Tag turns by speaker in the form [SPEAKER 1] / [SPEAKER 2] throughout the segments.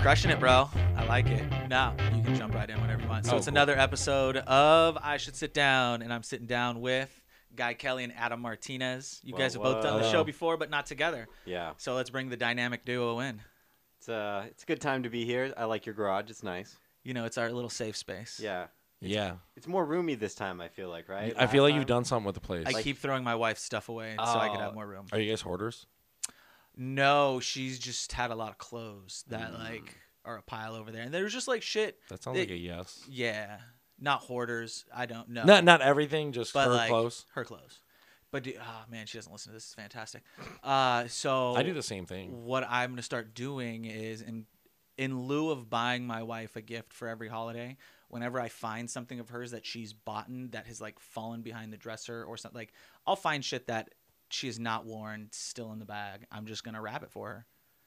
[SPEAKER 1] Crushing it, bro. I like it. Now you can jump right in whenever you want. So
[SPEAKER 2] Oh,
[SPEAKER 1] it's
[SPEAKER 2] cool.
[SPEAKER 1] another episode of I Should Sit Down, and I'm sitting down with Guy Kelly and Adam Martinez. You
[SPEAKER 2] Whoa,
[SPEAKER 1] guys have both done the
[SPEAKER 3] whoa.
[SPEAKER 1] show before, but not together.
[SPEAKER 2] Yeah,
[SPEAKER 1] So let's bring the dynamic duo in.
[SPEAKER 2] it's uh, it's a good time to be here. I like your garage. It's nice.
[SPEAKER 1] You know, it's our little safe space.
[SPEAKER 2] Yeah,
[SPEAKER 3] Yeah.
[SPEAKER 2] it's more roomy this time. I feel like, right?
[SPEAKER 3] I feel
[SPEAKER 2] Last
[SPEAKER 3] like you've
[SPEAKER 2] time?
[SPEAKER 3] done something with the place.
[SPEAKER 1] I
[SPEAKER 2] Like-
[SPEAKER 1] keep throwing my wife's stuff away so I could
[SPEAKER 2] Oh.
[SPEAKER 1] have more room.
[SPEAKER 3] Are you guys hoarders?
[SPEAKER 1] No, she's just had a lot of clothes that
[SPEAKER 2] Mm.
[SPEAKER 1] like are a pile over there, and there's just like shit.
[SPEAKER 3] That sounds
[SPEAKER 1] It-
[SPEAKER 3] like a yes.
[SPEAKER 1] Yeah, not hoarders. I don't know.
[SPEAKER 3] Not not everything, just
[SPEAKER 1] but
[SPEAKER 3] her
[SPEAKER 1] like
[SPEAKER 3] clothes.
[SPEAKER 1] her clothes. But do, oh man, she doesn't listen to this. It's fantastic. Uh, so
[SPEAKER 3] I do the same thing.
[SPEAKER 1] What I'm gonna start doing is in in lieu of buying my wife a gift for every holiday, whenever I find something of hers that she's bought that has like fallen behind the dresser or something, like I'll find shit that she has not worn still in the bag. I'm just gonna wrap it for her.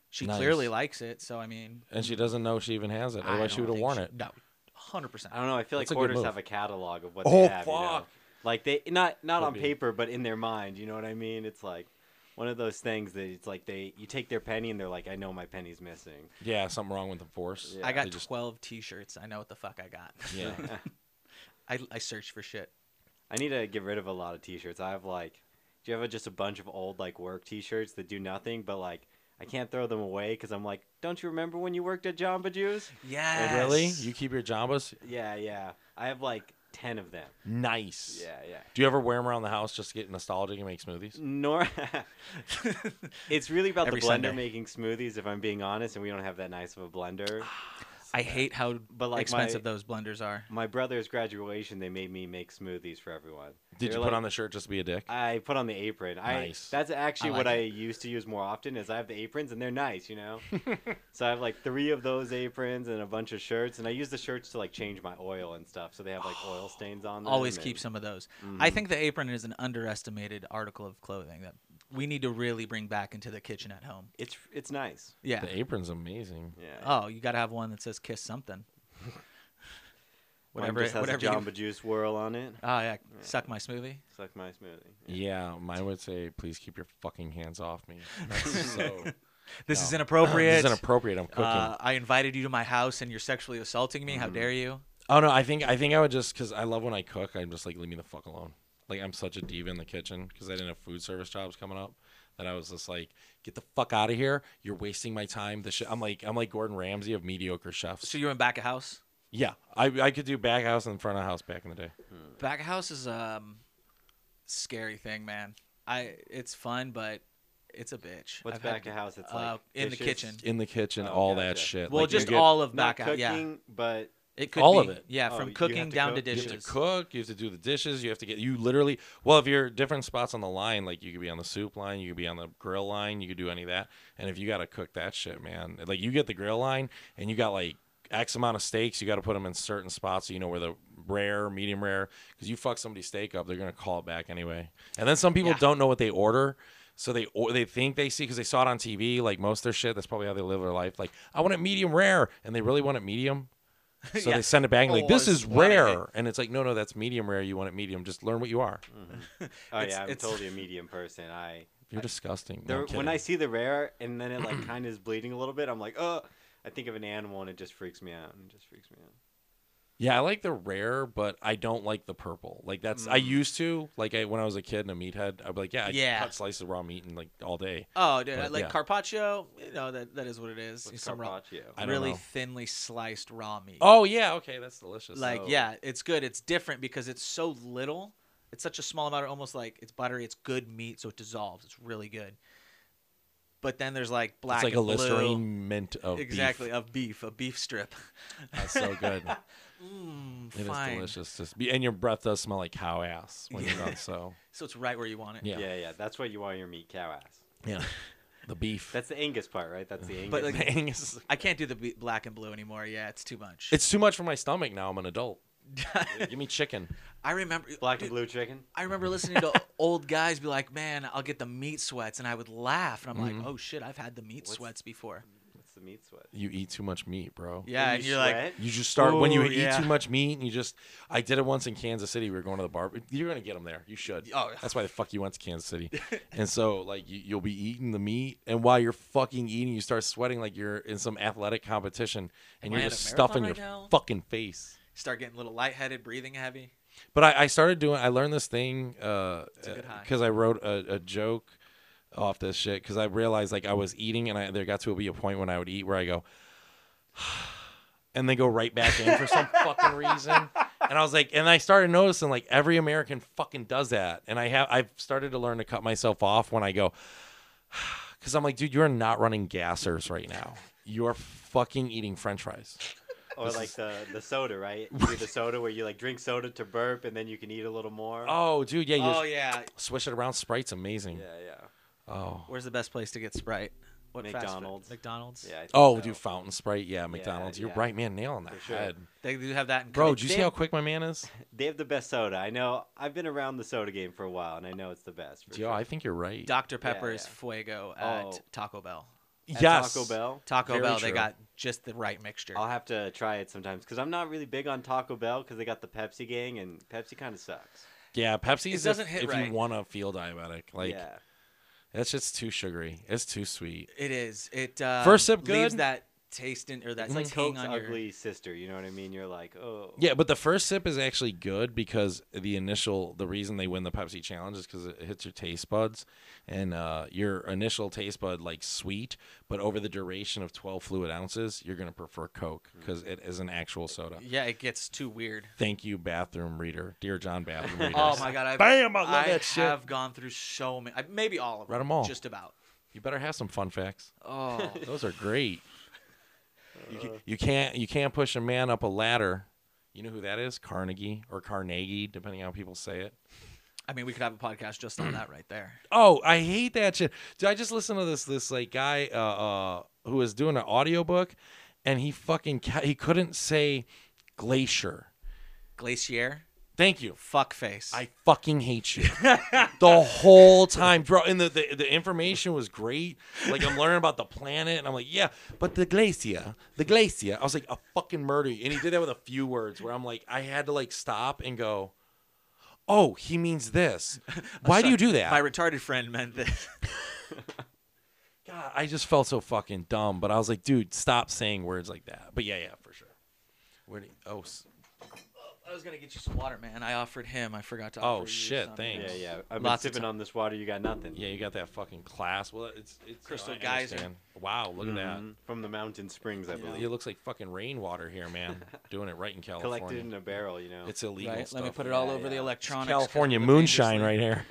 [SPEAKER 1] She
[SPEAKER 3] Nice.
[SPEAKER 1] clearly likes it, so I mean,
[SPEAKER 3] And she doesn't know she even has it.
[SPEAKER 1] I
[SPEAKER 3] Otherwise, she
[SPEAKER 1] don't
[SPEAKER 3] would have
[SPEAKER 1] think
[SPEAKER 3] worn
[SPEAKER 1] she-
[SPEAKER 3] it.
[SPEAKER 1] No, hundred percent.
[SPEAKER 2] I don't know. I feel
[SPEAKER 3] That's a
[SPEAKER 2] like
[SPEAKER 3] good
[SPEAKER 2] hoarders
[SPEAKER 3] move.
[SPEAKER 2] have a catalog of what
[SPEAKER 3] Oh,
[SPEAKER 2] they have. you know?
[SPEAKER 3] fuck.
[SPEAKER 2] Like they not not
[SPEAKER 3] Could
[SPEAKER 2] on
[SPEAKER 3] be.
[SPEAKER 2] paper, but in their mind. You know what I mean? It's like one of those things that it's like they you take their penny and they're like, I know my penny's missing.
[SPEAKER 3] Yeah, something wrong with the force.
[SPEAKER 2] Yeah.
[SPEAKER 1] I got
[SPEAKER 3] They just-
[SPEAKER 1] 12 t-shirts. I know what the fuck I got.
[SPEAKER 3] Yeah.
[SPEAKER 1] I, I searched for shit.
[SPEAKER 2] I need to get rid of a lot of t-shirts. I have like, do you have a, just a bunch of old like work t-shirts that do nothing, but like I can't throw them away because I'm like, don't you remember when you worked at Jamba Juice?
[SPEAKER 1] Yeah.
[SPEAKER 3] Really? You keep your jambas?
[SPEAKER 2] Yeah, yeah. I have like ten of them.
[SPEAKER 3] Nice.
[SPEAKER 2] Yeah, yeah.
[SPEAKER 3] Do you ever wear them around the house just to get nostalgic and make smoothies?
[SPEAKER 2] Nor, it's really about
[SPEAKER 1] Every
[SPEAKER 2] the blender
[SPEAKER 1] Sunday.
[SPEAKER 2] making smoothies. If I'm being honest, and we don't have that nice of a blender.
[SPEAKER 1] I hate how
[SPEAKER 2] But like
[SPEAKER 1] expensive
[SPEAKER 2] my Mm-hmm.
[SPEAKER 1] those blenders are.
[SPEAKER 2] my brother's graduation, they made me make smoothies for everyone.
[SPEAKER 3] Did
[SPEAKER 2] They're
[SPEAKER 3] you
[SPEAKER 2] like-
[SPEAKER 3] put on the shirt just to be a dick?
[SPEAKER 2] I put on the apron.
[SPEAKER 3] Nice.
[SPEAKER 2] I that's actually
[SPEAKER 1] I like
[SPEAKER 2] what
[SPEAKER 1] it.
[SPEAKER 2] I used to use more often is I have the aprons and they're nice, you know. so I have like three of those aprons and a bunch of shirts, and I use the shirts to like change my oil and stuff, so they have like oil stains on them.
[SPEAKER 1] Always
[SPEAKER 2] and-
[SPEAKER 1] keep some of those. I
[SPEAKER 2] Mm-hmm.
[SPEAKER 1] think the apron is an underestimated article of clothing that we need to really bring back into the kitchen at home.
[SPEAKER 2] It's it's nice.
[SPEAKER 1] Yeah.
[SPEAKER 3] The apron's amazing.
[SPEAKER 2] Yeah.
[SPEAKER 1] Oh, you got to have one that says kiss something.
[SPEAKER 2] Mine
[SPEAKER 1] whatever
[SPEAKER 2] just has
[SPEAKER 1] whatever
[SPEAKER 2] a
[SPEAKER 1] you-
[SPEAKER 2] Jamba Juice whirl on it.
[SPEAKER 1] Oh yeah, suck my smoothie.
[SPEAKER 2] It's like my smoothie.
[SPEAKER 3] Yeah, mine would say, please keep your fucking hands off me. That's so.
[SPEAKER 1] This
[SPEAKER 3] No.
[SPEAKER 1] is inappropriate.
[SPEAKER 3] This is inappropriate. I'm cooking.
[SPEAKER 1] Uh, I invited you to my house and you're sexually assaulting me. How
[SPEAKER 2] Mm-hmm.
[SPEAKER 1] dare you?
[SPEAKER 3] Oh no, I think I think I would just because I love when I cook. I'm just like leave me the fuck alone. Like I'm such a diva in the kitchen because I didn't have food service jobs coming up. That I was just like, get the fuck out of here. You're wasting my time. The shit. I'm like I'm like Gordon Ramsay of mediocre chefs.
[SPEAKER 1] So you went back of house.
[SPEAKER 3] yeah, I I could do back house and front of house back in the day.
[SPEAKER 1] Back of house is um scary thing, man. I it's fun, but it's a bitch.
[SPEAKER 2] What's
[SPEAKER 1] I've had-
[SPEAKER 2] back of house? It's like
[SPEAKER 1] uh, in the
[SPEAKER 2] dishes?
[SPEAKER 1] kitchen.
[SPEAKER 3] In the kitchen,
[SPEAKER 2] Oh,
[SPEAKER 3] all that
[SPEAKER 2] gotcha.
[SPEAKER 3] shit.
[SPEAKER 1] Well,
[SPEAKER 3] Like, you
[SPEAKER 1] just
[SPEAKER 3] get-
[SPEAKER 1] all of
[SPEAKER 2] Not
[SPEAKER 1] back of house.
[SPEAKER 2] cooking,
[SPEAKER 1] Yeah,
[SPEAKER 2] but
[SPEAKER 1] it could
[SPEAKER 3] all
[SPEAKER 1] be-
[SPEAKER 3] of it.
[SPEAKER 1] Yeah,
[SPEAKER 2] Oh,
[SPEAKER 1] from
[SPEAKER 2] you have
[SPEAKER 1] cooking
[SPEAKER 2] to
[SPEAKER 1] down to
[SPEAKER 2] cook? You
[SPEAKER 3] You have
[SPEAKER 1] dishes.
[SPEAKER 3] to cook. You have to do the dishes. You have to get. You literally. Well, if you're different spots on the line, like you could be on the soup line, you could be on the grill line, you could do any of that. And if you got to cook that shit, man, like you get the grill line and you got like X amount of steaks, you got to put them in certain spots so you know where the rare, medium rare, because you fuck somebody's steak up, they're gonna call it back anyway. And then some people
[SPEAKER 1] Yeah.
[SPEAKER 3] don't know what they order. So they or they think they see because they saw it on TV like most of their shit. That's probably how they live their life. Like I want it medium rare, and they really want it medium. So
[SPEAKER 1] Yeah.
[SPEAKER 3] they send it back and like
[SPEAKER 1] Oh,
[SPEAKER 3] this
[SPEAKER 1] it's
[SPEAKER 3] is
[SPEAKER 1] what I
[SPEAKER 3] rare,
[SPEAKER 1] hate.
[SPEAKER 3] and it's like no, no, that's medium rare. You want it medium. Just learn what you are.
[SPEAKER 2] oh
[SPEAKER 1] It's-
[SPEAKER 2] yeah, I'm
[SPEAKER 1] it's-
[SPEAKER 2] totally a medium person. I
[SPEAKER 3] You're disgusting.
[SPEAKER 2] There,
[SPEAKER 3] No, I'm
[SPEAKER 2] when I
[SPEAKER 3] kidding.
[SPEAKER 2] see the rare and then it like kind of is bleeding a little bit, I'm like, oh, I think of an animal and it just freaks me out. It just freaks me out.
[SPEAKER 3] yeah, I like the rare, but I don't like the purple. Like that's I used to like I, when I was a kid and a meathead. I'd be like, yeah, I
[SPEAKER 1] Mm. Yeah.
[SPEAKER 3] cut slices of raw meat and like all day.
[SPEAKER 1] Oh, dude,
[SPEAKER 3] But,
[SPEAKER 1] like
[SPEAKER 3] yeah.
[SPEAKER 1] carpaccio. You know that that is what it is.
[SPEAKER 2] What's
[SPEAKER 1] Some raw,
[SPEAKER 2] carpaccio?
[SPEAKER 3] I don't
[SPEAKER 1] really
[SPEAKER 3] know.
[SPEAKER 1] thinly sliced raw meat.
[SPEAKER 3] Oh yeah, okay, that's delicious.
[SPEAKER 1] like
[SPEAKER 2] so-
[SPEAKER 1] yeah, it's good. It's different because it's so little. It's such a small amount. of Almost like it's buttery. It's good meat, so it dissolves. It's really good. But then there's like black
[SPEAKER 3] it's like a
[SPEAKER 1] and blue.
[SPEAKER 3] listerine mint of beef.
[SPEAKER 1] exactly of beef, a beef strip.
[SPEAKER 3] That's so good.
[SPEAKER 1] Mm,
[SPEAKER 3] It is
[SPEAKER 1] fine.
[SPEAKER 3] delicious. Just be, and your breath does smell like cow ass when you're done. So
[SPEAKER 1] So it's right where you want it.
[SPEAKER 3] Yeah.
[SPEAKER 2] Yeah. yeah, That's what you want your meat cow ass.
[SPEAKER 3] yeah, the beef.
[SPEAKER 2] That's the Angus part, right? That's the Angus.
[SPEAKER 1] But, like-
[SPEAKER 3] The Angus-
[SPEAKER 1] I can't do the be- black and blue anymore. Yeah, it's too much.
[SPEAKER 3] It's too much for my stomach now. I'm an adult. Give me chicken.
[SPEAKER 1] I remember
[SPEAKER 2] black
[SPEAKER 1] dude,
[SPEAKER 2] and blue chicken.
[SPEAKER 1] I remember listening to old guys be
[SPEAKER 3] Mm-hmm.
[SPEAKER 1] like, "Man, I'll get the meat sweats," and I would laugh, and I'm like, "Oh shit, I've had the meat
[SPEAKER 2] What's-
[SPEAKER 1] sweats before."
[SPEAKER 2] What's the the meat sweat.
[SPEAKER 3] You eat too much meat, bro.
[SPEAKER 1] Yeah,
[SPEAKER 2] When
[SPEAKER 1] and you're like,
[SPEAKER 2] sweat,
[SPEAKER 3] You just start when you
[SPEAKER 1] Ooh,
[SPEAKER 3] eat
[SPEAKER 1] yeah.
[SPEAKER 3] too much meat, and you just. I did it once in Kansas City. We were going to the bar. You're gonna get them there. You should.
[SPEAKER 1] Oh.
[SPEAKER 3] that's why the fuck you went to Kansas City. and so like you, you'll be eating the meat, and while you're fucking eating, you start sweating like you're in some athletic competition, and
[SPEAKER 1] Am I
[SPEAKER 3] you're
[SPEAKER 1] at
[SPEAKER 3] just
[SPEAKER 1] a
[SPEAKER 3] stuffing
[SPEAKER 1] marathon
[SPEAKER 3] your
[SPEAKER 1] right now?
[SPEAKER 3] fucking face.
[SPEAKER 1] start getting a little lightheaded, breathing heavy.
[SPEAKER 3] But I, I started doing. I learned this thing uh, because
[SPEAKER 1] a good high.
[SPEAKER 3] I wrote a, a joke off this shit because I realized like I was eating and I there got to be a point when I would eat where I go, and then go right back in for some fucking reason. And I was like, and I started noticing like every American fucking does that. And I have I've started to learn to cut myself off when I go, because I'm like, dude, you're not running gassers right now. You're fucking eating French fries.
[SPEAKER 2] or like the the soda, right? You do the soda where you like drink soda to burp, and then you can eat a little more.
[SPEAKER 3] Oh, dude, yeah, you
[SPEAKER 1] Oh yeah.
[SPEAKER 3] swish it around. Sprite's amazing.
[SPEAKER 2] Yeah, yeah.
[SPEAKER 3] Oh.
[SPEAKER 1] Where's the best place to get Sprite? What fast food-
[SPEAKER 2] McDonald's.
[SPEAKER 1] McDonald's.
[SPEAKER 2] Yeah. I think
[SPEAKER 3] Oh,
[SPEAKER 2] so.
[SPEAKER 3] dude, fountain sprite. Yeah, McDonald's. You're
[SPEAKER 2] yeah.
[SPEAKER 3] right, man. Nail on the
[SPEAKER 2] For sure.
[SPEAKER 3] head,
[SPEAKER 1] They do have that in
[SPEAKER 3] bro.
[SPEAKER 1] Cali-
[SPEAKER 3] Do you see
[SPEAKER 1] They-
[SPEAKER 3] how quick my man is?
[SPEAKER 2] They have the best soda. I know. I've been around the soda game for a while, and I know it's the best. For
[SPEAKER 3] Yo,
[SPEAKER 2] sure.
[SPEAKER 3] I think you're right.
[SPEAKER 1] Dr Pepper is
[SPEAKER 2] yeah.
[SPEAKER 1] Fuego at
[SPEAKER 2] Oh.
[SPEAKER 1] Taco Bell?
[SPEAKER 2] At
[SPEAKER 3] yes,
[SPEAKER 2] Taco Bell.
[SPEAKER 1] Taco
[SPEAKER 3] Very
[SPEAKER 1] Bell, they
[SPEAKER 3] true.
[SPEAKER 1] got just the right mixture.
[SPEAKER 2] I'll have to try it sometimes because I'm not really big on Taco Bell because they got the Pepsi gang, and Pepsi kind of sucks.
[SPEAKER 3] Yeah, Pepsi
[SPEAKER 1] doesn't
[SPEAKER 3] if,
[SPEAKER 1] hit
[SPEAKER 3] if
[SPEAKER 1] right.
[SPEAKER 3] you want to feel diabetic. Like
[SPEAKER 2] yeah.
[SPEAKER 3] that's just too sugary. It's too sweet.
[SPEAKER 1] It is. It uh,
[SPEAKER 3] First sip
[SPEAKER 1] leaves
[SPEAKER 3] good.
[SPEAKER 1] that taste in or that
[SPEAKER 2] It's like
[SPEAKER 1] king
[SPEAKER 2] Coke's
[SPEAKER 1] on your.
[SPEAKER 2] ugly sister. You know what I mean? You're like, oh.
[SPEAKER 3] Yeah, but the first sip is actually good because the initial the reason they win the Pepsi challenge is because it hits your taste buds, and uh, your initial taste bud like sweet, but over the duration of twelve fluid ounces, you're gonna prefer Coke
[SPEAKER 2] Mm.
[SPEAKER 3] because it is an actual soda.
[SPEAKER 1] Yeah, it gets too weird.
[SPEAKER 3] Thank you, bathroom reader, dear John bathroom reader.
[SPEAKER 1] Oh my god! I've,
[SPEAKER 3] Bam! I love that shit.
[SPEAKER 1] have gone through so many. I- Maybe all of them.
[SPEAKER 3] Read 'em all.
[SPEAKER 1] Just about.
[SPEAKER 3] You better have some fun facts.
[SPEAKER 1] Oh,
[SPEAKER 3] Those are great. You, ca- you can't you can't push a man up a ladder. You know who that is? Carnegie or Carnegie, depending on how people say it.
[SPEAKER 1] I mean, we could have a podcast just on that right there.
[SPEAKER 3] Oh, I hate that shit. Dude, I just listened to this this like guy uh, uh, who was doing an audiobook, and he fucking ca- he couldn't say glacier.
[SPEAKER 1] Glacier,
[SPEAKER 3] Thank you.
[SPEAKER 1] fuck face.
[SPEAKER 3] I fucking hate you the whole time, bro. And the, the the information was great. Like I'm learning about the planet, and I'm like, yeah, but the glacier, the glacier. I was like, a fucking murder. you." And he did that with a few words, where I'm like, I had to like stop and go, oh, he means this. Why do you do that?
[SPEAKER 1] My retarded friend meant this.
[SPEAKER 3] God, I just felt so fucking dumb. But I was like, dude, stop saying words like that. But yeah, yeah, for sure. Where do you, oh s-
[SPEAKER 1] I was gonna get you some water, man. I offered him. I forgot to.
[SPEAKER 3] Oh,
[SPEAKER 1] offer you
[SPEAKER 3] shit,
[SPEAKER 1] some.
[SPEAKER 3] thanks.
[SPEAKER 2] Yeah, yeah. I've
[SPEAKER 1] Lots of
[SPEAKER 2] been sipping
[SPEAKER 1] time.
[SPEAKER 2] on this water. You got nothing.
[SPEAKER 3] yeah, you got that fucking class. Well, it's it's
[SPEAKER 1] Crystal
[SPEAKER 3] I
[SPEAKER 1] geyser.
[SPEAKER 3] understand. Wow, look at that.
[SPEAKER 2] Mhm. From the mountain springs, I believe.
[SPEAKER 3] It looks like fucking rainwater here, man. Doing it right in California.
[SPEAKER 2] Collected in a barrel, you know.
[SPEAKER 3] It's illegal.
[SPEAKER 1] Right? Let me
[SPEAKER 3] stuff.
[SPEAKER 1] put it all
[SPEAKER 2] Yeah,
[SPEAKER 1] over the
[SPEAKER 2] yeah.
[SPEAKER 1] electronics. 'cause
[SPEAKER 3] California
[SPEAKER 1] of the dangerous
[SPEAKER 3] moonshine
[SPEAKER 1] thing.
[SPEAKER 3] right here.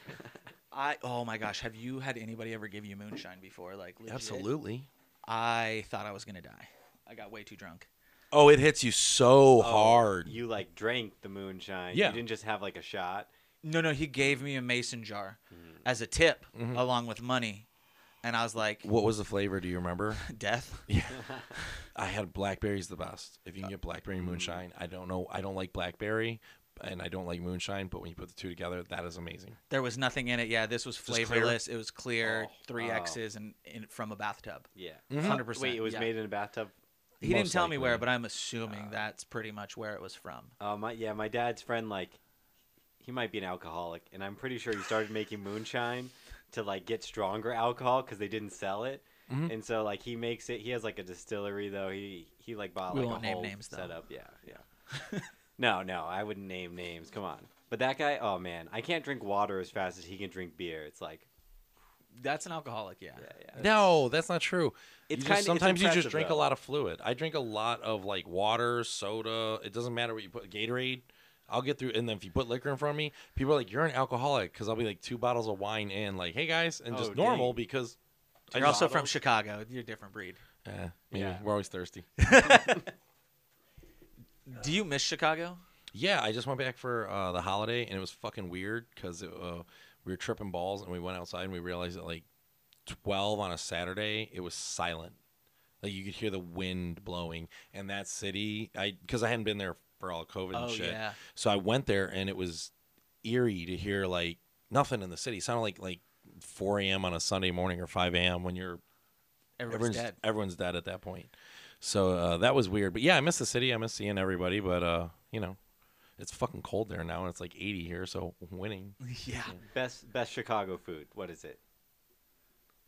[SPEAKER 1] I oh my gosh, have you had anybody ever give you moonshine before? Like legit?
[SPEAKER 3] Absolutely.
[SPEAKER 1] I thought I was gonna die. I got way too drunk.
[SPEAKER 3] Oh, it hits Oh, you so hard.
[SPEAKER 2] You like drank the moonshine.
[SPEAKER 3] Yeah.
[SPEAKER 2] You didn't just have like a shot.
[SPEAKER 1] No, no, he gave me a mason jar as a tip
[SPEAKER 3] Mm-hmm.
[SPEAKER 1] along with money, and I was like,
[SPEAKER 3] what was the flavor? Do you remember?
[SPEAKER 1] death.
[SPEAKER 3] Yeah. I had blackberries the best. If you can get blackberry moonshine, I don't know. I don't like blackberry, and I don't like moonshine. But when you put the two together, that is amazing.
[SPEAKER 1] There was nothing in it. Yeah, this was
[SPEAKER 3] clear?
[SPEAKER 1] flavorless. It was clear.
[SPEAKER 2] Oh,
[SPEAKER 1] Three
[SPEAKER 2] oh.
[SPEAKER 1] X's and in, from a bathtub.
[SPEAKER 2] Yeah.
[SPEAKER 3] Mhm.
[SPEAKER 1] Hundred percent.
[SPEAKER 2] Wait, it was made in a bathtub.
[SPEAKER 1] Mm-hmm. He didn't
[SPEAKER 3] Most
[SPEAKER 1] tell me where,
[SPEAKER 3] likely.
[SPEAKER 1] but I'm assuming that's pretty much where it was from.
[SPEAKER 2] Uh, my yeah, my dad's friend like, he might be an alcoholic, and I'm pretty sure he started making moonshine to like get stronger alcohol because they didn't sell it.
[SPEAKER 1] Mm-hmm.
[SPEAKER 3] Mhm.
[SPEAKER 2] And so like he makes it. He has like a distillery though. He he like bought
[SPEAKER 1] We
[SPEAKER 2] like
[SPEAKER 1] won't
[SPEAKER 2] a
[SPEAKER 1] name
[SPEAKER 2] whole
[SPEAKER 1] names, though.
[SPEAKER 2] setup. Yeah, yeah. no, no, I wouldn't name names. Come on. But that guy, oh man, I can't drink water as fast as he can drink beer. It's like,
[SPEAKER 1] That's an alcoholic. Yeah.
[SPEAKER 2] yeah, yeah.
[SPEAKER 3] No, that's not true.
[SPEAKER 2] It's
[SPEAKER 3] You just-
[SPEAKER 2] kinda- it's
[SPEAKER 3] sometimes you just
[SPEAKER 2] impressive,
[SPEAKER 3] drink a
[SPEAKER 2] though.
[SPEAKER 3] lot of fluid. I drink a lot of like water, soda. It doesn't matter what you put. Gatorade. I'll get through. And then if you put liquor in front of me, people are like, "You're an alcoholic," because I'll be like two bottles of wine in, like, "Hey guys," and just
[SPEAKER 2] Oh,
[SPEAKER 3] normal
[SPEAKER 2] dang.
[SPEAKER 3] because. I
[SPEAKER 1] You're also
[SPEAKER 3] just-
[SPEAKER 1] from Chicago. You're a different breed.
[SPEAKER 3] Eh, maybe.
[SPEAKER 2] Yeah.
[SPEAKER 3] We're always thirsty.
[SPEAKER 1] Do you miss Chicago?
[SPEAKER 3] Yeah, I just went back for uh, the holiday, and it was fucking weird because uh, we were tripping balls, and we went outside, and we realized that like twelve on a Saturday, it was silent. Like you could hear the wind blowing, and that city, I because I hadn't been there for all COVID and
[SPEAKER 1] Oh
[SPEAKER 3] shit,
[SPEAKER 1] yeah.
[SPEAKER 3] so I went there, and it was eerie to hear like nothing in the city. It sounded like like four a.m. on a Sunday morning or five a.m. when you're
[SPEAKER 1] Everybody's
[SPEAKER 3] everyone's
[SPEAKER 1] dead.
[SPEAKER 3] everyone's dead at that point. So uh, that was weird. But yeah, I miss the city. I miss seeing everybody. But uh, you know, it's fucking cold there now, and it's like 80 here. So winning.
[SPEAKER 1] Yeah.
[SPEAKER 2] Best best Chicago food. What is it?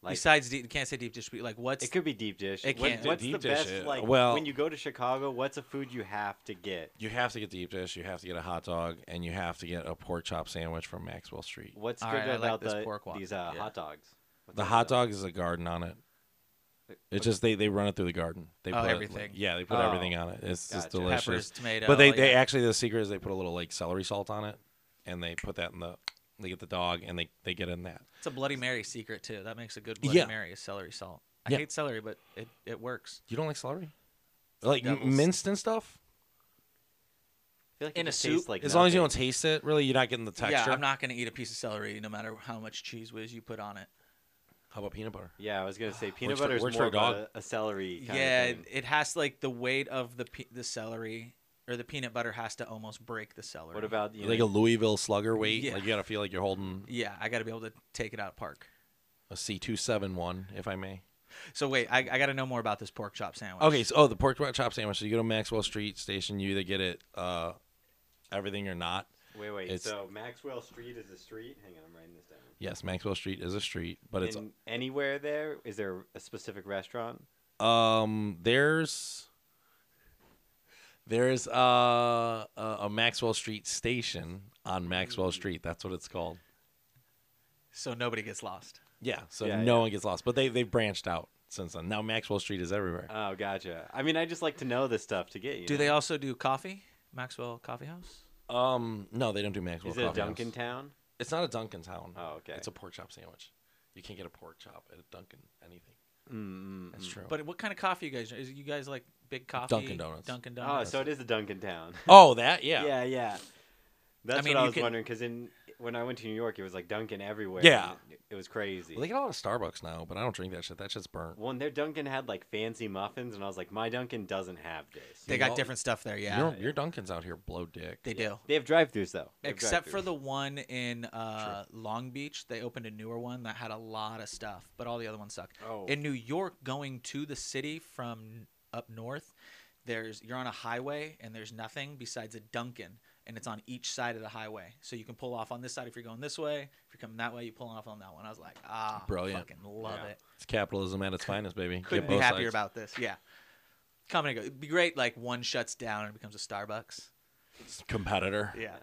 [SPEAKER 2] Like
[SPEAKER 1] Besides deep, you can't say deep dish. but, Like what's
[SPEAKER 2] it could be deep dish.
[SPEAKER 1] It
[SPEAKER 2] What-
[SPEAKER 1] can't.
[SPEAKER 2] what's
[SPEAKER 3] Deep
[SPEAKER 2] the
[SPEAKER 3] dish
[SPEAKER 2] best
[SPEAKER 1] uh,
[SPEAKER 3] it-
[SPEAKER 2] like
[SPEAKER 3] well-
[SPEAKER 2] when you go to Chicago? What's a food you have to get?
[SPEAKER 3] You have to get deep dish. You have to get a hot dog, and you have to get a pork chop sandwich from Maxwell Street.
[SPEAKER 2] What's
[SPEAKER 1] All
[SPEAKER 2] good
[SPEAKER 1] right, I like
[SPEAKER 2] about
[SPEAKER 1] this
[SPEAKER 2] the,
[SPEAKER 1] pork one.
[SPEAKER 2] these uh,
[SPEAKER 1] Yeah.
[SPEAKER 2] hot dogs? What's
[SPEAKER 3] The
[SPEAKER 2] up
[SPEAKER 3] hot
[SPEAKER 2] with
[SPEAKER 3] dog is a garden on it. It's just they, they run it through the garden. They
[SPEAKER 1] Oh,
[SPEAKER 3] put it-
[SPEAKER 1] everything.
[SPEAKER 3] yeah, they put
[SPEAKER 2] Oh,
[SPEAKER 3] everything on it. It's just
[SPEAKER 2] gotcha.
[SPEAKER 3] delicious.
[SPEAKER 1] peppers, tomato?
[SPEAKER 3] But they,
[SPEAKER 1] all-
[SPEAKER 3] they
[SPEAKER 1] yeah.
[SPEAKER 3] actually the secret is they put a little like celery salt on it, and they put that in the they get the dog and they they get in that.
[SPEAKER 1] it's a Bloody Mary secret too. That makes a good Bloody
[SPEAKER 3] Yeah.
[SPEAKER 1] Mary is celery salt. I
[SPEAKER 3] Yeah.
[SPEAKER 1] hate celery, but it, it works.
[SPEAKER 3] You don't like celery, like m-
[SPEAKER 1] Devil's-
[SPEAKER 3] minced and stuff.
[SPEAKER 2] I feel like
[SPEAKER 1] in
[SPEAKER 2] it
[SPEAKER 1] a
[SPEAKER 2] just tastes
[SPEAKER 1] soup?
[SPEAKER 2] Like
[SPEAKER 3] As long as you don't
[SPEAKER 2] nothing.
[SPEAKER 3] taste it, really, you're not getting the texture.
[SPEAKER 1] Yeah, I'm not gonna eat a piece of celery no matter how much cheese whiz you put on it.
[SPEAKER 3] How about peanut butter?
[SPEAKER 2] Yeah, I was gonna say peanut
[SPEAKER 3] Works for-
[SPEAKER 2] butter is
[SPEAKER 3] works for
[SPEAKER 2] more
[SPEAKER 3] a
[SPEAKER 2] of
[SPEAKER 3] dog.
[SPEAKER 2] a, a celery. Kind
[SPEAKER 1] yeah,
[SPEAKER 2] of
[SPEAKER 1] it,
[SPEAKER 2] thing.
[SPEAKER 1] it has like the weight of the pe- the celery or the peanut butter has to almost break the celery.
[SPEAKER 2] What about you
[SPEAKER 3] Like a
[SPEAKER 2] know,
[SPEAKER 3] Louisville Slugger weight.
[SPEAKER 1] Yeah.
[SPEAKER 3] Like you gotta feel like you're holding
[SPEAKER 1] Yeah, I got to be able to take it out of park.
[SPEAKER 3] a C two seven one, if I may.
[SPEAKER 1] So wait, I, I got to know more about this pork chop sandwich.
[SPEAKER 3] Okay, so oh, the pork chop sandwich. So you go to Maxwell Street Station, you either get it uh, everything or not.
[SPEAKER 2] wait wait?
[SPEAKER 3] it's-
[SPEAKER 2] So Maxwell Street is a street. Hang on, I'm writing this down.
[SPEAKER 3] Yes, Maxwell Street is a street, but it's
[SPEAKER 2] And anywhere there is there a specific restaurant?
[SPEAKER 3] um there's there's uh, a, a Maxwell Street station on Maxwell
[SPEAKER 1] Mm.
[SPEAKER 3] Street. That's what it's called.
[SPEAKER 1] So nobody gets lost.
[SPEAKER 3] Yeah, so
[SPEAKER 2] Yeah,
[SPEAKER 3] no
[SPEAKER 2] yeah.
[SPEAKER 3] one gets lost. But they they've branched out since then. Now Maxwell Street is everywhere.
[SPEAKER 2] Oh, gotcha. I mean, I just like to know this stuff to get you.
[SPEAKER 1] Do
[SPEAKER 2] know?
[SPEAKER 1] they also do coffee? Maxwell Coffee House?
[SPEAKER 3] Um, no, they don't do Maxwell.
[SPEAKER 2] Uh, Is it a
[SPEAKER 3] Coffee House.
[SPEAKER 2] Dunkin' Town?
[SPEAKER 3] It's not a Dunkin' town.
[SPEAKER 2] Oh, okay.
[SPEAKER 3] It's a pork chop sandwich. You can't get a pork chop at a Dunkin' anything.
[SPEAKER 2] Mm, mm,
[SPEAKER 3] That's
[SPEAKER 2] mm.
[SPEAKER 3] true.
[SPEAKER 1] But what kind of coffee you guys? Is you guys like big coffee?
[SPEAKER 3] Dunkin' Donuts.
[SPEAKER 1] Dunkin'
[SPEAKER 2] Oh,
[SPEAKER 1] Donuts.
[SPEAKER 2] so it is a Dunkin' Town.
[SPEAKER 3] oh, that yeah.
[SPEAKER 2] yeah, yeah. That's
[SPEAKER 1] mean,
[SPEAKER 2] what I
[SPEAKER 1] you
[SPEAKER 2] was
[SPEAKER 1] can-
[SPEAKER 2] wondering because in when I went to New York, it was like Dunkin' everywhere.
[SPEAKER 3] Yeah.
[SPEAKER 2] and It, it was crazy.
[SPEAKER 3] Well, they get a lot of Starbucks now, but I don't drink that shit. That shit's burnt.
[SPEAKER 2] One, their Dunkin' had like fancy muffins, and I was like, my Dunkin' doesn't have this.
[SPEAKER 1] they
[SPEAKER 3] you
[SPEAKER 1] got
[SPEAKER 3] know-
[SPEAKER 1] different stuff there. Yeah,
[SPEAKER 3] Your, your Dunkin's out here blow dick.
[SPEAKER 1] they do.
[SPEAKER 2] They have drive-throughs though. They have
[SPEAKER 1] Except for
[SPEAKER 2] drive-thrus.
[SPEAKER 1] the one in uh, Long Beach, they opened a newer one that had a lot of stuff, but all the other ones suck.
[SPEAKER 2] Oh.
[SPEAKER 1] In New York, going to the city from up north, there's you're on a highway and there's nothing besides a Dunkin', and it's on each side of the highway, so you can pull off on this side if you're going this way. If you're coming that way, you pull off on that one. I was like, ah,
[SPEAKER 3] Brilliant.
[SPEAKER 1] fucking love
[SPEAKER 2] Yeah.
[SPEAKER 1] it.
[SPEAKER 3] It's capitalism at its finest, baby.
[SPEAKER 1] Couldn't
[SPEAKER 3] Get
[SPEAKER 1] be
[SPEAKER 3] both
[SPEAKER 1] happier
[SPEAKER 3] sides.
[SPEAKER 1] about this. Yeah, come and go. It'd be great. Like one shuts down and it becomes a Starbucks.
[SPEAKER 3] competitor.
[SPEAKER 1] Yeah.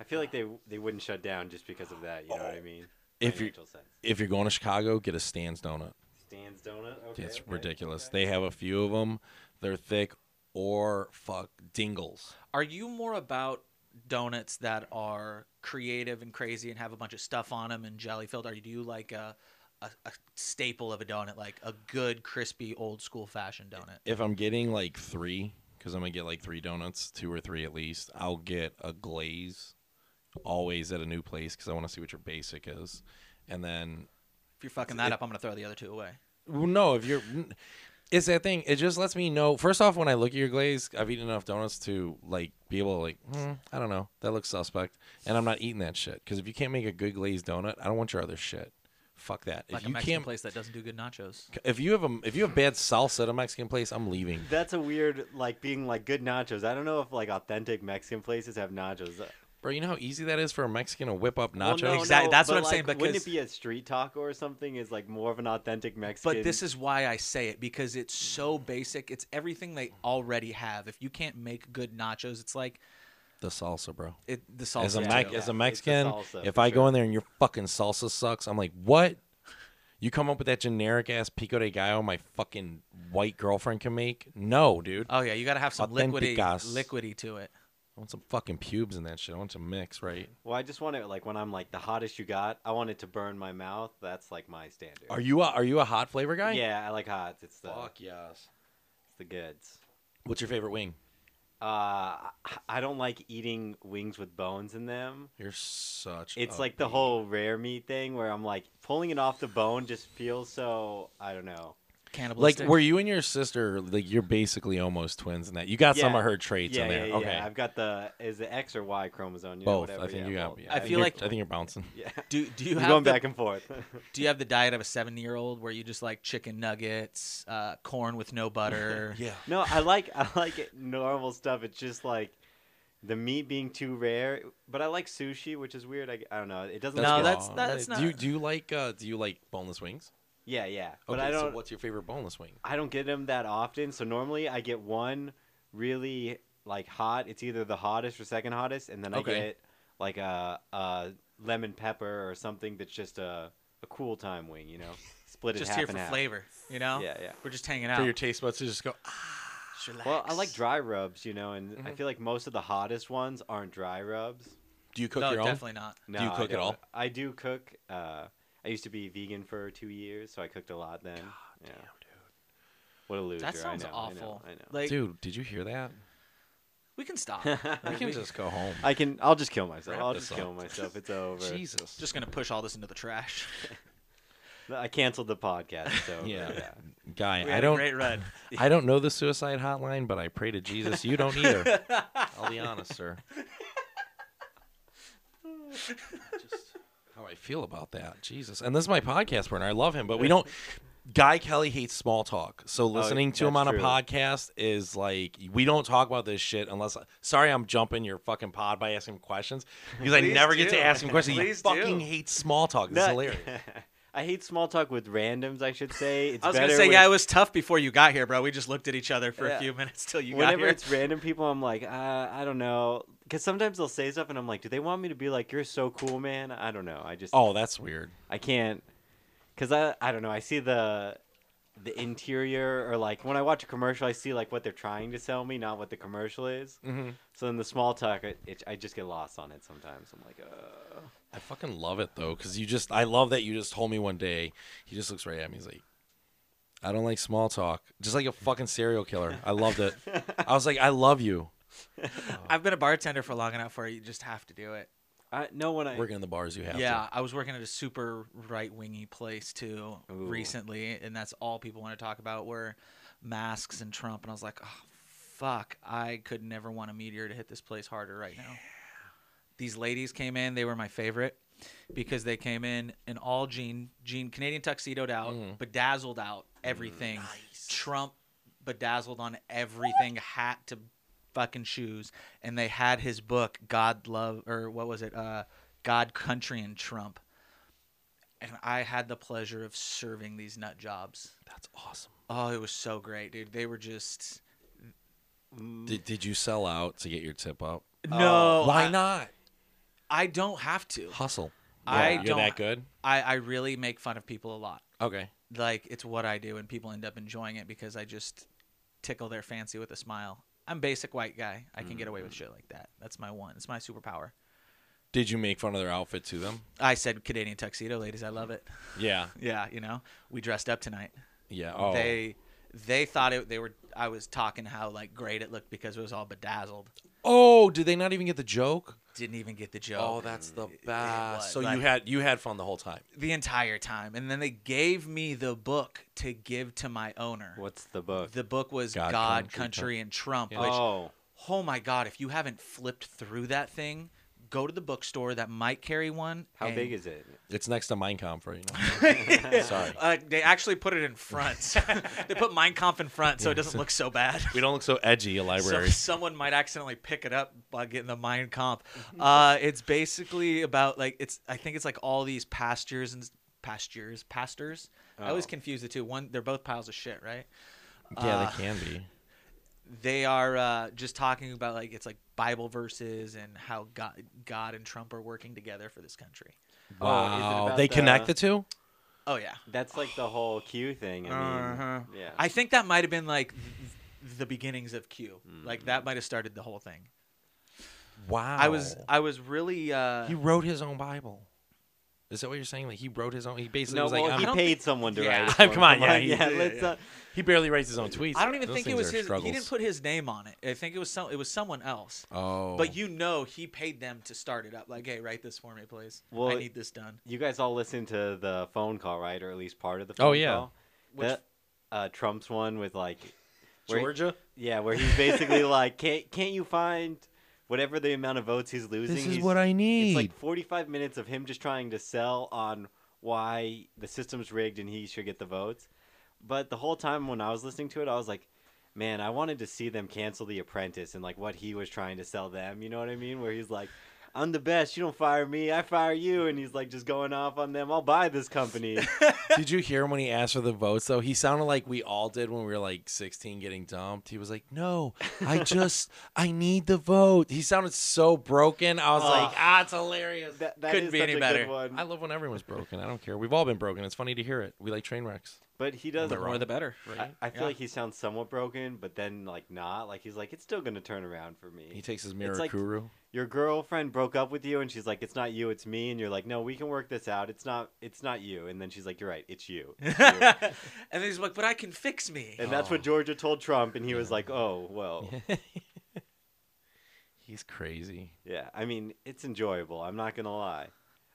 [SPEAKER 2] I feel like they they wouldn't shut down just because of that. You know what I mean?
[SPEAKER 3] If you-
[SPEAKER 2] Financial sense.
[SPEAKER 3] If you're going to Chicago, get a Stan's donut.
[SPEAKER 2] Stan's donut. Okay,
[SPEAKER 3] It's
[SPEAKER 2] okay,
[SPEAKER 3] ridiculous.
[SPEAKER 2] okay.
[SPEAKER 3] They have a few of them. They're thick or fuck dingles.
[SPEAKER 1] Are you more about donuts that are creative and crazy and have a bunch of stuff on them and jelly filled? Or do you like a, a, a staple of a donut, like a good, crispy, old school fashioned donut?
[SPEAKER 3] If I'm getting like three, because I'm gonna get like three donuts, two or three at least. I'll get a glaze, always at a new place, because I want to see what your basic is. And then
[SPEAKER 1] If you're fucking that
[SPEAKER 3] It-
[SPEAKER 1] up, I'm going to throw the other two away.
[SPEAKER 3] Well, no, if you're, it's that thing. It just lets me know. First off, when I look at your glaze, I've eaten enough donuts to like be able to like, "Hmm, I don't know, that looks suspect, and I'm not eating that shit. Because if you can't make a good glazed donut, I don't want your other shit. Fuck that.
[SPEAKER 1] Like
[SPEAKER 3] if
[SPEAKER 1] a
[SPEAKER 3] you
[SPEAKER 1] Mexican
[SPEAKER 3] can't,
[SPEAKER 1] place that doesn't do good nachos.
[SPEAKER 3] if you have a, if you have bad salsa at a Mexican place, I'm leaving.
[SPEAKER 2] That's a weird like being like good nachos. I don't know if like authentic Mexican places have nachos.
[SPEAKER 3] Bro, you know how easy that is for a Mexican to whip up
[SPEAKER 2] Well,
[SPEAKER 3] nachos.
[SPEAKER 2] no,
[SPEAKER 1] Exact-
[SPEAKER 2] no,
[SPEAKER 1] that's what
[SPEAKER 2] but,
[SPEAKER 1] I'm saying,
[SPEAKER 2] like, wouldn't
[SPEAKER 1] because-
[SPEAKER 2] it be a street taco or something? Is like more of an authentic Mexican.
[SPEAKER 1] But this is why I say it because it's so basic. It's everything they already have. If you can't make good nachos, it's like
[SPEAKER 3] The salsa, bro.
[SPEAKER 1] it, the salsa.
[SPEAKER 3] As a,
[SPEAKER 1] too.
[SPEAKER 2] Mex-
[SPEAKER 3] Mex- as a
[SPEAKER 2] Yeah, it's the
[SPEAKER 3] Mexican,
[SPEAKER 2] salsa,
[SPEAKER 3] if
[SPEAKER 2] for
[SPEAKER 3] I go
[SPEAKER 2] sure.
[SPEAKER 3] in there and your fucking salsa sucks, I'm like, what? You come up with that generic ass pico de gallo my fucking white girlfriend can make? No, dude. I
[SPEAKER 1] Oh yeah, you got to have some liquidy,
[SPEAKER 3] Authenticas.
[SPEAKER 1] liquidy to it.
[SPEAKER 3] want some fucking pubes in that shit. I want some mix, right?
[SPEAKER 2] Well, I just want it like when I'm like the hottest you got. I want it to burn my mouth. That's like my standard.
[SPEAKER 3] Are you a, are you a hot flavor guy?
[SPEAKER 2] Yeah, I like hot. It's the
[SPEAKER 3] Fuck yes.
[SPEAKER 2] it's the goods.
[SPEAKER 3] What's your favorite wing?
[SPEAKER 2] Uh, I don't like eating wings with bones in them.
[SPEAKER 3] You're such.
[SPEAKER 2] It's
[SPEAKER 3] a
[SPEAKER 2] like the
[SPEAKER 3] bee.
[SPEAKER 2] whole rare meat thing where I'm like pulling it off the bone just feels so I don't know.
[SPEAKER 3] Like,
[SPEAKER 1] cannibalistic.
[SPEAKER 3] were you and your sister like you're basically almost twins in that? You got some
[SPEAKER 2] Yeah.
[SPEAKER 3] of her traits
[SPEAKER 2] yeah,
[SPEAKER 3] in there.
[SPEAKER 2] yeah, yeah.
[SPEAKER 3] okay,
[SPEAKER 2] I've got the is the X or Y chromosome. You know,
[SPEAKER 3] both.
[SPEAKER 2] whatever.
[SPEAKER 3] I think
[SPEAKER 2] yeah,
[SPEAKER 3] you got.
[SPEAKER 2] both.
[SPEAKER 3] yeah,
[SPEAKER 1] I
[SPEAKER 3] think
[SPEAKER 1] feel
[SPEAKER 3] you're-
[SPEAKER 1] like-
[SPEAKER 3] I think you're bouncing.
[SPEAKER 2] Yeah.
[SPEAKER 1] do do you
[SPEAKER 2] You're
[SPEAKER 1] have
[SPEAKER 2] going
[SPEAKER 1] the,
[SPEAKER 2] back and forth.
[SPEAKER 1] do you have the diet of a 70 year old where you just like chicken nuggets, uh, corn with no butter?
[SPEAKER 3] Yeah.
[SPEAKER 2] No, I like I like it, normal stuff. It's just like the meat being too rare. But I like sushi, which is weird. I, I don't know. It doesn't.
[SPEAKER 1] No,
[SPEAKER 2] feel-
[SPEAKER 1] that's- that's
[SPEAKER 3] Do you
[SPEAKER 1] not-
[SPEAKER 3] do you like uh, do you like boneless wings?
[SPEAKER 2] yeah, yeah.
[SPEAKER 3] Okay,
[SPEAKER 2] But I
[SPEAKER 3] so
[SPEAKER 2] don't.
[SPEAKER 3] what's your favorite boneless wing?
[SPEAKER 2] I don't get them that often. So normally I get one really like hot. It's either the hottest or second hottest, and then I
[SPEAKER 3] Okay.
[SPEAKER 2] get like a, a lemon pepper or something that's just a, a cool time wing. You know, split it
[SPEAKER 1] Just
[SPEAKER 2] half
[SPEAKER 1] here
[SPEAKER 2] and
[SPEAKER 1] for
[SPEAKER 2] half.
[SPEAKER 1] flavor, you know?
[SPEAKER 2] Yeah, yeah.
[SPEAKER 1] We're just hanging out.
[SPEAKER 3] For your taste buds to just go. "Ah."
[SPEAKER 1] Just relax. Mm-hmm.
[SPEAKER 2] Well, I like dry rubs, you know, and I
[SPEAKER 3] Mhm.
[SPEAKER 2] feel like most of the hottest ones aren't dry rubs.
[SPEAKER 3] Do you cook
[SPEAKER 1] No,
[SPEAKER 3] your own?
[SPEAKER 1] definitely not.
[SPEAKER 2] No,
[SPEAKER 3] you
[SPEAKER 2] I
[SPEAKER 3] cook at all?
[SPEAKER 2] don't. I do cook. Uh, I used to be vegan for two years, so I cooked a lot then. yeah.
[SPEAKER 3] Damn, dude.
[SPEAKER 2] What a loser!
[SPEAKER 1] That
[SPEAKER 2] I
[SPEAKER 1] sounds
[SPEAKER 2] know, I know,
[SPEAKER 1] awful.
[SPEAKER 2] I know.
[SPEAKER 1] Like
[SPEAKER 3] Dude, did you hear that?
[SPEAKER 1] we can stop.
[SPEAKER 3] We can just go home.
[SPEAKER 2] I can. I'll just kill myself.
[SPEAKER 3] Wrap
[SPEAKER 2] I'll
[SPEAKER 3] this
[SPEAKER 2] just kill
[SPEAKER 3] up.
[SPEAKER 2] myself. It's over.
[SPEAKER 3] Jesus.
[SPEAKER 1] just gonna push all this into the trash.
[SPEAKER 2] No, I canceled the podcast. So
[SPEAKER 3] Yeah.
[SPEAKER 2] yeah.
[SPEAKER 3] guy,
[SPEAKER 1] We
[SPEAKER 3] I
[SPEAKER 1] had
[SPEAKER 3] don't
[SPEAKER 1] a great run.
[SPEAKER 3] I don't know the suicide hotline, but I pray to Jesus you don't either. I'll be honest, sir. Just how I feel about that. Jesus. And this is my podcast partner. I love him, but we don't Guy Kelly hates small talk.
[SPEAKER 1] Oh,
[SPEAKER 3] So listening to him
[SPEAKER 2] that's
[SPEAKER 3] on a
[SPEAKER 2] true.
[SPEAKER 3] podcast is like we don't talk about this shit unless sorry I'm jumping your fucking pod by asking him questions because I
[SPEAKER 1] Please
[SPEAKER 3] never get
[SPEAKER 1] do.
[SPEAKER 3] to ask him questions. he
[SPEAKER 1] Please do.
[SPEAKER 3] fucking hates small talk. This is
[SPEAKER 2] No,
[SPEAKER 3] hilarious.
[SPEAKER 2] I hate small talk with randoms. I should say. It's
[SPEAKER 1] I was
[SPEAKER 2] better
[SPEAKER 1] gonna say,
[SPEAKER 2] with,
[SPEAKER 1] yeah, it was tough before you got here, bro. We just looked at each other for
[SPEAKER 2] Yeah.
[SPEAKER 1] a few minutes till you got
[SPEAKER 2] whenever
[SPEAKER 1] here.
[SPEAKER 2] it's random people, I'm like, uh, I don't know, because sometimes they'll say stuff, and I'm like, do they want me to be like, you're so cool, man? I don't know. I just,
[SPEAKER 3] Oh, that's weird.
[SPEAKER 2] I can't, because I, I don't know. I see the, the interior, or like when I watch a commercial, I see like what they're trying to sell me, not what the commercial is.
[SPEAKER 3] Mhm.
[SPEAKER 2] So in the small talk, it, it, I just get lost on it sometimes. I'm like, uh,
[SPEAKER 3] I fucking love it though, because you just I love that you just told me one day. He just looks right at me. He's like, I don't like small talk, just like a fucking serial killer. I loved it. I was like, I love you.
[SPEAKER 1] I've been a bartender for long enough where you just have to do it.
[SPEAKER 2] I no when I
[SPEAKER 3] Working in the bars, you have.
[SPEAKER 1] Yeah,
[SPEAKER 3] Yeah.
[SPEAKER 1] I was working at a super right wingy place too
[SPEAKER 2] Ooh.
[SPEAKER 1] recently, and that's all people want to talk about were masks and Trump. And I was like, oh, fuck, I could never want a meteor to hit this place harder right now. These ladies came in; they were my favorite because they came in in all jean, jean Canadian tuxedoed out,
[SPEAKER 3] Mhm.
[SPEAKER 1] bedazzled out, everything.
[SPEAKER 3] Nice.
[SPEAKER 1] Trump bedazzled on everything, hat to fucking shoes, and they had his book God Love or what was it? Uh, God Country and Trump. And I had the pleasure of serving these nut jobs.
[SPEAKER 3] That's awesome.
[SPEAKER 1] Oh, it was so great, dude. They were just
[SPEAKER 3] Did, did you sell out to get your tip up?
[SPEAKER 1] no.
[SPEAKER 3] Why
[SPEAKER 1] Oh, I,
[SPEAKER 3] not?
[SPEAKER 1] I don't have to.
[SPEAKER 3] Hustle.
[SPEAKER 1] I
[SPEAKER 3] you're
[SPEAKER 1] don't-
[SPEAKER 3] that good.
[SPEAKER 1] I I really make fun of people a lot.
[SPEAKER 3] Okay.
[SPEAKER 1] Like it's what I do, and people end up enjoying it because I just tickle their fancy with a smile. I'm basic white guy. I can get away with shit like that. That's my one. It's my superpower.
[SPEAKER 3] Did you make fun of their outfit to them?
[SPEAKER 1] I said Canadian tuxedo, ladies. I love it.
[SPEAKER 3] Yeah.
[SPEAKER 1] Yeah, you know, we dressed up tonight.
[SPEAKER 3] Yeah. Oh.
[SPEAKER 1] They they thought it. They were. I was talking how like great it looked because it was all bedazzled.
[SPEAKER 3] oh. Did they not even get the joke?
[SPEAKER 1] Didn't even get the joke.
[SPEAKER 3] Oh, that's the
[SPEAKER 1] was,
[SPEAKER 3] best. So
[SPEAKER 1] like-
[SPEAKER 3] you had you had fun the whole time.
[SPEAKER 1] the entire time, and then they gave me the book to give to my owner.
[SPEAKER 2] what's the book?
[SPEAKER 1] The book was God,
[SPEAKER 3] God,
[SPEAKER 1] Country,
[SPEAKER 3] Country,
[SPEAKER 1] and Trump. Which, oh.
[SPEAKER 2] oh,
[SPEAKER 1] my God! If you haven't flipped through that thing, go to the bookstore that might carry one.
[SPEAKER 2] how
[SPEAKER 1] and-
[SPEAKER 2] big is it?
[SPEAKER 3] It's next to Mein Kampf, right? Sorry.
[SPEAKER 1] Uh, they actually put it in front. they put Mein Kampf in front, so it doesn't look so bad.
[SPEAKER 3] We don't look so edgy, a
[SPEAKER 1] So
[SPEAKER 3] library.
[SPEAKER 1] someone might accidentally pick it up by getting the mind comp.
[SPEAKER 2] Mm-hmm.
[SPEAKER 1] Uh, it's basically about like it's. I think it's like all these pastures and pastures, pastors. I always
[SPEAKER 2] Oh.
[SPEAKER 1] confuse the two. One, they're both piles of shit, right?
[SPEAKER 3] yeah,
[SPEAKER 1] uh,
[SPEAKER 3] they can be.
[SPEAKER 1] They are uh, just talking about like it's like Bible verses and how God, God and Trump are working together for this country.
[SPEAKER 2] Oh, is it
[SPEAKER 3] Wow.
[SPEAKER 2] about
[SPEAKER 3] they
[SPEAKER 2] the-
[SPEAKER 3] connect the two?
[SPEAKER 1] Oh yeah.
[SPEAKER 2] That's like the whole Q thing. I mean,
[SPEAKER 1] Uh-huh.
[SPEAKER 2] yeah.
[SPEAKER 1] I think that might have been like th- the beginnings of Q. Like
[SPEAKER 2] Mm.
[SPEAKER 1] that might have started the whole thing.
[SPEAKER 3] Wow.
[SPEAKER 1] I was I was really. Uh,
[SPEAKER 3] He wrote his own Bible. Is that what you're saying? Like he wrote his own. He basically
[SPEAKER 2] no,
[SPEAKER 3] was like,
[SPEAKER 2] well,
[SPEAKER 3] I'm-
[SPEAKER 2] he
[SPEAKER 1] don't
[SPEAKER 2] paid
[SPEAKER 1] think-
[SPEAKER 2] someone to
[SPEAKER 1] Yeah.
[SPEAKER 2] write. it
[SPEAKER 3] Come
[SPEAKER 2] for him.
[SPEAKER 3] on, yeah, he-
[SPEAKER 2] yeah.
[SPEAKER 3] yeah,
[SPEAKER 2] let's uh,
[SPEAKER 1] yeah.
[SPEAKER 2] Not,
[SPEAKER 3] he barely writes his own tweets.
[SPEAKER 1] I don't even
[SPEAKER 3] Those
[SPEAKER 1] think it
[SPEAKER 3] things
[SPEAKER 1] was
[SPEAKER 3] are
[SPEAKER 1] his. He
[SPEAKER 3] struggles.
[SPEAKER 1] didn't put his name on it. I think it was some. It was someone else.
[SPEAKER 3] Oh,
[SPEAKER 1] But you know, he paid them to start it up. Like, hey, write this for me, please.
[SPEAKER 2] Well,
[SPEAKER 1] I
[SPEAKER 2] it-
[SPEAKER 1] need this done.
[SPEAKER 2] you guys all listened to the phone call, right? Or at least part of the phone
[SPEAKER 3] Oh, yeah.
[SPEAKER 2] call.
[SPEAKER 1] Which
[SPEAKER 2] That- uh, Trump's one with like where-
[SPEAKER 3] Georgia.
[SPEAKER 2] yeah, where he's basically like, can't can't you find whatever the amount of votes he's losing? he's-
[SPEAKER 3] I
[SPEAKER 2] It's
[SPEAKER 3] need.
[SPEAKER 2] like 45 minutes of him just trying to sell on why the system's rigged and he should get the votes. But the whole time when I was listening to it, I was like, man, I wanted to see them cancel The Apprentice and like what he was trying to sell them. You know what I mean? Where he's like, I'm the best. You don't fire me. I fire you. And he's like just going off on them. I'll buy this company.
[SPEAKER 3] did you hear him when he asked for the votes though? He sounded like we all did when we were like 16 getting dumped. He was like, "No, I just I need the vote." He sounded so broken. I was like,
[SPEAKER 2] Ugh.
[SPEAKER 3] "Ah, it's hilarious."
[SPEAKER 2] That, that
[SPEAKER 1] Couldn't
[SPEAKER 2] is
[SPEAKER 1] be
[SPEAKER 2] such
[SPEAKER 1] any
[SPEAKER 2] a good
[SPEAKER 1] better.
[SPEAKER 2] one.
[SPEAKER 3] I love when everyone's broken. I don't care. We've all been broken. It's funny to hear it. We like train wrecks.
[SPEAKER 2] But he
[SPEAKER 1] The
[SPEAKER 2] does.
[SPEAKER 1] more the better.
[SPEAKER 2] I,
[SPEAKER 1] er, Right?
[SPEAKER 2] I feel
[SPEAKER 1] Yeah.
[SPEAKER 2] like he sounds somewhat broken, but then like not. Like he's like, it's still gonna turn around for me.
[SPEAKER 3] He takes his mirror
[SPEAKER 2] It's like- your girlfriend broke up with you and she's like it's not you it's me and you're like no we can work this out it's not it's not you and then she's like you're right it's you, It's you."
[SPEAKER 1] and then he's like, but I can fix me.
[SPEAKER 2] and that's
[SPEAKER 3] Oh.
[SPEAKER 2] what georgia told trump and he was like oh well
[SPEAKER 3] He's crazy.
[SPEAKER 2] yeah i mean it's enjoyable i'm not gonna lie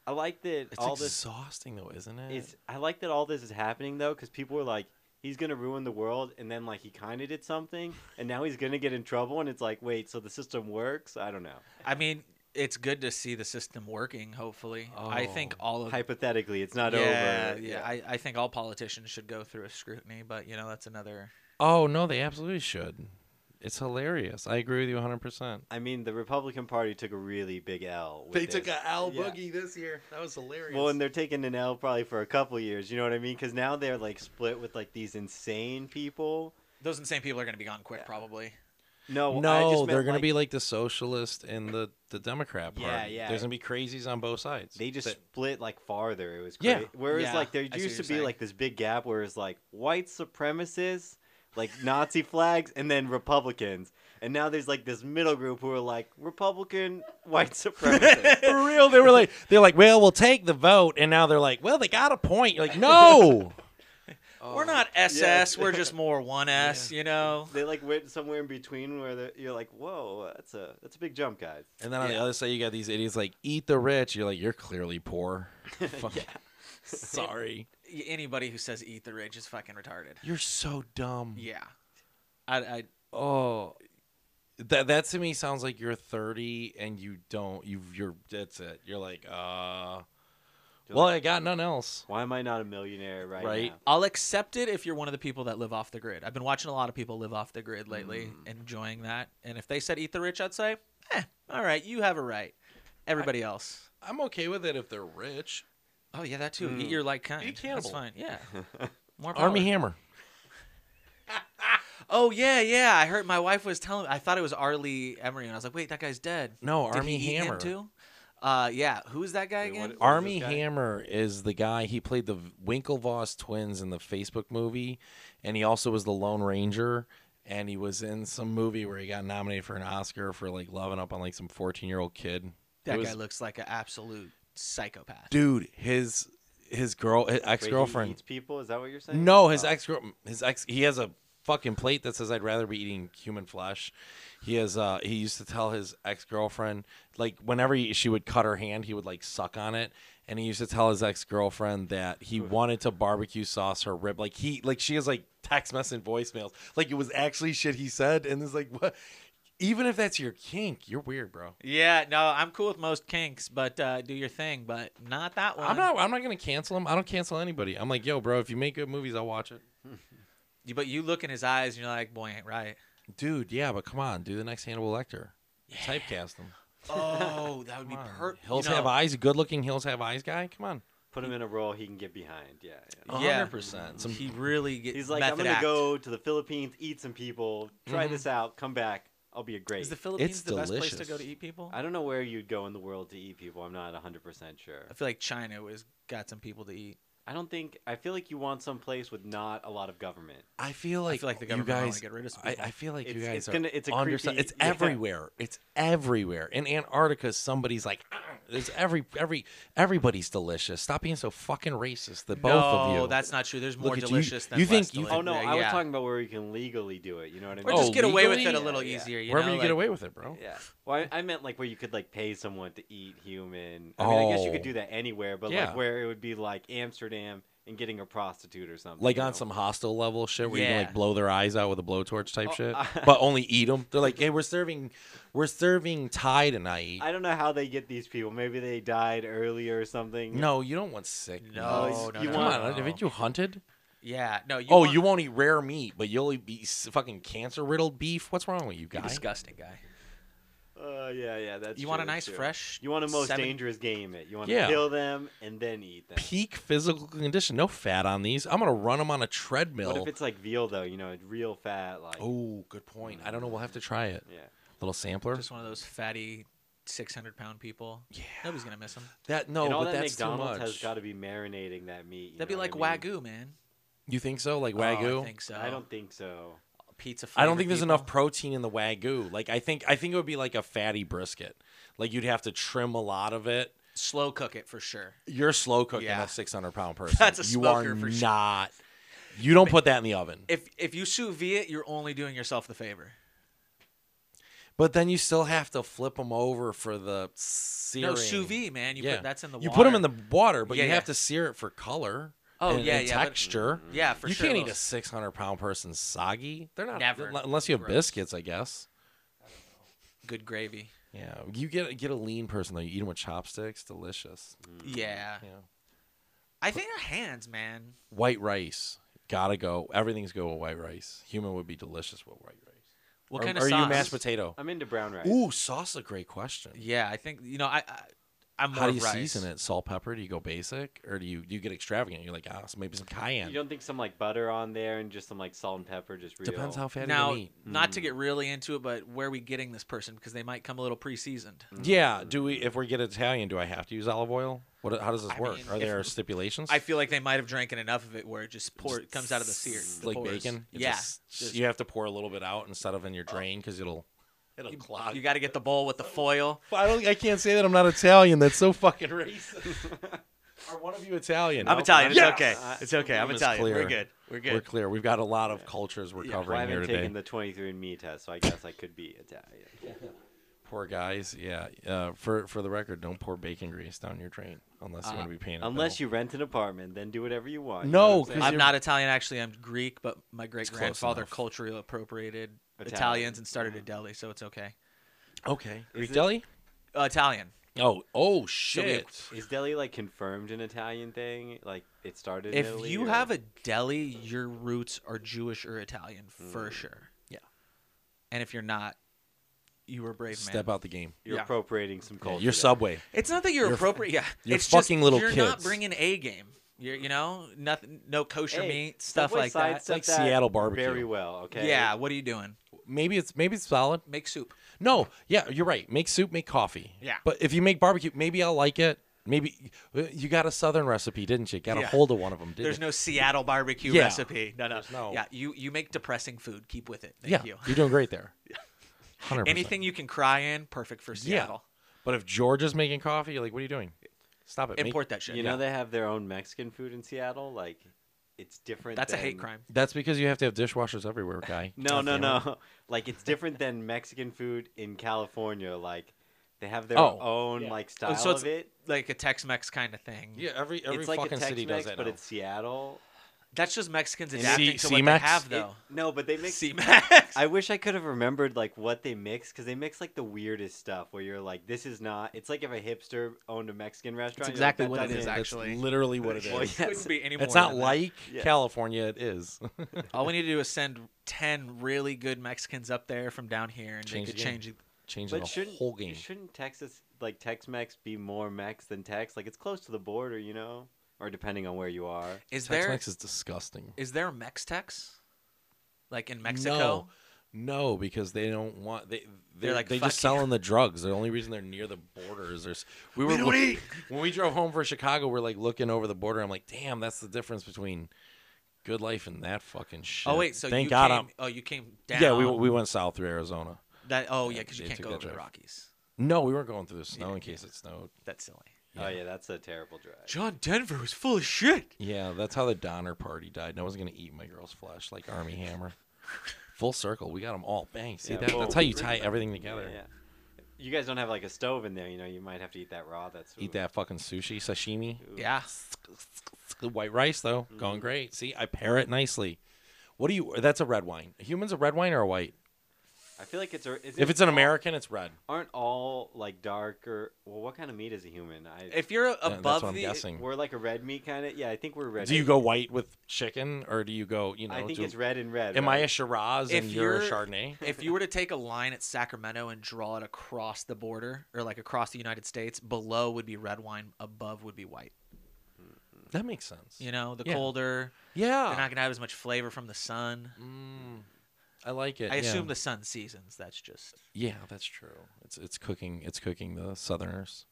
[SPEAKER 2] i like that
[SPEAKER 3] It's
[SPEAKER 2] all this
[SPEAKER 3] exhausting though, isn't it?
[SPEAKER 2] is i like that all this is happening though because people were like he's gonna ruin the world and then like he kind of did something and now he's gonna get in trouble and it's like wait so the system works i don't know
[SPEAKER 1] I mean, it's good to see the system working. Hopefully, I think
[SPEAKER 3] Oh.
[SPEAKER 1] all of
[SPEAKER 2] hypothetically it's not
[SPEAKER 1] yeah,
[SPEAKER 2] over
[SPEAKER 1] Yeah, I, I think all politicians should go through a scrutiny, but you know that's another.
[SPEAKER 3] oh no, they absolutely should. It's hilarious. I agree with you 100. percent
[SPEAKER 2] I mean, the Republican Party took a really big L. With this.
[SPEAKER 3] Al
[SPEAKER 2] Yeah.
[SPEAKER 3] this year. That was hilarious.
[SPEAKER 2] Well, and they're taking an L probably for a couple years. You know what I mean? Because now they're like split with like these insane people.
[SPEAKER 1] Those insane people are going to be gone quick, probably.
[SPEAKER 2] No, Oh, I just
[SPEAKER 3] no,
[SPEAKER 2] meant,
[SPEAKER 3] they're gonna
[SPEAKER 2] like,
[SPEAKER 3] be like the socialist and the the Democrat
[SPEAKER 2] Yeah,
[SPEAKER 3] party.
[SPEAKER 2] yeah.
[SPEAKER 3] There's gonna be crazies on both sides.
[SPEAKER 2] They just
[SPEAKER 3] That-
[SPEAKER 2] split like farther. It was
[SPEAKER 3] Yeah.
[SPEAKER 2] crazy. Whereas
[SPEAKER 1] Yeah,
[SPEAKER 2] like there
[SPEAKER 1] I see what
[SPEAKER 2] used to
[SPEAKER 1] you're
[SPEAKER 2] be
[SPEAKER 1] saying.
[SPEAKER 2] like this big gap where it's like white supremacists, like Nazi flags, and then Republicans. And now there's like this middle group who are like Republican white supremacists.
[SPEAKER 3] for real. They were like, they're like, well, we'll take the vote, and now they're like, well, they got a point. You're like, no. Oh.
[SPEAKER 1] we're not SS.
[SPEAKER 2] yes.
[SPEAKER 1] We're just more one S. You know.
[SPEAKER 2] they like went somewhere in between where they're- you're like, whoa, that's a that's a big jump, guys.
[SPEAKER 3] And then on the
[SPEAKER 1] Yeah.
[SPEAKER 3] other side, you got these idiots like, eat the rich. You're like, you're clearly poor. Fuck. Sorry,
[SPEAKER 1] Y- Anybody who says eat the rich is fucking retarded.
[SPEAKER 3] you're so dumb.
[SPEAKER 2] Mm-hmm.
[SPEAKER 1] Yeah. I, I
[SPEAKER 3] Oh, that that to me sounds like you're 30 and you don't you you're that's it. You're like, uh,
[SPEAKER 2] You're
[SPEAKER 3] well, I got none else.
[SPEAKER 2] Why am I not a millionaire right,
[SPEAKER 3] Right?
[SPEAKER 2] now?
[SPEAKER 1] I'll accept it if you're one of the people that live off the grid. I've been watching a lot of people live off the grid lately,
[SPEAKER 2] Mm.
[SPEAKER 1] enjoying that. And if they said eat the rich, I'd say, eh, all right, you have a right. Everybody else.
[SPEAKER 3] I'm okay with it if they're rich.
[SPEAKER 1] Oh yeah, that too. Eat
[SPEAKER 2] Mm.
[SPEAKER 1] your like kind. That's
[SPEAKER 3] cannibal.
[SPEAKER 1] fine. Yeah. More power.
[SPEAKER 3] Army Hammer.
[SPEAKER 1] Oh yeah, yeah. I heard my wife was telling. I thought it was Arlie Emery, and I was like, wait, that guy's dead.
[SPEAKER 3] No,
[SPEAKER 1] Did
[SPEAKER 3] Army
[SPEAKER 1] he eat him
[SPEAKER 3] Hammer.
[SPEAKER 1] too? Uh, yeah. Who's that guy
[SPEAKER 2] Wait, what-
[SPEAKER 1] again?
[SPEAKER 2] what-
[SPEAKER 3] Army
[SPEAKER 2] guy?
[SPEAKER 3] Hammer is the guy he played the Winklevoss twins in the Facebook movie, and he also was the Lone Ranger, and he was in some movie where he got nominated for an Oscar for like loving up on like some 14 year old kid.
[SPEAKER 1] that
[SPEAKER 3] It was-
[SPEAKER 1] guy looks like an absolute psychopath.
[SPEAKER 3] dude, his his girl, his
[SPEAKER 2] Wait,
[SPEAKER 3] ex
[SPEAKER 2] he
[SPEAKER 3] girlfriend.
[SPEAKER 2] eats people. Is that what you're saying?
[SPEAKER 3] No, his
[SPEAKER 2] Oh.
[SPEAKER 3] ex girl, his ex, he has a fucking plate that says I'd rather be eating human flesh. He has, uh, he used to tell his ex girlfriend like whenever he, she would cut her hand, he would like suck on it, and he used to tell his ex girlfriend that he wanted to barbecue sauce her rib. Like he, like she has like text message and voicemails. Like it was actually shit he said, and it's like what. Even if that's your kink, you're weird, bro.
[SPEAKER 1] Yeah, no, I'm cool with most kinks, but uh, do your thing, but not that one.
[SPEAKER 3] I'm not. I'm not gonna cancel him. I don't cancel anybody. I'm like, yo, bro, if you make good movies, I'll watch it.
[SPEAKER 1] You- But you look in his eyes and you're like, boy, ain't right.
[SPEAKER 3] Dude, yeah, but come on, do the next Hannibal Lecter. Typecast him.
[SPEAKER 1] Oh, that would
[SPEAKER 3] Come
[SPEAKER 1] be
[SPEAKER 3] on.
[SPEAKER 1] perfect.
[SPEAKER 3] Hills have eyes. A good-looking hills have eyes guy. Come on.
[SPEAKER 2] Put him in a role he can get behind. Yeah. yeah.
[SPEAKER 3] A
[SPEAKER 1] Yeah.
[SPEAKER 3] hundred percent. Some-
[SPEAKER 1] He really gets.
[SPEAKER 2] He's like, I'm gonna go to the Philippines, eat some people, try this out, come back. I'll be a great.
[SPEAKER 1] Mm-hmm. Is the Philippines
[SPEAKER 3] It's
[SPEAKER 1] the best place to go to
[SPEAKER 3] delicious.
[SPEAKER 1] eat people? I,
[SPEAKER 2] I don't know where you'd go in the world to eat people. I'm not 100 percent sure.
[SPEAKER 1] feel like China was got some people to eat.
[SPEAKER 2] I don't think. I feel like you want some place with not a lot of government.
[SPEAKER 3] I feel like,
[SPEAKER 1] I feel like the
[SPEAKER 3] you
[SPEAKER 1] government want
[SPEAKER 3] guys.
[SPEAKER 1] to get rid of some
[SPEAKER 3] I,
[SPEAKER 1] people.
[SPEAKER 3] I feel like you
[SPEAKER 2] It's-
[SPEAKER 3] guys
[SPEAKER 2] it's
[SPEAKER 3] are
[SPEAKER 2] gonna- it's a
[SPEAKER 3] under-
[SPEAKER 2] creepy-
[SPEAKER 3] It's
[SPEAKER 2] yeah.
[SPEAKER 3] everywhere. It's everywhere. In Antarctica, somebody's like, "Ah, there's every every everybody's delicious. Stop being so fucking racist. The both of
[SPEAKER 1] No,
[SPEAKER 3] you.
[SPEAKER 1] that's not true. There's more
[SPEAKER 3] at you.
[SPEAKER 1] delicious than
[SPEAKER 3] You think
[SPEAKER 1] less
[SPEAKER 3] you-
[SPEAKER 1] deli-
[SPEAKER 2] Oh no,
[SPEAKER 1] yeah,
[SPEAKER 2] I was
[SPEAKER 1] yeah.
[SPEAKER 2] talking about where you can legally do it. You know what I mean?
[SPEAKER 1] Or just
[SPEAKER 3] Oh,
[SPEAKER 1] get away with it
[SPEAKER 3] legally?
[SPEAKER 1] a little
[SPEAKER 2] Yeah, yeah.
[SPEAKER 1] easier. You
[SPEAKER 3] wherever
[SPEAKER 1] know,
[SPEAKER 3] you
[SPEAKER 1] like-
[SPEAKER 3] get away with it, bro.
[SPEAKER 2] Yeah. Well, I, I meant like where you could like pay someone to eat human. I mean, I guess you could
[SPEAKER 3] Oh.
[SPEAKER 2] do that anywhere, but
[SPEAKER 3] Yeah.
[SPEAKER 2] like where it would be like Amsterdam, and getting a prostitute or something.
[SPEAKER 3] Like
[SPEAKER 2] you
[SPEAKER 3] on
[SPEAKER 2] know?
[SPEAKER 3] some hostile level shit where you can
[SPEAKER 1] Yeah.
[SPEAKER 3] like blow their eyes out with a blowtorch type
[SPEAKER 2] Oh,
[SPEAKER 3] shit,
[SPEAKER 2] I-
[SPEAKER 3] but only eat them. They're like, hey, we're serving, we're serving Thai tonight.
[SPEAKER 2] I don't know how they get these people. Maybe they died earlier or something.
[SPEAKER 3] no, you don't want sick.
[SPEAKER 1] No,
[SPEAKER 3] meats.
[SPEAKER 2] no, no,
[SPEAKER 3] you
[SPEAKER 2] no,
[SPEAKER 3] want?
[SPEAKER 1] no.
[SPEAKER 3] Haven't you hunted?
[SPEAKER 1] Yeah. No. You
[SPEAKER 3] oh,
[SPEAKER 1] want-
[SPEAKER 3] you won't eat rare meat, but you'll eat be- fucking cancer riddled beef. What's wrong with you
[SPEAKER 1] you
[SPEAKER 3] guys?
[SPEAKER 1] disgusting guy.
[SPEAKER 2] Uh, yeah, yeah, that's.
[SPEAKER 1] you want a
[SPEAKER 2] true,
[SPEAKER 1] nice
[SPEAKER 2] too.
[SPEAKER 1] fresh.
[SPEAKER 2] You want a most
[SPEAKER 1] seven-
[SPEAKER 2] dangerous game it. You want
[SPEAKER 3] Yeah.
[SPEAKER 2] to kill them and then eat them.
[SPEAKER 3] Peak physical condition, no fat on these. I'm gonna run them on a
[SPEAKER 2] What
[SPEAKER 3] treadmill.
[SPEAKER 2] if it's like veal though? You know, it's real fat. Like,
[SPEAKER 3] Oh, good point. I don't know. We'll have to try it.
[SPEAKER 2] yeah.
[SPEAKER 3] Little sampler.
[SPEAKER 1] Just one of those fatty, six hundred pound people.
[SPEAKER 3] yeah.
[SPEAKER 1] Nobody's gonna miss them.
[SPEAKER 3] That no,
[SPEAKER 2] and all
[SPEAKER 3] but
[SPEAKER 2] that
[SPEAKER 3] that's
[SPEAKER 2] McDonald's
[SPEAKER 3] too much.
[SPEAKER 2] has got to be marinating that meat. you
[SPEAKER 1] That'd be
[SPEAKER 2] know
[SPEAKER 1] like
[SPEAKER 2] what I mean?
[SPEAKER 1] wagyu, man.
[SPEAKER 3] You think so? Like
[SPEAKER 1] Oh,
[SPEAKER 3] wagyu?
[SPEAKER 1] I think so.
[SPEAKER 2] I don't think so.
[SPEAKER 1] pizza.
[SPEAKER 3] I don't
[SPEAKER 1] flavored
[SPEAKER 3] think there's
[SPEAKER 1] people.
[SPEAKER 3] enough protein in the wagyu. Like I think I think it would be like a fatty brisket. Like you'd have to trim a lot of it.
[SPEAKER 1] Slow cook it for sure.
[SPEAKER 3] You're slow cooking
[SPEAKER 1] Yeah.
[SPEAKER 3] a 600 pound person.
[SPEAKER 1] That's a
[SPEAKER 3] you are
[SPEAKER 1] smoker for sure.
[SPEAKER 3] not. You don't put that in the oven.
[SPEAKER 1] If if you sous vide it, you're only doing yourself the favor.
[SPEAKER 3] But then you still have to flip them over for the searing.
[SPEAKER 1] No sous vide, man. You
[SPEAKER 3] Yeah.
[SPEAKER 1] put that's in the
[SPEAKER 3] You
[SPEAKER 1] water.
[SPEAKER 3] put them in the water, but
[SPEAKER 1] Yeah,
[SPEAKER 3] you have
[SPEAKER 1] yeah.
[SPEAKER 3] to sear it for color.
[SPEAKER 1] Oh,
[SPEAKER 3] and,
[SPEAKER 1] yeah,
[SPEAKER 3] and
[SPEAKER 1] yeah, but-
[SPEAKER 3] texture.
[SPEAKER 1] yeah for
[SPEAKER 3] you
[SPEAKER 1] sure.
[SPEAKER 3] can't eat a
[SPEAKER 1] those-
[SPEAKER 3] 600 pound person soggy. They're not
[SPEAKER 1] Never.
[SPEAKER 3] unless you have
[SPEAKER 1] Gross.
[SPEAKER 3] biscuits, I guess.
[SPEAKER 1] good gravy.
[SPEAKER 3] Yeah, you get get a lean person though. You eat them with chopsticks, delicious.
[SPEAKER 2] Mm.
[SPEAKER 1] Yeah.
[SPEAKER 3] Yeah.
[SPEAKER 1] I think our hands, man.
[SPEAKER 3] White rice, gotta go. Everything's go with white rice. Human would be delicious with white rice.
[SPEAKER 1] What
[SPEAKER 3] or,
[SPEAKER 1] kind of
[SPEAKER 3] or
[SPEAKER 1] sauce?
[SPEAKER 3] you mashed potato?
[SPEAKER 2] I'm into brown rice.
[SPEAKER 3] Ooh, sauce is a great question.
[SPEAKER 1] Yeah, I think you know. I, I I'm more
[SPEAKER 3] How do you
[SPEAKER 1] rice.
[SPEAKER 3] season it? Salt, pepper? Do you go basic, or do you do you get extravagant? You're like, ah, so maybe some
[SPEAKER 2] You
[SPEAKER 3] cayenne.
[SPEAKER 2] don't think some like butter on there and just some like salt and pepper, just real.
[SPEAKER 3] Depends how fatty
[SPEAKER 1] Now,
[SPEAKER 3] you eat.
[SPEAKER 1] not to get really into it, but where are we getting this person? Because they might come a little pre-seasoned.
[SPEAKER 3] Yeah. Do we? If we get Italian, do I have to use olive oil? What? How does this
[SPEAKER 1] I
[SPEAKER 3] work?
[SPEAKER 1] mean,
[SPEAKER 3] Are
[SPEAKER 1] if-
[SPEAKER 3] there stipulations?
[SPEAKER 1] I feel like they might have drank in enough of it where it just pour it comes out of the sear,
[SPEAKER 3] It's
[SPEAKER 1] the
[SPEAKER 3] like
[SPEAKER 1] pores.
[SPEAKER 3] bacon. It
[SPEAKER 1] yeah,
[SPEAKER 3] just-
[SPEAKER 1] just- Oh.
[SPEAKER 3] you have to pour a little bit out instead of in your drain because it'll it'll clog.
[SPEAKER 1] you got to get the bowl with the foil.
[SPEAKER 3] I don't. I can't say that I'm not Italian. That's so fucking racist. Are one of you Italian?
[SPEAKER 1] I'm Italian. It's
[SPEAKER 2] Yes!
[SPEAKER 1] okay. It's okay. I'm
[SPEAKER 3] Room is
[SPEAKER 1] Italian. We're
[SPEAKER 3] clear.
[SPEAKER 1] good. We're good.
[SPEAKER 3] We're clear. We've got a lot of cultures we're
[SPEAKER 2] Well, I
[SPEAKER 3] covering here
[SPEAKER 2] haven't
[SPEAKER 3] today.
[SPEAKER 2] taken the 23andMe test, so I guess I could be Italian.
[SPEAKER 3] Poor guys. Yeah. Uh, for for the record, don't pour bacon grease down your drain unless you
[SPEAKER 1] Uh,
[SPEAKER 3] want to be paying.
[SPEAKER 2] Unless you rent an apartment, then do whatever you want.
[SPEAKER 3] No,
[SPEAKER 2] you know what I'm saying?
[SPEAKER 3] 'cause
[SPEAKER 1] I'm
[SPEAKER 3] you're-
[SPEAKER 1] not Italian actually. I'm Greek, but my great
[SPEAKER 3] close
[SPEAKER 1] grandfather
[SPEAKER 3] enough. Mm.
[SPEAKER 1] culturally appropriated
[SPEAKER 2] Italian.
[SPEAKER 1] Italians and started a deli, so it's okay.
[SPEAKER 3] okay. Greek
[SPEAKER 2] it-
[SPEAKER 3] deli.
[SPEAKER 1] Uh, Italian.
[SPEAKER 3] Oh oh
[SPEAKER 1] we have-
[SPEAKER 3] shit.
[SPEAKER 2] Is deli like confirmed an Italian thing? Like it started. in
[SPEAKER 1] If
[SPEAKER 2] Italy,
[SPEAKER 1] you
[SPEAKER 2] or-
[SPEAKER 1] have a deli, your roots are Jewish or Italian for sure.
[SPEAKER 3] Yeah.
[SPEAKER 1] And if you're not, you were a brave man.
[SPEAKER 3] Step out the game.
[SPEAKER 2] you're
[SPEAKER 1] yeah.
[SPEAKER 2] appropriating some culture.
[SPEAKER 3] Yeah, your
[SPEAKER 2] there.
[SPEAKER 3] Subway.
[SPEAKER 1] It's not that you're,
[SPEAKER 3] You're f-
[SPEAKER 1] appropriate. Yeah.
[SPEAKER 3] you're
[SPEAKER 1] it's
[SPEAKER 3] fucking
[SPEAKER 1] just,
[SPEAKER 3] little
[SPEAKER 1] You're not
[SPEAKER 3] kids.
[SPEAKER 1] bringing a game. You're, you know, nothing, no kosher
[SPEAKER 2] Hey,
[SPEAKER 1] meat, stuff
[SPEAKER 2] Subway
[SPEAKER 1] like that.
[SPEAKER 2] sidestepped
[SPEAKER 3] It's like Seattle barbecue.
[SPEAKER 2] Very well. Okay.
[SPEAKER 1] Yeah. What are you doing?
[SPEAKER 3] Maybe it's maybe it's solid.
[SPEAKER 1] Make soup.
[SPEAKER 3] No, yeah, you're right. Make soup, make coffee.
[SPEAKER 1] Yeah.
[SPEAKER 3] But if you make barbecue, maybe I'll like it. Maybe uh, you got a southern recipe, didn't you? Got a
[SPEAKER 1] Yeah.
[SPEAKER 3] hold of one of them, didn't
[SPEAKER 1] There's
[SPEAKER 3] you?
[SPEAKER 1] no Seattle barbecue
[SPEAKER 3] Yeah.
[SPEAKER 1] recipe. No, no.
[SPEAKER 3] There's no-
[SPEAKER 1] Yeah. You you make depressing food. Keep with it. Thank
[SPEAKER 3] yeah,
[SPEAKER 1] you.
[SPEAKER 3] are doing great there. 100%.
[SPEAKER 1] Anything you can cry in, perfect for Seattle.
[SPEAKER 3] But if Georgia's making coffee, you're like, what are you doing? Stop it. Make-
[SPEAKER 1] Import that shit.
[SPEAKER 2] You know they have their own Mexican food in Seattle. Like it's different.
[SPEAKER 1] That's a hate
[SPEAKER 2] than-
[SPEAKER 1] crime.
[SPEAKER 3] That's because you have to have dishwashers everywhere, guy.
[SPEAKER 2] No,
[SPEAKER 3] God
[SPEAKER 2] no,
[SPEAKER 3] damn it.
[SPEAKER 2] no. Like it's different than Mexican food in California. Like they have their
[SPEAKER 3] Oh.
[SPEAKER 2] own
[SPEAKER 3] Yeah.
[SPEAKER 2] like style
[SPEAKER 1] Oh, so it's-
[SPEAKER 2] of it.
[SPEAKER 1] Like a Tex-Mex kind of thing.
[SPEAKER 3] Yeah, every every
[SPEAKER 2] it's like
[SPEAKER 3] fucking
[SPEAKER 2] a Tex-Mex,
[SPEAKER 3] city does that.
[SPEAKER 2] but
[SPEAKER 3] now.
[SPEAKER 2] it's Seattle.
[SPEAKER 1] That's just Mexicans
[SPEAKER 2] And
[SPEAKER 1] adapting
[SPEAKER 3] C-
[SPEAKER 1] to what
[SPEAKER 3] C-Mex?
[SPEAKER 1] they have,
[SPEAKER 2] It-
[SPEAKER 1] though.
[SPEAKER 2] no, but they make
[SPEAKER 1] C-Max.
[SPEAKER 2] I wish I could have remembered like what they mix because they mix like the weirdest stuff where you're like, this is not. It's like if a hipster owned a Mexican
[SPEAKER 1] That's
[SPEAKER 2] restaurant. you're like,
[SPEAKER 1] exactly
[SPEAKER 2] "That
[SPEAKER 1] what it
[SPEAKER 2] doesn't-
[SPEAKER 1] is,
[SPEAKER 3] That's
[SPEAKER 1] actually.
[SPEAKER 3] literally what it
[SPEAKER 2] Well,
[SPEAKER 3] is.
[SPEAKER 2] yeah.
[SPEAKER 1] Couldn't be any
[SPEAKER 3] It's
[SPEAKER 1] more
[SPEAKER 3] not
[SPEAKER 1] than that.
[SPEAKER 3] like
[SPEAKER 2] Yeah.
[SPEAKER 3] California. It is.
[SPEAKER 1] All we need to do is send ten really good Mexicans up there from down here, and
[SPEAKER 3] Change
[SPEAKER 1] they could
[SPEAKER 3] the game.
[SPEAKER 1] change. it.
[SPEAKER 3] Changing
[SPEAKER 2] But
[SPEAKER 3] the
[SPEAKER 2] shouldn't
[SPEAKER 3] whole game.
[SPEAKER 2] shouldn't Texas like Tex-Mex be more Mex than Tex? Like it's close to the border, you know, or depending on where you are.
[SPEAKER 1] Is there
[SPEAKER 3] Tex-Mex is disgusting.
[SPEAKER 1] is there Mex-Tex? Like in Mexico?
[SPEAKER 3] No, no, because they don't want they. They're,
[SPEAKER 1] like,
[SPEAKER 3] like they
[SPEAKER 1] "Fuck
[SPEAKER 3] just
[SPEAKER 1] you."
[SPEAKER 3] selling the drugs. The only reason they're near the border is there's we were
[SPEAKER 1] don't
[SPEAKER 3] look-
[SPEAKER 1] eat.
[SPEAKER 3] when we drove home for Chicago. We're like looking over the border. I'm like, damn, that's the difference between good life and that fucking shit.
[SPEAKER 1] Oh wait, so
[SPEAKER 3] thank
[SPEAKER 1] you
[SPEAKER 3] God
[SPEAKER 1] came, oh you came
[SPEAKER 3] I'm.
[SPEAKER 1] down.
[SPEAKER 3] Yeah, we we went south through Arizona.
[SPEAKER 1] that oh yeah, because you
[SPEAKER 3] they
[SPEAKER 1] can't
[SPEAKER 3] took
[SPEAKER 1] go
[SPEAKER 3] that
[SPEAKER 1] over the
[SPEAKER 3] drive.
[SPEAKER 1] Rockies.
[SPEAKER 3] No, we weren't going through the snow
[SPEAKER 1] Yeah,
[SPEAKER 3] in case it snowed.
[SPEAKER 1] That's silly.
[SPEAKER 2] Oh yeah, that's a terrible drive.
[SPEAKER 1] John Denver was full of shit.
[SPEAKER 3] Yeah, that's how the Donner Party died. No one's gonna eat my girl's flesh like Army Hammer. Full circle, we got them all. Bang! See
[SPEAKER 2] Yeah,
[SPEAKER 3] that?
[SPEAKER 2] whoa.
[SPEAKER 3] That's how you tie everything together.
[SPEAKER 2] Yeah. You guys don't have like a stove in there, you know. You might have to eat that raw. That's
[SPEAKER 3] Eat that fucking sushi sashimi.
[SPEAKER 2] Ooh.
[SPEAKER 1] Yeah.
[SPEAKER 3] good white rice though.
[SPEAKER 2] Mm-hmm.
[SPEAKER 3] Going great. See, I pair it nicely. What do you? That's a red wine. A Humans a red wine or a white?
[SPEAKER 2] I feel like it's a. Is
[SPEAKER 3] If it's an American, it's red.
[SPEAKER 2] aren't all like dark or well, what kind of meat is a human? I
[SPEAKER 1] If you're
[SPEAKER 3] Yeah,
[SPEAKER 1] above
[SPEAKER 3] that's what I'm
[SPEAKER 1] the,
[SPEAKER 3] guessing.
[SPEAKER 2] we're like a red meat kind of. Yeah, I think we're red.
[SPEAKER 3] Do you go white with chicken or do you go? You know,
[SPEAKER 2] I think
[SPEAKER 3] do-
[SPEAKER 2] it's red and red.
[SPEAKER 3] Am I a
[SPEAKER 2] right?
[SPEAKER 3] Shiraz
[SPEAKER 1] If
[SPEAKER 3] and you're, a
[SPEAKER 1] you're-
[SPEAKER 3] Chardonnay?
[SPEAKER 1] if you were to take a line at Sacramento and draw it across the border or like across the United States, below would be red wine, above would be white.
[SPEAKER 3] That makes sense.
[SPEAKER 1] You know, the
[SPEAKER 3] Yeah.
[SPEAKER 1] colder,
[SPEAKER 3] Yeah.
[SPEAKER 1] they're not gonna have as much flavor from the sun.
[SPEAKER 3] Mm, I like it.
[SPEAKER 1] I
[SPEAKER 3] yeah.
[SPEAKER 1] assume the sun seasons. That's just
[SPEAKER 3] Yeah, that's true. It's it's cooking. It's cooking the Southerners.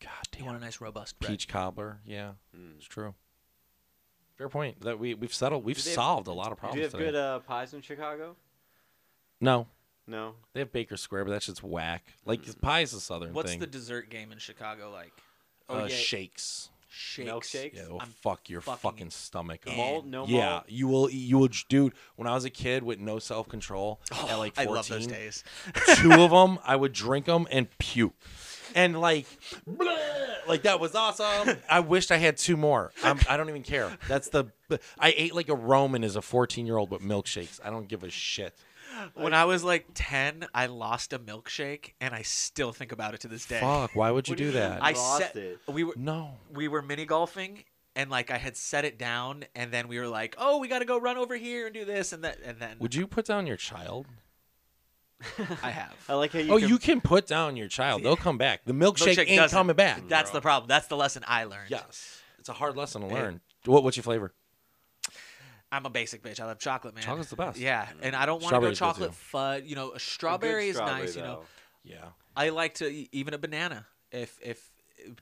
[SPEAKER 3] God
[SPEAKER 1] you
[SPEAKER 3] damn.
[SPEAKER 1] want a nice robust bread.
[SPEAKER 3] peach cobbler. Yeah,
[SPEAKER 2] Mm.
[SPEAKER 3] it's true. Fair point. That we we've settled. We've
[SPEAKER 2] Do they have-
[SPEAKER 3] solved a lot of
[SPEAKER 2] Do you
[SPEAKER 3] problems.
[SPEAKER 2] have
[SPEAKER 3] Today.
[SPEAKER 2] good uh, pies in Chicago?
[SPEAKER 3] no,
[SPEAKER 2] No.
[SPEAKER 3] they have Baker Square, but that shit's whack. Like pie's a Southern
[SPEAKER 1] What's
[SPEAKER 3] thing.
[SPEAKER 1] the dessert game in Chicago like?
[SPEAKER 3] uh,
[SPEAKER 2] oh, yeah.
[SPEAKER 3] shakes?
[SPEAKER 1] Shakes.
[SPEAKER 2] Milkshake?
[SPEAKER 3] Yeah, it'll
[SPEAKER 1] I'm
[SPEAKER 3] fuck your
[SPEAKER 1] fucking
[SPEAKER 3] fucking stomach. up.
[SPEAKER 2] Malt? No
[SPEAKER 3] yeah,
[SPEAKER 2] malt?
[SPEAKER 3] you will. You will, dude. When I was a kid with no self control at like
[SPEAKER 1] Oh, I
[SPEAKER 3] fourteen,
[SPEAKER 1] love those days.
[SPEAKER 3] two of them, I would drink them and puke. And like, bleh, like that was awesome. I wished I had two more. I'm, I don't even care. That's the. I ate like a Roman as a 14 year old with milkshakes. I don't give a shit.
[SPEAKER 1] When I was like 10, I lost a milkshake and I still think about it to this day.
[SPEAKER 3] Fuck. Why would you
[SPEAKER 2] What do
[SPEAKER 3] do
[SPEAKER 2] you mean?
[SPEAKER 3] that?
[SPEAKER 1] I
[SPEAKER 2] Lost
[SPEAKER 1] set,
[SPEAKER 2] it.
[SPEAKER 1] we were
[SPEAKER 3] no.
[SPEAKER 1] we were mini golfing and like I had set it down and then we were like, "Oh, we got to go run over here and do this and that." And then
[SPEAKER 3] Would you put down your child?
[SPEAKER 1] I have.
[SPEAKER 2] I like how you.
[SPEAKER 3] oh,
[SPEAKER 2] com-
[SPEAKER 3] you can put down your child. They'll come back. The milkshake,
[SPEAKER 1] Milkshake
[SPEAKER 3] ain't
[SPEAKER 1] doesn't.
[SPEAKER 3] coming back.
[SPEAKER 1] That's the
[SPEAKER 3] bro.
[SPEAKER 1] problem. That's the lesson I learned.
[SPEAKER 3] Yes. It's a hard lesson to learn. What, what's your flavor?
[SPEAKER 1] I'm a basic bitch. I love chocolate, man.
[SPEAKER 3] Chocolate's the best.
[SPEAKER 1] Yeah, and I don't want to go
[SPEAKER 3] Strawberry's good,
[SPEAKER 1] chocolate
[SPEAKER 3] too.
[SPEAKER 1] fudge. You know, a
[SPEAKER 2] a good
[SPEAKER 1] strawberry is
[SPEAKER 2] strawberry,
[SPEAKER 1] nice. You know,
[SPEAKER 2] though.
[SPEAKER 3] Yeah.
[SPEAKER 1] I like to e- even a banana if if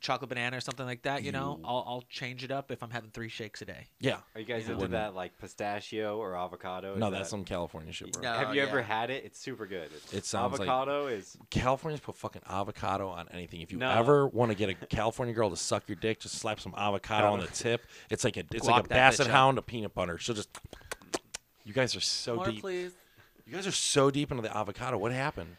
[SPEAKER 1] chocolate banana or something like that. You know,
[SPEAKER 3] Ew.
[SPEAKER 1] I'll I'll change it up if I'm having three shakes a day.
[SPEAKER 3] Yeah.
[SPEAKER 2] Are you guys
[SPEAKER 1] Yeah.
[SPEAKER 2] into
[SPEAKER 3] Wouldn't.
[SPEAKER 2] that like pistachio or avocado? Is
[SPEAKER 3] No,
[SPEAKER 2] that-
[SPEAKER 3] that's some California shit, bro.
[SPEAKER 1] No.
[SPEAKER 2] Have you
[SPEAKER 1] Oh,
[SPEAKER 2] ever
[SPEAKER 1] yeah.
[SPEAKER 2] had it? It's super good. It's,
[SPEAKER 3] It sounds like-
[SPEAKER 2] avocado is.
[SPEAKER 3] Californians put fucking avocado on anything. If you
[SPEAKER 2] No.
[SPEAKER 3] ever want to get a California girl to suck your dick, just slap some avocado on the tip. It's like a it's like
[SPEAKER 1] Guac
[SPEAKER 3] a
[SPEAKER 1] that bitch
[SPEAKER 3] basset
[SPEAKER 1] up.
[SPEAKER 3] hound of peanut butter. She'll just. You guys are so
[SPEAKER 1] More,
[SPEAKER 3] deep.
[SPEAKER 1] please.
[SPEAKER 3] You guys are so deep into the avocado. What happened?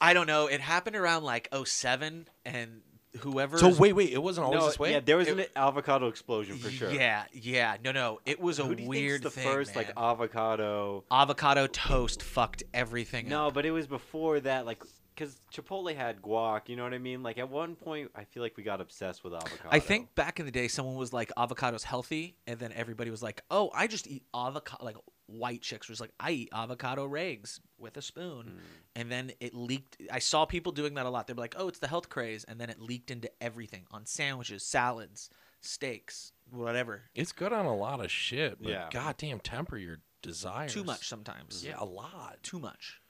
[SPEAKER 1] I don't know. It happened around like 07 and whoever.
[SPEAKER 3] So wait, wait. It wasn't always
[SPEAKER 2] No,
[SPEAKER 3] Oh, this way.
[SPEAKER 2] yeah, there was an avocado explosion for sure.
[SPEAKER 1] Yeah, yeah. No, no. It was a
[SPEAKER 2] Who do you think's
[SPEAKER 1] weird
[SPEAKER 2] the
[SPEAKER 1] thing.
[SPEAKER 2] first like
[SPEAKER 1] man.
[SPEAKER 2] avocado?
[SPEAKER 1] avocado toast fucked everything
[SPEAKER 2] No,
[SPEAKER 1] up.
[SPEAKER 2] but it was before that, like, because Chipotle had guac. You know what I mean? Like at one point, I feel like we got obsessed with avocado.
[SPEAKER 1] I think back in the day, someone was like, "Avocados healthy," and then everybody was like, "Oh, I just eat avocado." Like white chicks was like, "I eat avocado rags with a spoon,"
[SPEAKER 3] Mm.
[SPEAKER 1] and then it leaked. I saw people doing that a lot. They were like, "Oh, it's the health craze," and then it leaked into everything on sandwiches, salads, steaks, whatever.
[SPEAKER 3] it's good on a lot of shit, but
[SPEAKER 2] Yeah.
[SPEAKER 3] goddamn, temper your desires.
[SPEAKER 1] Too much sometimes.
[SPEAKER 3] Yeah, a lot.
[SPEAKER 1] too much.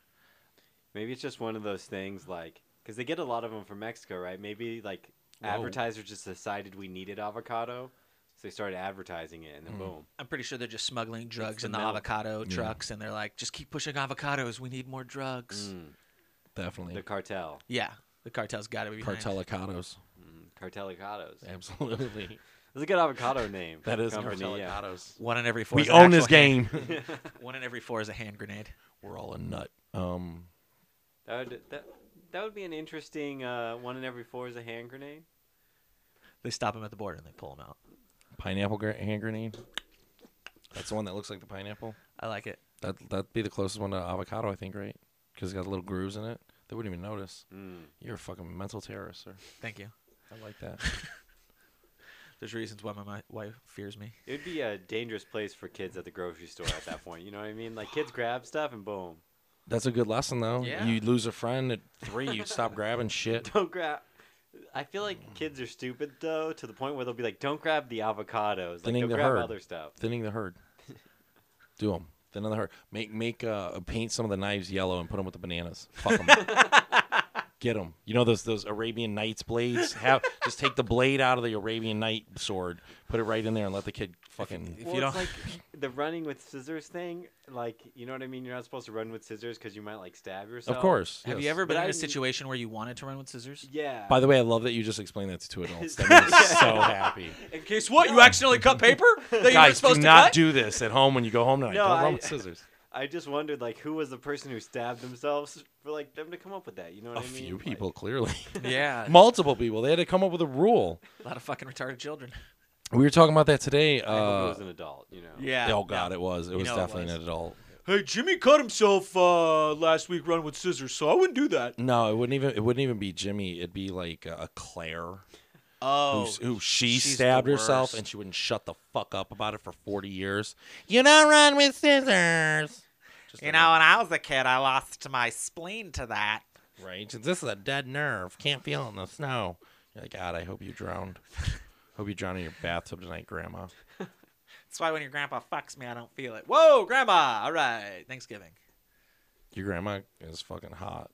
[SPEAKER 2] maybe it's just one of those things, like, because they get a lot of them from Mexico, right? Maybe like
[SPEAKER 3] Whoa.
[SPEAKER 2] advertisers just decided we needed avocado, so they started advertising it, and then
[SPEAKER 3] Mm.
[SPEAKER 2] boom.
[SPEAKER 1] I'm pretty sure they're just smuggling drugs
[SPEAKER 2] the
[SPEAKER 1] in the
[SPEAKER 2] milk.
[SPEAKER 1] avocado
[SPEAKER 3] Yeah.
[SPEAKER 1] trucks, and they're like, "Just keep pushing avocados. We need more drugs."
[SPEAKER 2] Mm,
[SPEAKER 3] Definitely.
[SPEAKER 2] the cartel,
[SPEAKER 1] Yeah, the cartel's got to be behind.
[SPEAKER 3] Cartelicados.
[SPEAKER 2] mm, cartelicados.
[SPEAKER 3] Absolutely.
[SPEAKER 2] That's a good avocado name.
[SPEAKER 3] That is
[SPEAKER 2] company. Yeah.
[SPEAKER 3] Cartelicados.
[SPEAKER 1] One in every four. is
[SPEAKER 3] We
[SPEAKER 1] an
[SPEAKER 3] own this
[SPEAKER 1] actual hand-
[SPEAKER 3] game.
[SPEAKER 1] One in every four is a hand grenade.
[SPEAKER 3] We're all a nut. Um,
[SPEAKER 2] That would that, that would be an interesting uh, one in every four is a hand grenade.
[SPEAKER 1] They stop him at the border and they pull him out.
[SPEAKER 3] pineapple gra- hand grenade. That's the one that looks like the pineapple.
[SPEAKER 1] I like it.
[SPEAKER 3] That that'd be the closest one to avocado, I think, right? Because it's got little grooves in it. They wouldn't even notice.
[SPEAKER 2] Mm.
[SPEAKER 3] You're a fucking mental terrorist, sir.
[SPEAKER 1] Thank you.
[SPEAKER 3] Hmm. I like that.
[SPEAKER 1] There's reasons why my mi- wife fears me.
[SPEAKER 2] It would be a dangerous place for kids at the grocery store at that point. You know what I mean? Like kids grab stuff and boom,
[SPEAKER 3] That's a good lesson, though.
[SPEAKER 1] Yeah.
[SPEAKER 3] You lose a friend at three, you stop grabbing shit.
[SPEAKER 2] don't grab. I feel like kids are stupid though to the point where they'll be like, "Don't grab the avocados. Like,
[SPEAKER 3] Thinning
[SPEAKER 2] go
[SPEAKER 3] the
[SPEAKER 2] grab
[SPEAKER 3] herd.
[SPEAKER 2] other stuff."
[SPEAKER 3] Thinning the herd. Do them. Thin the herd. Make make uh paint some of the knives yellow and put them with the bananas. Fuck them. Get them. You know those those Arabian Nights blades. Have just take the blade out of the Arabian Knight sword, put it right in there, and let the kid fucking.
[SPEAKER 1] If
[SPEAKER 2] well,
[SPEAKER 1] you don't,
[SPEAKER 2] it's like the running with scissors thing. Like, you know what I mean? You're not supposed to run with scissors because you might like stab yourself.
[SPEAKER 3] Of course.
[SPEAKER 1] have you
[SPEAKER 3] yes.
[SPEAKER 1] ever been
[SPEAKER 2] But
[SPEAKER 1] in
[SPEAKER 2] I-
[SPEAKER 1] a situation where you wanted to run with scissors?
[SPEAKER 2] Yeah.
[SPEAKER 3] By the way, I love that you just explained that to two adults. That made me so happy.
[SPEAKER 1] In case what? You accidentally cut paper that you
[SPEAKER 3] Guys, do not do this at home when you go home tonight.
[SPEAKER 2] No,
[SPEAKER 3] Don't
[SPEAKER 2] I-
[SPEAKER 3] run with scissors.
[SPEAKER 2] I just wondered like who was the person who stabbed themselves for like them to come up with that. You know
[SPEAKER 3] A
[SPEAKER 2] what I mean?
[SPEAKER 3] few
[SPEAKER 2] Like,
[SPEAKER 3] people, clearly.
[SPEAKER 1] Yeah,
[SPEAKER 3] Multiple people. They had to come up with a rule.
[SPEAKER 1] a lot of fucking retarded children.
[SPEAKER 3] We were talking about that today.
[SPEAKER 2] I hope it
[SPEAKER 3] Uh,
[SPEAKER 2] was an adult, you know.
[SPEAKER 1] Yeah.
[SPEAKER 3] oh God, it was. It was
[SPEAKER 1] know it
[SPEAKER 3] definitely
[SPEAKER 1] was.
[SPEAKER 3] an adult.
[SPEAKER 1] Hey, Jimmy cut himself uh, last week running with scissors, so I wouldn't do that.
[SPEAKER 3] No, it wouldn't even. It wouldn't even be Jimmy. It'd be like uh, a Claire.
[SPEAKER 1] Oh,
[SPEAKER 3] who's- who she
[SPEAKER 1] she's the
[SPEAKER 3] stabbed herself
[SPEAKER 1] worst.
[SPEAKER 3] and she wouldn't shut the fuck up about it for 40 years. You don't run with scissors. Just
[SPEAKER 4] You
[SPEAKER 3] a-
[SPEAKER 4] know, when I was a kid, I lost my spleen to that.
[SPEAKER 3] right? This is a dead nerve. Can't feel it in the snow. You're like, God, I hope you drowned. hope you drown in your bathtub tonight, Grandma.
[SPEAKER 4] That's why when your grandpa fucks me, I don't feel it. Whoa, grandma! All right, Thanksgiving.
[SPEAKER 3] Your grandma is fucking hot.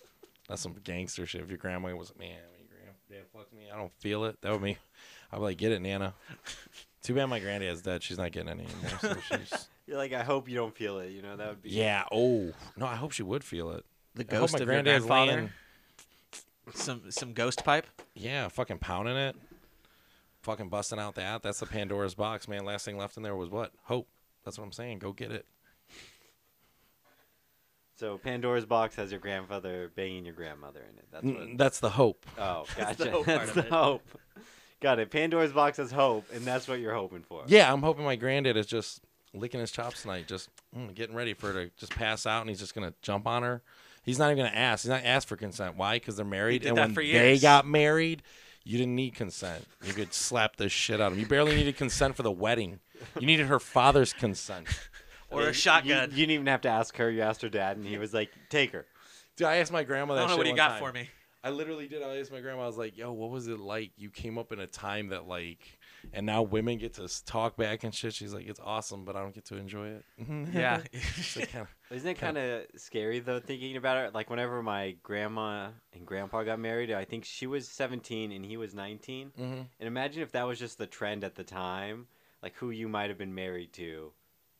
[SPEAKER 3] That's some gangster shit. If your grandma was, man, when your granddad fucked me, I don't feel it. That would be, I'd be like, get it, Nana. Too bad my granddad's dead. She's not getting any anymore. So she's,
[SPEAKER 2] You're like, I hope you don't feel it. You know, that would be.
[SPEAKER 3] yeah. Oh, no, I hope she would feel it.
[SPEAKER 1] the
[SPEAKER 3] I hope
[SPEAKER 1] ghost of your grandfather.
[SPEAKER 3] laying-
[SPEAKER 1] Some some ghost pipe.
[SPEAKER 3] yeah, fucking pounding it, fucking busting out that. That's the Pandora's box, man. Last thing left in there was what? Hope. That's what I'm saying. Go get it.
[SPEAKER 2] So Pandora's box has your grandfather banging your grandmother in it. That's what.
[SPEAKER 3] Mm, That's the hope.
[SPEAKER 2] Oh,
[SPEAKER 1] That's the
[SPEAKER 2] gotcha.
[SPEAKER 1] hope part
[SPEAKER 2] That's
[SPEAKER 1] of
[SPEAKER 2] the
[SPEAKER 1] it.
[SPEAKER 2] hope. Got it. Pandora's box has hope, and that's what you're hoping for.
[SPEAKER 3] Yeah, I'm hoping my granddad is just licking his chops tonight, just mm, getting ready for her to just pass out, and he's just gonna jump on her. He's not even gonna ask. He's not asked for consent. Why? Because they're married,
[SPEAKER 1] did
[SPEAKER 3] and
[SPEAKER 1] that
[SPEAKER 3] when
[SPEAKER 1] for
[SPEAKER 3] they
[SPEAKER 1] years.
[SPEAKER 3] got married, you didn't need consent. You could slap the shit out of him. You barely needed consent for the wedding. You needed her father's consent.
[SPEAKER 1] Or
[SPEAKER 2] You-
[SPEAKER 1] a shotgun.
[SPEAKER 2] You, you didn't even have to ask her. You asked her dad, and he was like, "Take her."
[SPEAKER 3] Dude, I asked my grandma
[SPEAKER 1] I
[SPEAKER 3] that.
[SPEAKER 1] don't know
[SPEAKER 3] shit
[SPEAKER 1] what he
[SPEAKER 3] one
[SPEAKER 1] got
[SPEAKER 3] time.
[SPEAKER 1] for me.
[SPEAKER 3] I literally did. I asked my grandma. I was like, "Yo, what was it like? You came up in a time that like, and now women get to s- talk back and shit." She's like, "It's awesome, but I don't get to enjoy it."
[SPEAKER 1] Yeah.
[SPEAKER 3] It's like kinda-
[SPEAKER 2] Isn't it kind
[SPEAKER 3] Kinda-
[SPEAKER 2] of scary though, thinking about it? Like whenever my grandma and grandpa got married, I think she was 17 and he was 19.
[SPEAKER 3] Mhm.
[SPEAKER 2] And imagine if that was just the trend at the time, like who you might have been married to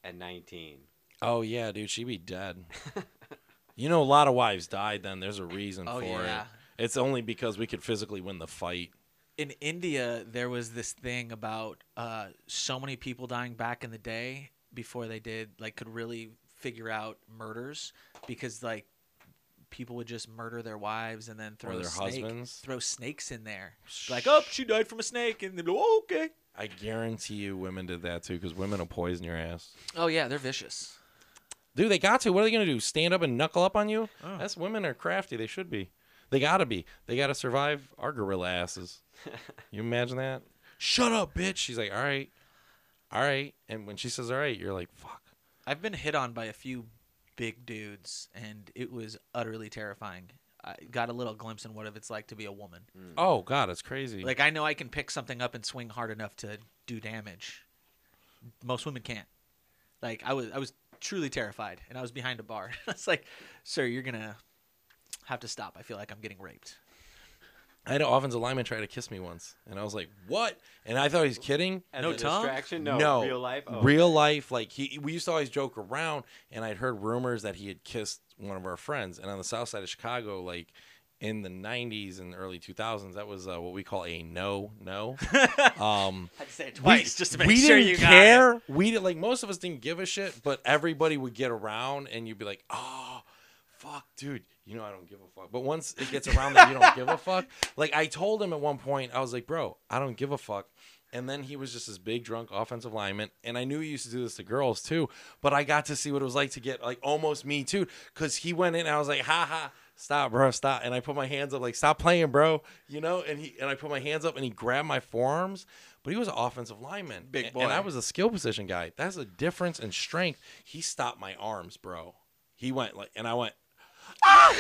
[SPEAKER 2] at 19.
[SPEAKER 3] Oh yeah, dude, she'd be dead. you know, a lot of wives died. Then there's a reason
[SPEAKER 1] Oh,
[SPEAKER 3] for
[SPEAKER 1] yeah.
[SPEAKER 3] it. It's only because we could physically win the fight.
[SPEAKER 1] in India, there was this thing about uh, so many people dying back in the day before they did like could really figure out murders because like people would just murder their wives and then throw
[SPEAKER 3] their
[SPEAKER 1] snake-
[SPEAKER 3] husbands.
[SPEAKER 1] throw snakes in there like oh she died from a snake and they'd be like, oh, okay
[SPEAKER 3] I guarantee you, women did that too, because women will poison your ass.
[SPEAKER 1] oh yeah they're vicious
[SPEAKER 3] Dude, they got to. What are they gonna do? Stand up and knuckle up on you?
[SPEAKER 1] Oh.
[SPEAKER 3] That's women are crafty. They should be. They gotta be. They gotta survive our gorilla asses. you imagine that? Shut up, bitch. She's like, all right, all right. And when she says all right, you're like, fuck.
[SPEAKER 1] I've been hit on by a few big dudes and it was utterly terrifying I got a little glimpse in what it's like to be a woman
[SPEAKER 3] Oh god, it's crazy.
[SPEAKER 1] Mm. like I know I can pick something up and swing hard enough to do damage. Most women can't. Like I was, I was truly terrified, and I was behind a bar. I was like, "Sir, you're gonna have to stop. I feel like I'm getting raped."
[SPEAKER 3] I had an offensive lineman try to kiss me once, and I was like, "What?" And I thought he was kidding.
[SPEAKER 2] As
[SPEAKER 1] No
[SPEAKER 2] a
[SPEAKER 1] tongue?
[SPEAKER 2] distraction? No,
[SPEAKER 3] No,
[SPEAKER 2] real life. Oh,
[SPEAKER 3] real life. Like he, we used to always joke around, and I'd heard rumors that he had kissed one of our friends. And on the south side of Chicago, like in the '90s and early 2000s, that was uh, what we call a no, no. um,
[SPEAKER 1] I had to say it
[SPEAKER 3] we, we didn't care. We did like most of us didn't give a shit, but everybody would get around, and you'd be like, "Oh, fuck, dude, you know I don't give a fuck." But once it gets around that you don't give a fuck, like I told him at one point, I was like, "Bro, I don't give a fuck." And then he was just this big drunk offensive lineman, and I knew he used to do this to girls too. But I got to see what it was like to get like almost me too, because he went in, and I was like, "Ha ha." Stop, bro, stop! And I put my hands up, like stop playing, bro. You know, and he and I put my hands up, and he grabbed my forearms. But he was an offensive lineman,
[SPEAKER 1] Big
[SPEAKER 3] a-
[SPEAKER 1] boy.
[SPEAKER 3] and I was a skill position guy. That's a difference in strength. He stopped my arms, bro. He went like, and I went, "Ah!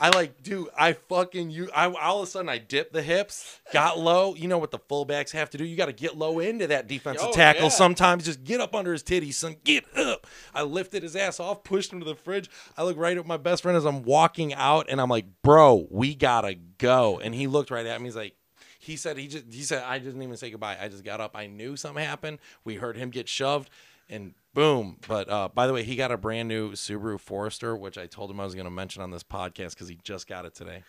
[SPEAKER 3] I like, dude, I fucking you. I all of a sudden I dipped the hips, got low. You know what the fullbacks have to do? You got to get low into that defensive
[SPEAKER 2] Oh,
[SPEAKER 3] tackle.
[SPEAKER 2] yeah.
[SPEAKER 3] Sometimes just get up under his titties, son. Get up. I lifted his ass off, pushed him to the fridge. I look right at my best friend as I'm walking out, and I'm like, bro, we gotta go. And he looked right at me. He's like. He said he just he said I didn't even say goodbye. I just got up. I knew something happened. We heard him get shoved and boom. But uh, by the way, he got a brand new Subaru Forester, which I told him I was going to mention on this podcast because he just got it today.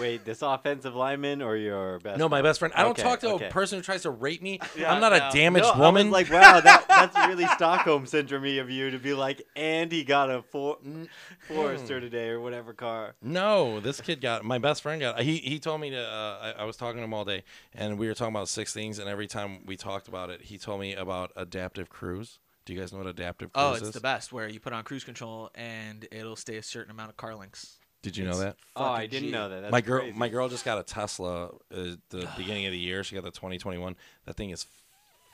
[SPEAKER 2] Wait, this offensive lineman or your best?
[SPEAKER 3] No, my best friend. I don't
[SPEAKER 2] Okay,
[SPEAKER 3] talk to
[SPEAKER 2] okay.
[SPEAKER 3] a person who tries to rape me.
[SPEAKER 4] Yeah,
[SPEAKER 3] I'm not
[SPEAKER 4] no.
[SPEAKER 3] a damaged
[SPEAKER 2] No, I was
[SPEAKER 3] woman.
[SPEAKER 2] like, wow, that, that's really Stockholm syndrome of you to be like, and he got a for- Forester today or whatever car.
[SPEAKER 3] No, this kid got my best friend got. He he told me to. Uh, I, I was talking to him all day, and we were talking about six things. And every time we talked about it, he told me about adaptive cruise. Do you guys know what adaptive cruise
[SPEAKER 1] Oh,
[SPEAKER 3] is?
[SPEAKER 1] it's the best where you put on cruise control and it'll stay a certain amount of car links.
[SPEAKER 3] Did you know that?
[SPEAKER 2] Oh, I
[SPEAKER 1] Fucking
[SPEAKER 2] didn't
[SPEAKER 1] G.
[SPEAKER 2] know that. That's
[SPEAKER 3] my girl,
[SPEAKER 2] crazy.
[SPEAKER 3] my girl just got a Tesla. Uh, the beginning of the year, she got the 2021. That thing is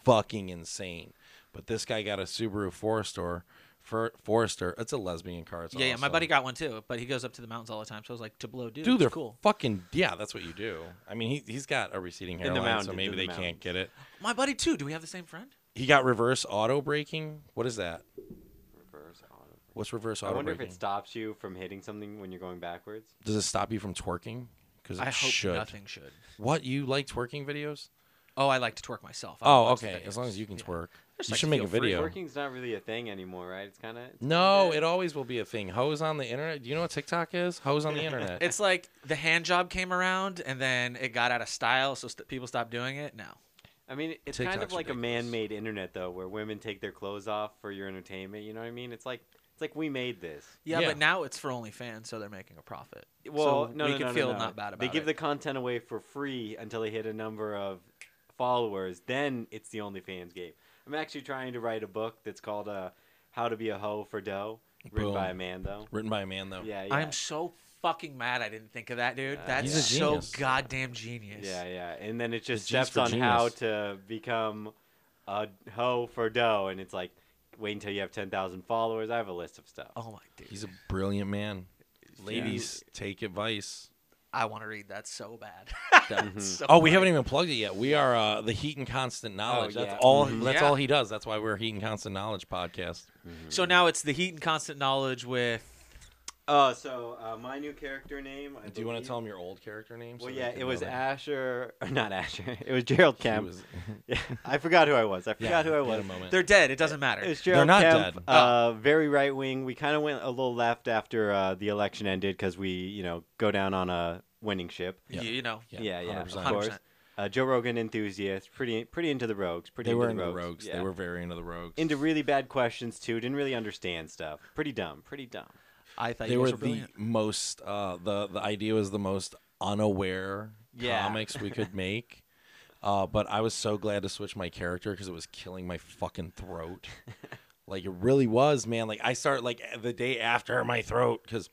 [SPEAKER 3] fucking insane. But this guy got a Subaru Forester. For Forester, it's a lesbian car. It's
[SPEAKER 1] Yeah, yeah. My
[SPEAKER 3] awesome.
[SPEAKER 1] buddy got one too, but he goes up to the mountains all the time. So I was like, to blow dude,
[SPEAKER 3] Dude,
[SPEAKER 1] it's
[SPEAKER 3] they're
[SPEAKER 1] cool.
[SPEAKER 3] fucking yeah. That's what you do. I mean, he he's got a receding
[SPEAKER 2] the
[SPEAKER 3] hairline, so
[SPEAKER 2] mountains,
[SPEAKER 3] maybe
[SPEAKER 2] in
[SPEAKER 3] they
[SPEAKER 2] the
[SPEAKER 3] can't
[SPEAKER 2] mountains.
[SPEAKER 3] get it.
[SPEAKER 1] My buddy too. Do we have the same friend?
[SPEAKER 3] He got reverse auto braking. What is that?
[SPEAKER 2] Reverse auto.
[SPEAKER 3] What's reverse
[SPEAKER 2] I
[SPEAKER 3] auto
[SPEAKER 2] wonder if
[SPEAKER 3] braking?
[SPEAKER 2] it stops you from hitting something when you're going backwards.
[SPEAKER 3] Does it stop you from twerking? Because it
[SPEAKER 1] I hope
[SPEAKER 3] should.
[SPEAKER 1] nothing should.
[SPEAKER 3] What you like twerking videos?
[SPEAKER 1] Oh, I like to twerk myself. I
[SPEAKER 3] Oh,
[SPEAKER 1] watch the
[SPEAKER 3] okay. As long as you can
[SPEAKER 1] videos.
[SPEAKER 3] twerk,
[SPEAKER 1] Just
[SPEAKER 3] you
[SPEAKER 1] like
[SPEAKER 3] should
[SPEAKER 1] to
[SPEAKER 3] make a
[SPEAKER 1] feel free
[SPEAKER 3] video.
[SPEAKER 2] Working's not really a thing anymore, right? It's kind of
[SPEAKER 3] No, it always will be a thing. Hoes on the internet. Do you know what TikTok is? Hoes on the internet.
[SPEAKER 1] It's like the hand job came around and then it got out of style, so st- people stopped doing it. Now,
[SPEAKER 2] I mean, it's kind of
[SPEAKER 3] TikTok's
[SPEAKER 2] like a
[SPEAKER 3] ridiculous.
[SPEAKER 2] man-made internet though, where women take their clothes off for your entertainment. You know what I mean? It's like it's like we made this.
[SPEAKER 1] yeah,
[SPEAKER 3] Yeah.
[SPEAKER 1] but now it's for OnlyFans, so they're making a profit.
[SPEAKER 2] Well,
[SPEAKER 1] so
[SPEAKER 2] no,
[SPEAKER 1] we
[SPEAKER 2] no,
[SPEAKER 1] can
[SPEAKER 2] no, no,
[SPEAKER 1] feel
[SPEAKER 2] no.
[SPEAKER 1] not bad about
[SPEAKER 2] They give
[SPEAKER 1] it.
[SPEAKER 2] the content away for free until they hit a number of followers. Then it's the OnlyFans game. I'm actually trying to write a book that's called uh, "How to Be a Hoe for Dough," written by
[SPEAKER 3] Boom.
[SPEAKER 2] a man though.
[SPEAKER 3] Written by a man though.
[SPEAKER 2] Yeah, yeah.
[SPEAKER 1] I'm so fucking mad I didn't think of that, dude.
[SPEAKER 2] Uh,
[SPEAKER 1] That's
[SPEAKER 2] He's a
[SPEAKER 1] so
[SPEAKER 3] genius.
[SPEAKER 1] goddamn genius.
[SPEAKER 2] Yeah, yeah. And then it just
[SPEAKER 3] The G's
[SPEAKER 2] steps
[SPEAKER 3] for
[SPEAKER 2] on how
[SPEAKER 3] genius.
[SPEAKER 2] to become a hoe for dough. And it's like, wait until you have 10,000 followers. I have a list of stuff.
[SPEAKER 1] Oh my dude.
[SPEAKER 3] He's a brilliant man. Ladies, take advice.
[SPEAKER 1] I want to read that so bad.
[SPEAKER 2] Mhm.
[SPEAKER 1] So
[SPEAKER 3] Oh, we
[SPEAKER 1] funny.
[SPEAKER 3] haven't even plugged it yet. We are uh, the Heat and Constant Knowledge. that's
[SPEAKER 2] yeah.
[SPEAKER 3] all.
[SPEAKER 2] Mhm.
[SPEAKER 3] That's
[SPEAKER 1] Yeah.
[SPEAKER 3] all he does. That's why we're Heat and Constant Knowledge podcast.
[SPEAKER 1] So now it's the heat and constant knowledge with.
[SPEAKER 2] Uh, so uh, my new character name. I
[SPEAKER 3] Do you want
[SPEAKER 2] believe-
[SPEAKER 3] to tell him your old character name? so
[SPEAKER 2] Well,
[SPEAKER 3] they
[SPEAKER 2] yeah,
[SPEAKER 3] can
[SPEAKER 2] it
[SPEAKER 3] know
[SPEAKER 2] was
[SPEAKER 3] that
[SPEAKER 2] Asher. Or not Asher. It was Gerald
[SPEAKER 3] he
[SPEAKER 2] Kemp.
[SPEAKER 3] was-
[SPEAKER 2] Yeah, I forgot who I was. I forgot who I
[SPEAKER 3] he had
[SPEAKER 2] was.
[SPEAKER 3] a moment.
[SPEAKER 1] They're dead. It doesn't
[SPEAKER 2] It
[SPEAKER 1] matter.
[SPEAKER 2] was Gerald
[SPEAKER 3] not
[SPEAKER 2] Kemp,
[SPEAKER 3] dead. Oh.
[SPEAKER 2] Uh, very right wing. We kind of went a little left after uh, the election ended because we, you know, go down on a winning ship.
[SPEAKER 1] You, you know.
[SPEAKER 2] Yeah, yeah,
[SPEAKER 3] 100%.
[SPEAKER 2] of course.
[SPEAKER 1] 100%.
[SPEAKER 2] Uh, Joe Rogan enthusiast, pretty pretty into the rogues, pretty
[SPEAKER 3] They
[SPEAKER 2] into
[SPEAKER 3] were
[SPEAKER 2] the
[SPEAKER 3] into the
[SPEAKER 2] rogues.
[SPEAKER 3] rogues. They
[SPEAKER 2] yeah.
[SPEAKER 3] were very into the rogues.
[SPEAKER 2] into really bad questions too. Didn't really understand stuff. Pretty dumb. Pretty dumb.
[SPEAKER 1] I thought
[SPEAKER 3] they
[SPEAKER 1] you guys were
[SPEAKER 3] were the
[SPEAKER 1] brilliant.
[SPEAKER 3] most. Uh, the the idea was the most unaware
[SPEAKER 2] Yeah.
[SPEAKER 3] comics we could make. Uh, but I was so glad to switch my character because it was killing my fucking throat. like it really was, man. Like I start like the day after my throat because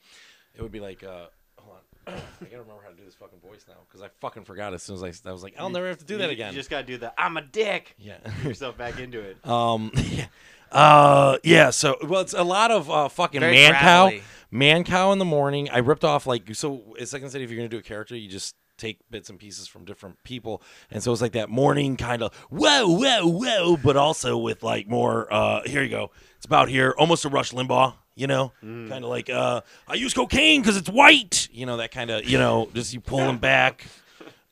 [SPEAKER 3] it would be like, uh, hold on, I gotta remember how to do this fucking voice now because I fucking forgot as soon as I, I was like, I'll never have to do that
[SPEAKER 2] You-
[SPEAKER 3] again.
[SPEAKER 2] You just gotta do the I'm a dick.
[SPEAKER 3] yeah.
[SPEAKER 2] Get yourself back into it.
[SPEAKER 3] Um, yeah. Uh, yeah. So, well, it's a lot of uh, fucking
[SPEAKER 1] Very
[SPEAKER 3] man cow,
[SPEAKER 1] gravelly.
[SPEAKER 3] man cow in the morning. I ripped off like so. At Second City, if you're gonna do a character, you just take bits and pieces from different people, and so it's like that morning kind of whoa, whoa, whoa, but also with like more. Uh, here you go. It's about here, almost a Rush Limbaugh. You know,
[SPEAKER 1] Mm.
[SPEAKER 3] kind of like uh, I use cocaine because it's white. You know that kind of you know just you pull them back.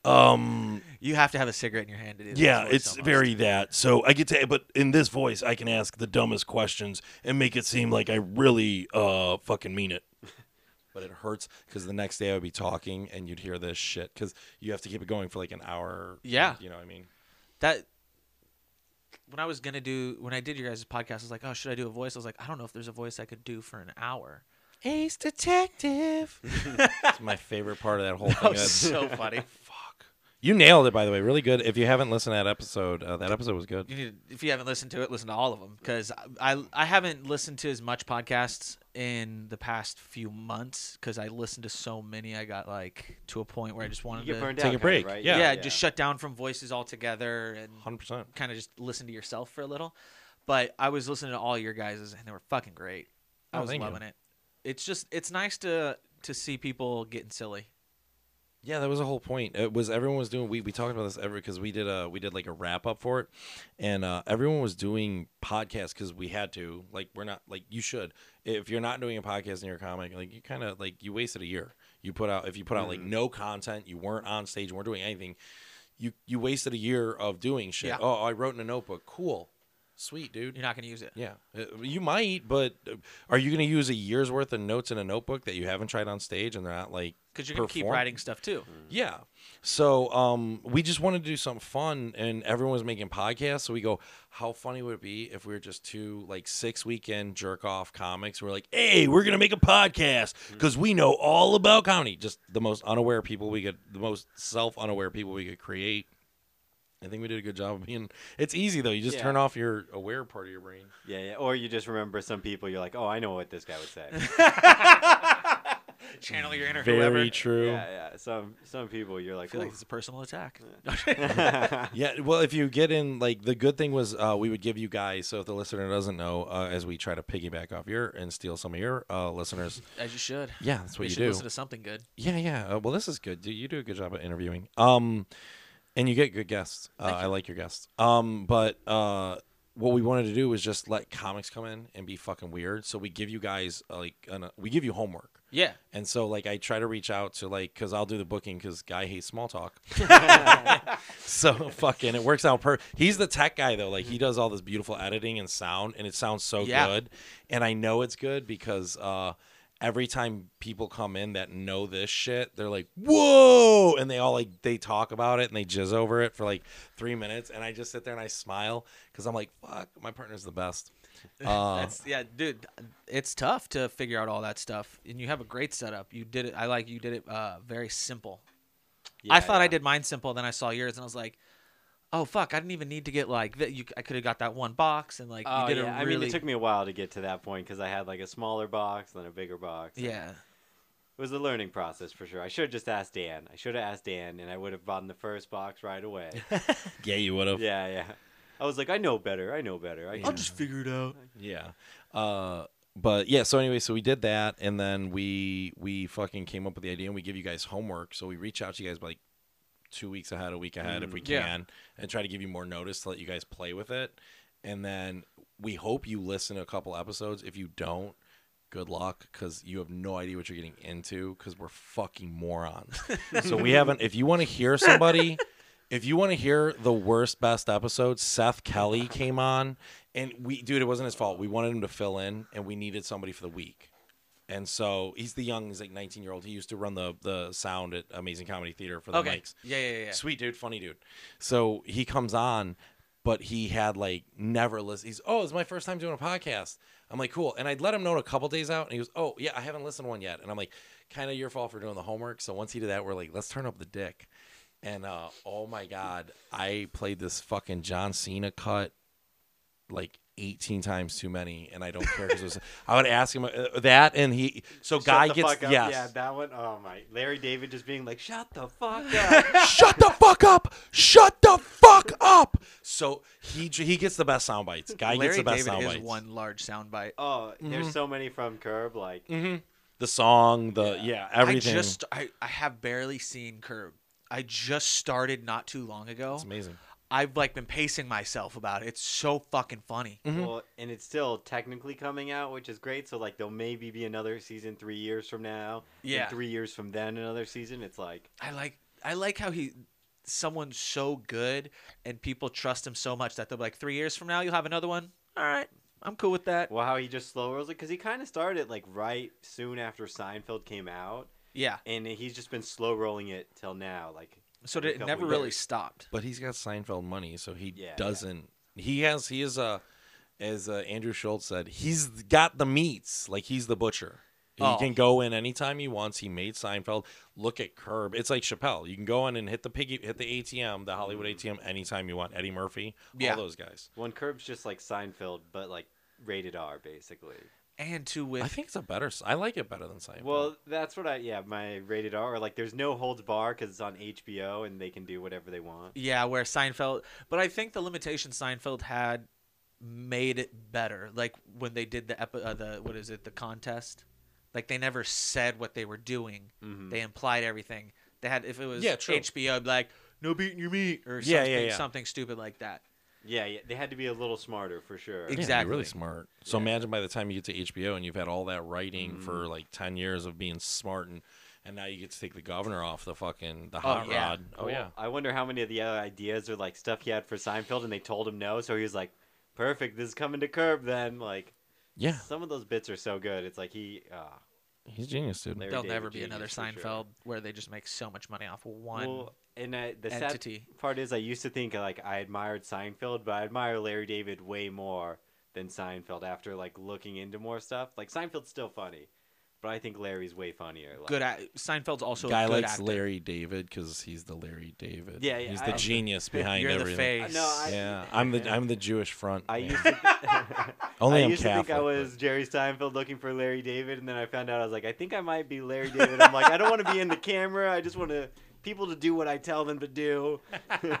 [SPEAKER 3] Um,
[SPEAKER 1] You have to have a cigarette in your hand. to do this
[SPEAKER 3] yeah,
[SPEAKER 1] voice
[SPEAKER 3] it's
[SPEAKER 1] almost.
[SPEAKER 3] very that. So I get to, but in this voice, I can ask the dumbest questions and make it seem like I really uh fucking mean it. But it hurts because the next day I would be talking and you'd hear this shit because you have to keep it going for like an hour.
[SPEAKER 1] Yeah.
[SPEAKER 3] you know what I mean.
[SPEAKER 1] that when I was gonna do when I did your guys' podcast, I was like, oh, should I do a voice? I was like, I don't know if there's a voice I could do for an hour.
[SPEAKER 3] Ace Detective. It's my favorite part of that whole
[SPEAKER 1] That
[SPEAKER 3] thing.
[SPEAKER 1] was
[SPEAKER 3] That's-
[SPEAKER 1] so funny.
[SPEAKER 3] fuck. You nailed it, by the way. Really good. If you haven't listened to that episode, uh, that episode was good.
[SPEAKER 1] You need, if you haven't listened to it, listen to all of them because I, I I haven't listened to as much podcasts in the past few months because I listened to so many. I got like to a point where I just
[SPEAKER 2] You
[SPEAKER 1] wanted
[SPEAKER 2] get
[SPEAKER 1] to
[SPEAKER 2] burned
[SPEAKER 3] Take
[SPEAKER 2] out.
[SPEAKER 3] a
[SPEAKER 2] kinda,
[SPEAKER 3] break,
[SPEAKER 2] right?
[SPEAKER 1] yeah,
[SPEAKER 3] yeah.
[SPEAKER 1] just shut down from voices altogether and
[SPEAKER 3] Hundred percent.
[SPEAKER 1] kind of just listen to yourself for a little. But I was listening to all your guys's and they were fucking great. I
[SPEAKER 3] Oh,
[SPEAKER 1] was
[SPEAKER 3] thank you.
[SPEAKER 1] loving it. It's just it's nice to to see people getting silly.
[SPEAKER 3] Yeah, that was the whole point. It was everyone was doing. We, we talked about this every because we did a we did like a wrap up for it, and uh, everyone was doing podcasts because we had to. Like we're not like you should if you're not doing a podcast and you're a comic like you kind of like you wasted a year. You put out if you put out like no content, you weren't on stage, you weren't doing anything. You you wasted a year of doing shit.
[SPEAKER 1] Yeah.
[SPEAKER 3] Oh, I wrote in a notebook. Cool. Sweet, dude.
[SPEAKER 1] You're not gonna use it.
[SPEAKER 3] Yeah, Uh, you might, but uh, are you going to use a year's worth of notes in a notebook that you haven't tried on stage and they're not like?
[SPEAKER 1] Because you're gonna keep
[SPEAKER 3] perform- Mm.
[SPEAKER 1] writing stuff too.
[SPEAKER 3] Yeah. So um, we just wanted to do something fun, and everyone was making podcasts. So we go, how funny would it be if we were just two like six weekend jerk off comics? We're like, hey, we're gonna make a podcast
[SPEAKER 2] Mm-hmm.
[SPEAKER 3] because we know all about comedy. Just the most unaware people we could, the most self unaware people we could create. I think we did a good job of being. It's easy though. You just
[SPEAKER 2] Yeah.
[SPEAKER 3] turn off your aware part of your brain.
[SPEAKER 2] Yeah, yeah. Or you just remember some people. You're like, oh, I know what this guy would say.
[SPEAKER 1] Channel your inner
[SPEAKER 3] Very
[SPEAKER 1] whoever.
[SPEAKER 3] true.
[SPEAKER 2] yeah, yeah. Some some people. You're
[SPEAKER 1] I
[SPEAKER 2] like,
[SPEAKER 1] feel like
[SPEAKER 2] "Ooh."
[SPEAKER 1] it's a personal attack.
[SPEAKER 3] Yeah, well, if you get in, like the good thing was uh, we would give you guys. So if the listener doesn't know, uh, as we try to piggyback off your and steal some of your uh, listeners,
[SPEAKER 1] As you should.
[SPEAKER 3] yeah, that's
[SPEAKER 1] We
[SPEAKER 3] what you
[SPEAKER 1] should
[SPEAKER 3] do.
[SPEAKER 1] listen to something good.
[SPEAKER 3] yeah, yeah. Uh, well, this is good. Do you do a good job at interviewing? Um, and you get good guests. Uh, I like your guests. Um, but uh, what we wanted to do was just let comics come in and be fucking weird. So we give you guys uh, like an, we give you homework.
[SPEAKER 1] Yeah.
[SPEAKER 3] And so like I try to reach out to like because I'll do the booking because guy hates small talk. so fucking it works out. Per he's the tech guy though. Like he does all this beautiful editing and sound, and it sounds so
[SPEAKER 1] Yeah.
[SPEAKER 3] good. And I know it's good because uh, every time people come in that know this shit, they're like whoa, and they all like they talk about it and they jizz over it for like three minutes, and I just sit there and I smile because I'm like fuck, my partner's the best. Uh,
[SPEAKER 1] That's yeah, dude. It's tough to figure out all that stuff, and you have a great setup. You did it. I like you did it uh, very simple. I
[SPEAKER 2] Yeah,
[SPEAKER 1] thought I
[SPEAKER 2] yeah.
[SPEAKER 1] did mine simple, then I saw yours, and I was like, "Oh fuck! I didn't even need to get like that. You, I could have got that one box, and like
[SPEAKER 2] Oh,
[SPEAKER 1] you did
[SPEAKER 2] yeah.
[SPEAKER 1] a
[SPEAKER 2] I mean,
[SPEAKER 1] really
[SPEAKER 2] it took me a while to get to that point because I had like a smaller box, then a bigger box.
[SPEAKER 1] yeah,
[SPEAKER 2] It was a learning process for sure. I should have just asked Dan. I should have asked Dan, and I would have bought in the first box right away.
[SPEAKER 3] yeah, you would have.
[SPEAKER 2] yeah, yeah. I was like, I know better. I know better. I
[SPEAKER 3] Yeah.
[SPEAKER 2] can
[SPEAKER 3] just
[SPEAKER 1] figure it out."
[SPEAKER 3] Yeah. Uh but yeah, so anyway, so we did that and then we we fucking came up with the idea and we give you guys homework. So we reach out to you guys like two weeks ahead, a week ahead if we
[SPEAKER 2] Mm.
[SPEAKER 1] Yeah.
[SPEAKER 3] can, and try to give you more notice to let you guys play with it. And then we hope you listen to a couple episodes. If you don't, good luck because you have no idea what you're getting into because we're fucking morons. so we haven't. If you want to hear somebody, if you want to hear the worst best episode, Seth Kelly came on, and we, dude, it wasn't his fault. We wanted him to fill in, and we needed somebody for the week. And so he's the young, he's like 19 year old. He used to run the the sound at Amazing Comedy Theater for the
[SPEAKER 1] Okay,
[SPEAKER 3] mics.
[SPEAKER 1] yeah, yeah, yeah.
[SPEAKER 3] Sweet dude, funny dude. So he comes on, but he had like never listened. He's oh, it's my first time doing a podcast. I'm like cool, and I'd let him know a couple days out, and he was oh yeah, I haven't listened to one yet, and I'm like kind of your fault for doing the homework. So once he did that, we're like let's turn up the dick, and uh, oh my god, I played this fucking John Cena cut like 18 times too many and i don't care because it was i would ask him uh, that and he so
[SPEAKER 2] Shut
[SPEAKER 3] guy
[SPEAKER 2] the
[SPEAKER 3] gets
[SPEAKER 2] fuck up.
[SPEAKER 3] yes
[SPEAKER 2] Yeah, that one. Oh my. Larry David just being like, shut the fuck up.
[SPEAKER 3] Shut the fuck up! Shut the fuck up! So he he gets the best sound bites. Guy gets
[SPEAKER 1] Larry
[SPEAKER 3] the best
[SPEAKER 1] David
[SPEAKER 3] sound
[SPEAKER 1] is
[SPEAKER 3] bites.
[SPEAKER 1] one large soundbite.
[SPEAKER 2] oh,
[SPEAKER 1] Mm-hmm.
[SPEAKER 2] there's so many from Curb. Like,
[SPEAKER 3] Mm-hmm. The song, the yeah, everything.
[SPEAKER 1] I just I, I have barely seen Curb. I just started not too long ago.
[SPEAKER 3] it's amazing.
[SPEAKER 1] I've like been pacing myself about it. It's so fucking funny.
[SPEAKER 2] well, and it's still technically coming out, which is great. So like, there'll maybe be another season three years from now. and
[SPEAKER 1] Yeah.
[SPEAKER 2] three years from then, another season. It's like,
[SPEAKER 1] I like I like how he someone's so good and people trust him so much that they're like three years from now you'll have another one. All right, I'm cool with that.
[SPEAKER 2] well, how he just slow rolls it because he kind of started like right soon after Seinfeld came out,
[SPEAKER 1] Yeah.
[SPEAKER 2] and he's just been slow rolling it till now. Like,
[SPEAKER 1] So
[SPEAKER 2] every
[SPEAKER 1] it
[SPEAKER 2] couple
[SPEAKER 1] never really
[SPEAKER 2] years.
[SPEAKER 1] stopped.
[SPEAKER 3] But he's got Seinfeld money, so he
[SPEAKER 2] Yeah, yeah.
[SPEAKER 3] doesn't. He has he is a as uh, Andrew Schultz said, he's got the meats. Like he's the butcher. He
[SPEAKER 1] Oh.
[SPEAKER 3] can go in anytime he wants. He made Seinfeld. Look at Curb. It's like Chappelle. You can go in and hit the piggy, hit the ATM, the Hollywood ATM, anytime you want. Eddie Murphy,
[SPEAKER 1] Yeah.
[SPEAKER 3] all those guys.
[SPEAKER 2] One Curb's just like Seinfeld, but like rated R, basically.
[SPEAKER 1] And two with
[SPEAKER 3] I think it's a better. I like it better than Seinfeld.
[SPEAKER 2] Well, that's what I yeah my rated R. Or like, there's no holds bar because it's on HBO and they can do whatever they want.
[SPEAKER 1] yeah, where Seinfeld but I think the limitation Seinfeld had made it better. Like when they did the epi- uh, the what is it, the contest? Like they never said what they were doing.
[SPEAKER 2] Mhm.
[SPEAKER 1] They implied everything. They had if it was
[SPEAKER 3] Mm-hmm. Yeah, true.
[SPEAKER 1] HBO I'd be like no beating your meat or something,
[SPEAKER 3] Yeah, yeah, yeah.
[SPEAKER 1] something stupid like that.
[SPEAKER 2] Yeah, yeah, they had to be a little smarter for sure.
[SPEAKER 1] Ex-
[SPEAKER 3] Yeah, you're
[SPEAKER 1] Exactly.
[SPEAKER 3] really smart. So imagine by the time you get to HBO and you've had all that writing for like ten years of being smart, and and now you get to take the governor off the fucking the hot
[SPEAKER 1] yeah.
[SPEAKER 3] rod. Oh yeah.
[SPEAKER 2] I wonder how many of the other ideas are like stuff he had for Seinfeld and they told him no, so he was like, perfect. This is coming to curb then. Like
[SPEAKER 3] Yeah,
[SPEAKER 2] some of those bits are so good. It's like he. Uh,
[SPEAKER 3] he's genius, dude.
[SPEAKER 2] Larry
[SPEAKER 1] There'll
[SPEAKER 2] David
[SPEAKER 1] never be another
[SPEAKER 2] genius for sure.
[SPEAKER 1] Seinfeld where they just make so much money off of one.
[SPEAKER 2] Well, and I, the
[SPEAKER 1] entity.
[SPEAKER 2] sad part is, I used to think like I admired Seinfeld, but I admire Larry David way more than Seinfeld after like looking into more stuff. Like Seinfeld's still funny, but I think Larry's way funnier. Like,
[SPEAKER 1] good at Seinfeld's also
[SPEAKER 3] Guy
[SPEAKER 1] a good
[SPEAKER 3] likes
[SPEAKER 1] actor.
[SPEAKER 3] Larry David because he's the Larry David.
[SPEAKER 2] Yeah, yeah,
[SPEAKER 3] He's
[SPEAKER 2] I-
[SPEAKER 3] the genius behind
[SPEAKER 1] You're the
[SPEAKER 3] everything.
[SPEAKER 1] face.
[SPEAKER 2] No, I-
[SPEAKER 3] Yeah, I'm the I'm the Jewish front.
[SPEAKER 2] I
[SPEAKER 3] man.
[SPEAKER 2] used to.
[SPEAKER 3] Only
[SPEAKER 2] I
[SPEAKER 3] I'm
[SPEAKER 2] used
[SPEAKER 3] Catholic.
[SPEAKER 2] to think I was Jerry Seinfeld looking for Larry David, and then I found out I was like, I think I might be Larry David. I'm like, I don't want to be in the camera. I just want to people to do what I tell them to do.
[SPEAKER 3] but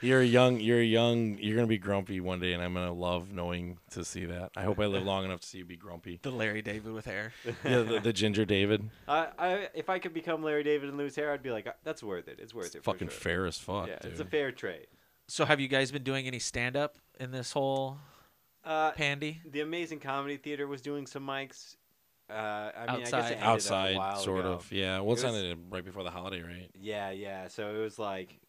[SPEAKER 3] You're a young. You're a young. You're gonna be grumpy one day, and I'm gonna love knowing to see that. I hope I live long enough to see you be grumpy.
[SPEAKER 1] The Larry David with hair.
[SPEAKER 3] Yeah, the, the ginger David.
[SPEAKER 2] I, I, if I could become Larry David and lose hair, I'd be like, "Uh, that's worth it. It's worth
[SPEAKER 3] It's
[SPEAKER 2] it.
[SPEAKER 3] fucking
[SPEAKER 2] for sure.
[SPEAKER 3] fair as fuck,
[SPEAKER 2] Yeah,
[SPEAKER 3] dude.
[SPEAKER 2] it's a fair trade.
[SPEAKER 1] So have you guys been doing any stand up in this whole
[SPEAKER 2] Uh,
[SPEAKER 1] pandy?
[SPEAKER 2] the Amazing Comedy Theater was doing some mics. Uh, I mean, I guess
[SPEAKER 1] Outside.
[SPEAKER 2] it ended up a
[SPEAKER 3] Outside,
[SPEAKER 2] while
[SPEAKER 3] sort
[SPEAKER 2] ago.
[SPEAKER 3] of. Yeah. Well, it's
[SPEAKER 2] It was-
[SPEAKER 3] ended right before the holiday, right?
[SPEAKER 2] Yeah, yeah. So it was like,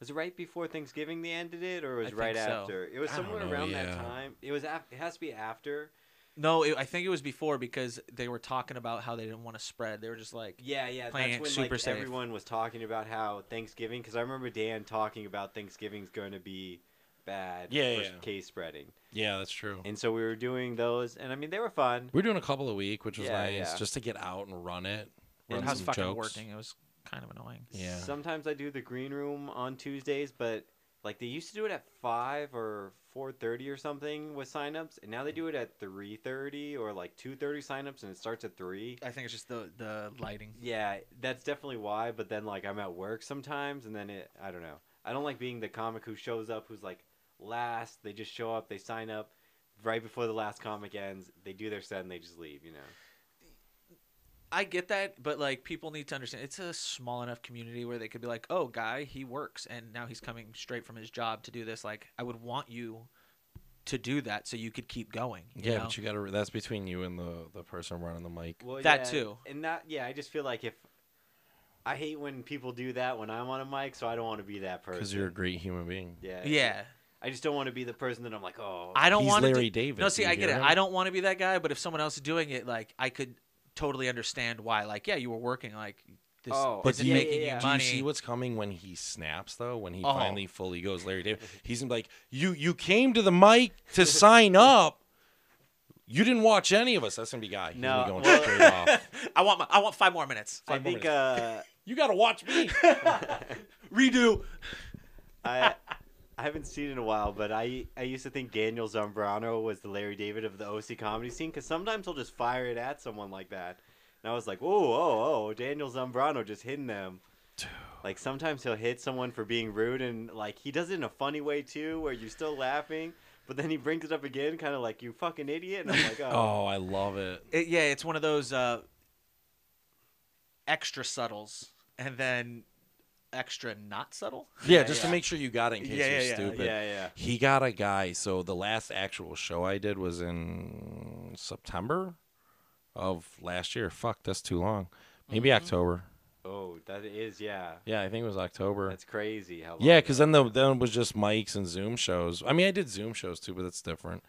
[SPEAKER 2] was it right before Thanksgiving they ended it, or
[SPEAKER 1] I
[SPEAKER 2] was it
[SPEAKER 1] think
[SPEAKER 2] right
[SPEAKER 1] so.
[SPEAKER 2] after? It was
[SPEAKER 3] I don't
[SPEAKER 2] somewhere
[SPEAKER 3] know,
[SPEAKER 2] around that
[SPEAKER 3] yeah.
[SPEAKER 2] time. It was. Af- it has to be after.
[SPEAKER 1] No, it, I think it was before because they were talking about how they didn't want to spread. They were just like,
[SPEAKER 2] Yeah, yeah.
[SPEAKER 1] Playing
[SPEAKER 2] that's
[SPEAKER 1] it
[SPEAKER 2] when
[SPEAKER 1] super
[SPEAKER 2] like,
[SPEAKER 1] safe.
[SPEAKER 2] everyone was talking about how Thanksgiving, because I remember Dan talking about Thanksgiving's going to be bad
[SPEAKER 3] Yeah,
[SPEAKER 2] for
[SPEAKER 3] yeah.
[SPEAKER 2] case spreading,
[SPEAKER 3] Yeah, that's true.
[SPEAKER 2] and so we were doing those, and I mean they were fun.
[SPEAKER 3] We were doing a couple a week, which was
[SPEAKER 2] Yeah,
[SPEAKER 3] nice,
[SPEAKER 2] yeah.
[SPEAKER 3] just to get out and run it.
[SPEAKER 1] it
[SPEAKER 3] Run
[SPEAKER 1] was
[SPEAKER 3] some
[SPEAKER 1] fucking
[SPEAKER 3] jokes.
[SPEAKER 1] working. It was kind of annoying.
[SPEAKER 3] Yeah.
[SPEAKER 2] Sometimes I do the green room on Tuesdays, but like they used to do it at five or four thirty or something with signups, and now they do it at three thirty or like two thirty signups, and it starts at three.
[SPEAKER 1] I think it's just the the lighting.
[SPEAKER 2] Yeah, that's definitely why. But then like I'm at work sometimes, and then it I don't know. I don't like being the comic who shows up who's like last. They just show up, they sign up right before the last comic ends. They do their set and they just leave. You know.
[SPEAKER 1] I get that, but like people need to understand it's a small enough community where they could be like, "Oh, guy, he works and now he's coming straight from his job to do this." Like, I would want you to do that so you could keep going. you
[SPEAKER 3] Yeah,
[SPEAKER 1] know?
[SPEAKER 3] but you gotta. That's between you and the the person running the mic.
[SPEAKER 2] Well,
[SPEAKER 1] That
[SPEAKER 2] yeah,
[SPEAKER 1] too.
[SPEAKER 2] And that, yeah, I just feel like if I hate when people do that when I'm on a mic, so I don't want to be that person.
[SPEAKER 3] Because you're a great human being.
[SPEAKER 2] yeah,
[SPEAKER 1] yeah.
[SPEAKER 2] I just don't want to be the person that I'm like, oh,
[SPEAKER 1] I don't
[SPEAKER 3] He's
[SPEAKER 1] want to
[SPEAKER 3] Larry David,
[SPEAKER 1] No, see,
[SPEAKER 3] do you
[SPEAKER 1] I get
[SPEAKER 3] hear
[SPEAKER 1] it.
[SPEAKER 3] him?
[SPEAKER 1] I don't want to be that guy, but if someone else is doing it, like I could totally understand why. Like, yeah, you were working. Like, this
[SPEAKER 2] Oh,
[SPEAKER 3] But
[SPEAKER 1] isn't
[SPEAKER 3] do you-
[SPEAKER 1] making
[SPEAKER 2] yeah, yeah.
[SPEAKER 1] you
[SPEAKER 3] Do you
[SPEAKER 1] money.
[SPEAKER 3] see what's coming when he snaps though? When he
[SPEAKER 1] Oh.
[SPEAKER 3] finally fully goes, Larry David. He's gonna be like, "You you came to the mic to sign up. You didn't watch any of us. That's gonna be guy. He's gonna be
[SPEAKER 2] No,
[SPEAKER 3] going
[SPEAKER 2] well-
[SPEAKER 3] straight off.
[SPEAKER 1] I want my, I want five more minutes.
[SPEAKER 2] I
[SPEAKER 1] Five more
[SPEAKER 2] think
[SPEAKER 1] minutes.
[SPEAKER 2] uh,
[SPEAKER 3] You gotta watch me.
[SPEAKER 1] redo.
[SPEAKER 2] I. I haven't seen it in a while, but I, I used to think Daniel Zambrano was the Larry David of the OC comedy scene because sometimes he'll just fire it at someone like that. And I was like, oh, oh, oh, Daniel Zambrano just hitting them. Like sometimes he'll hit someone for being rude and like he does it in a funny way too, where you're still laughing, but then he brings it up again, kind of like you fucking idiot. And I'm like, oh,
[SPEAKER 3] oh, I love it.
[SPEAKER 1] It- yeah, it's one of those uh, extra subtles, and then extra not subtle.
[SPEAKER 3] Yeah, just
[SPEAKER 2] yeah.
[SPEAKER 3] to make sure you got it in case
[SPEAKER 1] Yeah,
[SPEAKER 3] you're
[SPEAKER 1] yeah, yeah.
[SPEAKER 3] stupid.
[SPEAKER 2] yeah, yeah.
[SPEAKER 3] He got a guy. So the last actual show I did was in September of last year. Fuck, that's too long. Maybe October.
[SPEAKER 2] Oh, that is yeah.
[SPEAKER 3] Yeah, I think it was October.
[SPEAKER 2] That's crazy. How long
[SPEAKER 3] Yeah, because then the then it was just mics and Zoom shows. I mean, I did Zoom shows too, but that's different.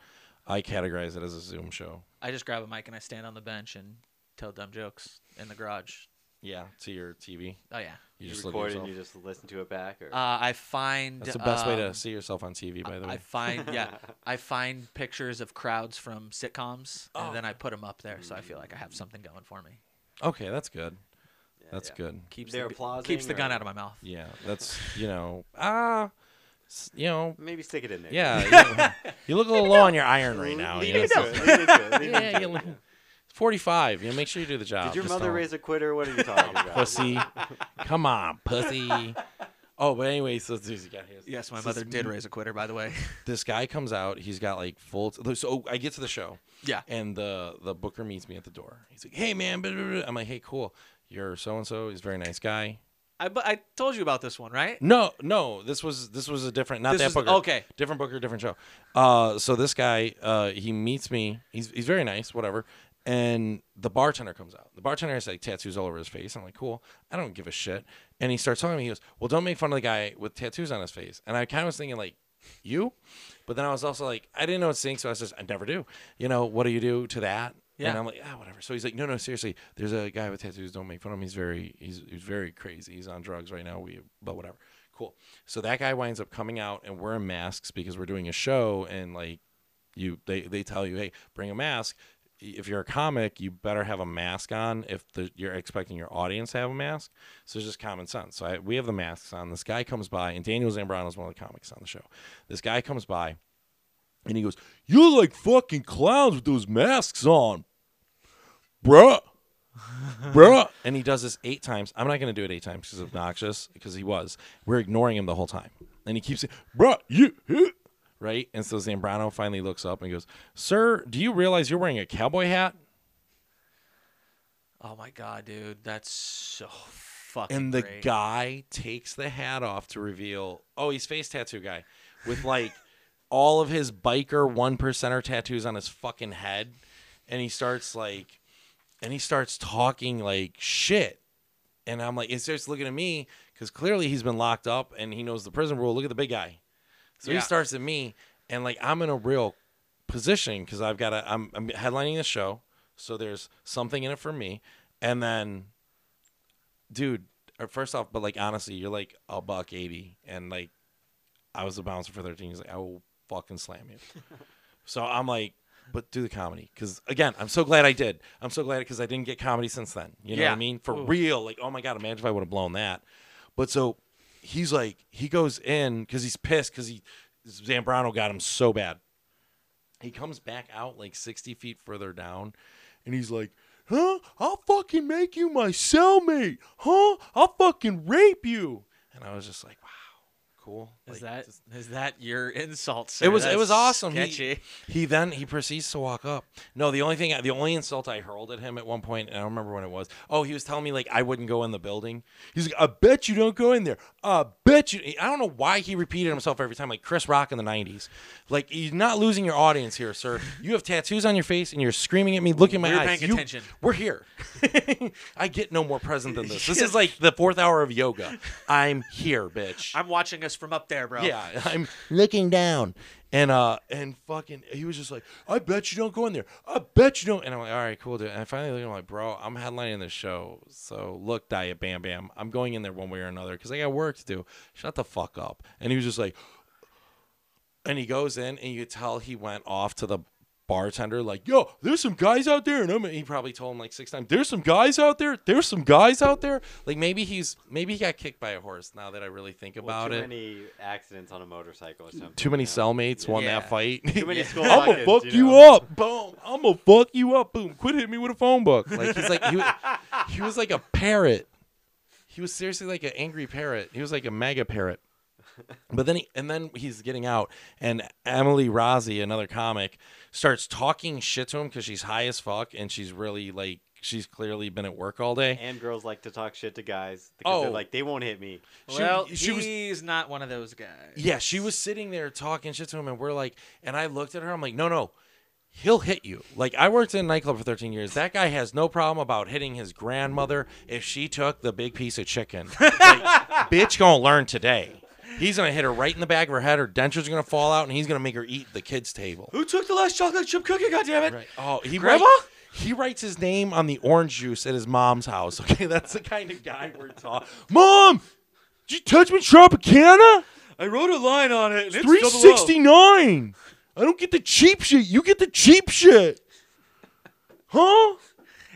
[SPEAKER 3] I categorize it as a Zoom show.
[SPEAKER 1] I just grab a mic and I stand on the bench and tell dumb jokes in the garage.
[SPEAKER 3] Yeah, to your TV.
[SPEAKER 1] Oh yeah,
[SPEAKER 3] You,
[SPEAKER 2] you,
[SPEAKER 3] just look at
[SPEAKER 2] record
[SPEAKER 3] yourself.
[SPEAKER 2] and you just listen to it back, or
[SPEAKER 1] uh, I find
[SPEAKER 3] that's the best way to
[SPEAKER 1] um,
[SPEAKER 3] see yourself on TV, by the
[SPEAKER 1] I
[SPEAKER 3] way.
[SPEAKER 1] find yeah, I find pictures of crowds from sitcoms
[SPEAKER 3] Oh.
[SPEAKER 1] and then I put them up there, so I feel like I have something going for me.
[SPEAKER 3] okay, that's good.
[SPEAKER 2] Yeah,
[SPEAKER 3] That's
[SPEAKER 2] yeah.
[SPEAKER 3] good.
[SPEAKER 1] Keeps
[SPEAKER 2] They're
[SPEAKER 1] the,
[SPEAKER 2] applauding
[SPEAKER 1] keeps the gun
[SPEAKER 2] or-
[SPEAKER 1] out of my mouth.
[SPEAKER 3] Yeah, that's you know ah, s you know
[SPEAKER 2] Maybe stick it in there.
[SPEAKER 3] yeah. you- You look a little low on your iron right now. You
[SPEAKER 2] Lean
[SPEAKER 3] know,
[SPEAKER 2] into
[SPEAKER 3] so-
[SPEAKER 2] it, lean into it, lean
[SPEAKER 3] yeah,
[SPEAKER 2] into
[SPEAKER 3] you
[SPEAKER 2] it.
[SPEAKER 3] look- forty-five. You know, make sure you do the job.
[SPEAKER 2] Did your
[SPEAKER 3] Just
[SPEAKER 2] mother
[SPEAKER 3] don't-
[SPEAKER 2] raise a quitter? What are you talking about?
[SPEAKER 3] pussy? Come on, pussy. Oh, but anyway, so Susie got here.
[SPEAKER 1] Yes, my
[SPEAKER 3] This
[SPEAKER 1] mother
[SPEAKER 3] is
[SPEAKER 1] did raise a quitter, by the way.
[SPEAKER 3] this guy comes out. He's got like full. so I get to the show,
[SPEAKER 1] yeah.
[SPEAKER 3] and the the booker meets me at the door. He's like, "Hey, man." Blah, blah, blah." I'm like, "Hey, cool. You're so and so. He's a very nice guy."
[SPEAKER 1] I, but I told you about this one, right?
[SPEAKER 3] No, no. This was this was a different. Not
[SPEAKER 1] This
[SPEAKER 3] that
[SPEAKER 1] was-
[SPEAKER 3] booker.
[SPEAKER 1] okay.
[SPEAKER 3] different booker, different show. Uh, so this guy, uh, he meets me. He's he's very nice. Whatever. And the bartender comes out. The bartender has like tattoos all over his face. I'm like, cool. I don't give a shit. And he starts talking to me. He goes, well, don't make fun of the guy with tattoos on his face. And I kind of was thinking like, you. But then I was also like, I didn't know what sink, so I was just, I never do. You know, what do you do to that?
[SPEAKER 4] Yeah.
[SPEAKER 3] And I'm like, ah, whatever. So he's like, no, no, seriously. There's a guy with tattoos. Don't make fun of him. He's very, he's, he's very crazy. He's on drugs right now. We, but whatever. Cool. So that guy winds up coming out, and we're in masks because we're doing a show, and like, you, they, they tell you, hey, bring a mask. If you're a comic, you better have a mask on. If the, you're expecting your audience to have a mask, so it's just common sense. So I, we have the masks on. This guy comes by, and Daniel Zambrano is one of the comics on the show. This guy comes by, and he goes, "You look like fucking clowns with those masks on, bruh." Bruh. and he does this eight times. I'm not going to do it eight times because it's obnoxious, because he was. We're ignoring him the whole time. And he keeps saying, bruh, you, huh," right? And so Zambrano finally looks up and goes, Sir, do you realize you're wearing a cowboy hat?
[SPEAKER 4] Oh my god, dude, that's so fucking.
[SPEAKER 3] and the
[SPEAKER 4] great.
[SPEAKER 3] guy takes the hat off to reveal oh he's face tattoo guy with like all of his biker one percenter tattoos on his fucking head and he starts like and he starts talking like shit and i'm like he starts looking at me because clearly he's been locked up and he knows the prison rule look at the big guy so
[SPEAKER 4] Yeah.
[SPEAKER 3] he starts at me and like i'm in a real position because i've got to I'm, I'm headlining the show so there's something in it for me and then dude, or first off, but like honestly, you're like a buck eighty, and like I was a bouncer for thirteen. He's like, I will fucking slam you. so I'm like, but do the comedy, because again, I'm so glad I did. I'm so glad because I didn't get comedy since then. You know what
[SPEAKER 4] Yeah.
[SPEAKER 3] I mean? For
[SPEAKER 4] Ooh.
[SPEAKER 3] real, like oh my god, imagine if I would have blown that. But so he's like, he goes in because he's pissed because he Zambrano got him so bad. He comes back out like 60 feet further down and he's like, Huh? I'll fucking make you my cellmate. Huh? I'll fucking rape you. And I was just like, Wow, cool.
[SPEAKER 4] Is
[SPEAKER 3] Like,
[SPEAKER 4] that is that your insult? Sir?
[SPEAKER 3] it was
[SPEAKER 4] That's
[SPEAKER 3] it was awesome.
[SPEAKER 4] Sketchy.
[SPEAKER 3] He, he then he proceeds to walk up. No, the only thing the only insult I hurled at him at one point, and I don't remember when it was. Oh, he was telling me like I wouldn't go in the building. He's like, I bet you don't go in there. I bet you. I don't know why he repeated himself every time, like Chris Rock in the '90s. Like you're not losing your audience here, sir. You have tattoos on your face, and you're screaming at me. Look in my
[SPEAKER 4] We're
[SPEAKER 3] eyes.
[SPEAKER 4] paying
[SPEAKER 3] You-
[SPEAKER 4] attention.
[SPEAKER 3] we're here. I get no more present than this. This is like the fourth hour of yoga. I'm here, bitch.
[SPEAKER 4] I'm watching us from up there, bro.
[SPEAKER 3] Yeah, I'm looking down. And uh and fucking he was just like, I bet you don't go in there. I bet you don't and I'm like, all right, cool, dude. And I finally look at him like, bro, I'm headlining the show. So look, Diet Bam Bam. I'm going in there one way or another because I got work to do. Shut the fuck up. And he was just like and he goes in and you could tell he went off to the bartender like yo there's some guys out there and I'm, he probably told him like six times there's some guys out there there's some guys out there like maybe he's maybe he got kicked by a horse now that i really think
[SPEAKER 2] Well,
[SPEAKER 3] about
[SPEAKER 2] too
[SPEAKER 3] it
[SPEAKER 2] many accidents on a motorcycle or something.
[SPEAKER 3] too many
[SPEAKER 2] you know?
[SPEAKER 3] cellmates won
[SPEAKER 4] Yeah.
[SPEAKER 3] that fight.
[SPEAKER 2] Too many school
[SPEAKER 3] I'm gonna fuck
[SPEAKER 2] fuck-ins, you
[SPEAKER 3] you,
[SPEAKER 2] know?
[SPEAKER 3] up, boom. I'm gonna fuck you up, boom. Quit hitting me with a phone book. Like he's like he, he was like a parrot. He was seriously like an angry parrot. He was like a mega parrot. But then he and then he's getting out, and Emily Razi, another comic, starts talking shit to him because she's high as fuck and she's really like she's clearly been at work all day.
[SPEAKER 2] And girls like to talk shit to guys because they're
[SPEAKER 3] Oh.
[SPEAKER 2] like, they won't hit me.
[SPEAKER 3] She-
[SPEAKER 4] well,
[SPEAKER 3] she was-
[SPEAKER 4] he's not one of those guys.
[SPEAKER 3] Yeah, she was sitting there talking shit to him, and we're like, and I looked at her, I'm like, no, no, he'll hit you. Like, I worked in a nightclub for 13 years. That guy has no problem about hitting his grandmother if she took the big piece of chicken. Like, bitch, gonna learn today. He's gonna hit her right in the back of her head. Her dentures are gonna fall out, and he's gonna make her eat the kids' table.
[SPEAKER 4] Who took the last chocolate chip cookie? God damn it!
[SPEAKER 3] Right. Oh, he
[SPEAKER 4] Grandma?
[SPEAKER 3] write- he writes his name on the orange juice at his mom's house. Okay, that's the kind of guy we're talking. Mom, did you touch me Tropicana?
[SPEAKER 4] I wrote a line on it. And it's
[SPEAKER 3] Three sixty nine. I don't get the cheap shit. You get the cheap shit. Huh?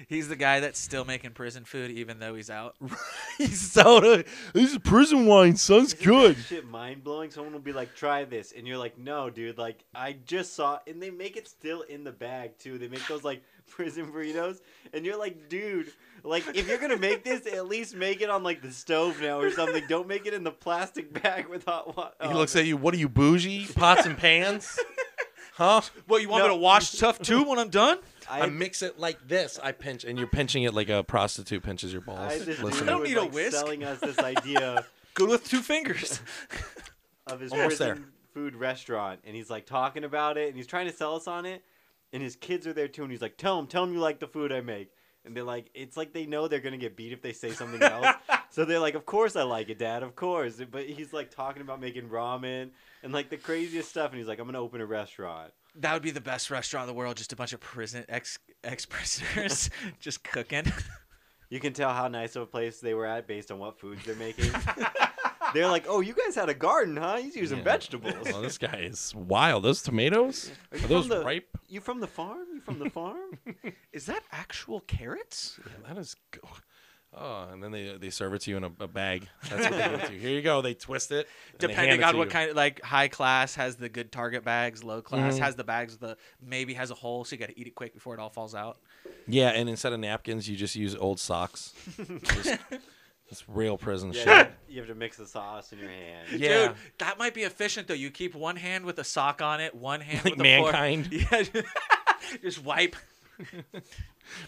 [SPEAKER 4] He's the guy that's still making prison food even though he's out.
[SPEAKER 3] He's soda. This is prison wine. Sounds good.
[SPEAKER 2] Shit, mind blowing. Someone will be like, try this. And you're like, no, dude. Like, I just saw. And they make it still in the bag, too. They make those, like, prison burritos. And you're like, dude, like, if you're going to make this, at least make it on, like, the stove now or something. Don't make it in the plastic bag with hot Oh, water.
[SPEAKER 3] He looks at you. What are you bougie? Pots and pans? Huh?
[SPEAKER 4] What you want
[SPEAKER 2] No.
[SPEAKER 4] me to wash stuff too when I'm done?
[SPEAKER 2] I,
[SPEAKER 3] I, mix it like this. I pinch, and you're pinching it like a prostitute pinches your balls.
[SPEAKER 2] I, this
[SPEAKER 3] Listen,
[SPEAKER 2] dude
[SPEAKER 4] I don't
[SPEAKER 2] was,
[SPEAKER 4] need a
[SPEAKER 2] like,
[SPEAKER 4] whisk.
[SPEAKER 2] selling us this idea
[SPEAKER 4] Good with two fingers.
[SPEAKER 2] of his
[SPEAKER 3] Almost
[SPEAKER 2] prison food restaurant, and he's like talking about it, and he's trying to sell us on it, and his kids are there too, and he's like, "Tell him, tell him you like the food I make," and they're like, "It's like they know they're gonna get beat if they say something else." So they're like, "Of course I like it, Dad. Of course." But he's like talking about making ramen and like the craziest stuff, and he's like, "I'm gonna open a restaurant."
[SPEAKER 1] That would be the best restaurant in the world. Just a bunch of prison ex ex prisoners just cooking.
[SPEAKER 2] You can tell how nice of a place they were at based on what foods they're making. they're like, "Oh, you guys had a garden, huh? He's using
[SPEAKER 3] Yeah.
[SPEAKER 2] vegetables.
[SPEAKER 3] Well, Oh, this guy is wild. Those tomatoes
[SPEAKER 2] Are
[SPEAKER 3] are,
[SPEAKER 2] you
[SPEAKER 3] those
[SPEAKER 2] from the-
[SPEAKER 3] ripe?
[SPEAKER 2] you from the farm? You from the farm?"
[SPEAKER 1] Is that actual carrots?
[SPEAKER 3] Yeah, that is. Go- oh, and then they they serve it to you in a, a bag. That's what they give it to you. Here you go. They twist it. and they hand
[SPEAKER 1] Depending
[SPEAKER 3] it
[SPEAKER 1] on
[SPEAKER 3] to
[SPEAKER 1] what
[SPEAKER 3] you.
[SPEAKER 1] kind, like high class has the good target bags, low class
[SPEAKER 3] Mhm.
[SPEAKER 1] has the bags with the maybe has a hole, so you got to eat it quick before it all falls out.
[SPEAKER 3] Yeah, and instead of napkins, you just use old socks. just, it's real prison
[SPEAKER 2] yeah,
[SPEAKER 3] shit.
[SPEAKER 2] you have to mix the sauce in your hand.
[SPEAKER 3] Yeah.
[SPEAKER 1] Dude, that might be efficient though. You keep one hand with a sock on it, one hand
[SPEAKER 3] Like
[SPEAKER 1] with a fork.
[SPEAKER 3] mankind.
[SPEAKER 1] Yeah, just wipe.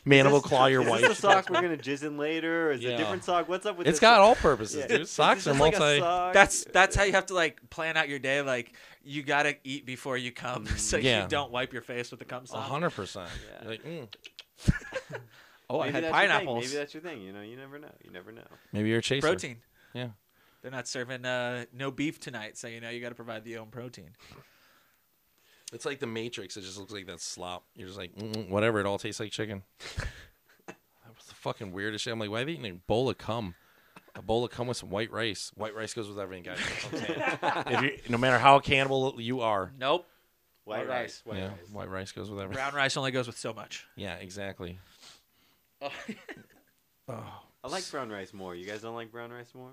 [SPEAKER 3] Man
[SPEAKER 2] Is
[SPEAKER 3] will
[SPEAKER 2] this-
[SPEAKER 3] claw your
[SPEAKER 2] is
[SPEAKER 3] wife.
[SPEAKER 2] This the sock we're gonna jizz in later, or is it
[SPEAKER 3] Yeah.
[SPEAKER 2] a different sock? What's up with
[SPEAKER 3] It's
[SPEAKER 2] this?
[SPEAKER 3] got all purposes,
[SPEAKER 2] Yeah.
[SPEAKER 3] dude. Socks
[SPEAKER 2] Is
[SPEAKER 3] are
[SPEAKER 2] this like
[SPEAKER 3] multi.
[SPEAKER 2] a sock?
[SPEAKER 1] That's that's how you have to like plan out your day. Like you gotta eat before you come, so
[SPEAKER 3] Yeah.
[SPEAKER 1] you don't wipe your face with the cum
[SPEAKER 3] A
[SPEAKER 1] sock.
[SPEAKER 3] hundred percent.
[SPEAKER 2] Yeah.
[SPEAKER 3] Like, mm.
[SPEAKER 1] Oh,
[SPEAKER 2] Maybe
[SPEAKER 1] I had
[SPEAKER 2] that's your thing.
[SPEAKER 1] pineapples.
[SPEAKER 2] Maybe that's your thing. You know, you never know. You never know.
[SPEAKER 3] Maybe you're a chaser.
[SPEAKER 1] protein.
[SPEAKER 3] Yeah.
[SPEAKER 1] They're not serving uh, no beef tonight, so you know you got to provide the own protein.
[SPEAKER 3] It's like the Matrix. It just looks like that slop. You're just like, mm, mm, whatever. It all tastes like chicken. that was the fucking weirdest shit. I'm like, why are they eating a bowl of cum? A bowl of cum with some white rice. White rice goes with everything, guys. That's what I'm saying. if you, no matter how cannibal you are,
[SPEAKER 1] Nope.
[SPEAKER 2] White,
[SPEAKER 1] White
[SPEAKER 2] rice.
[SPEAKER 1] rice.
[SPEAKER 2] White
[SPEAKER 3] yeah,
[SPEAKER 2] rice.
[SPEAKER 3] white rice goes with everything.
[SPEAKER 1] Brown rice only goes with so much.
[SPEAKER 3] Yeah, exactly. Oh,
[SPEAKER 2] I like brown rice more. You guys don't like brown rice more?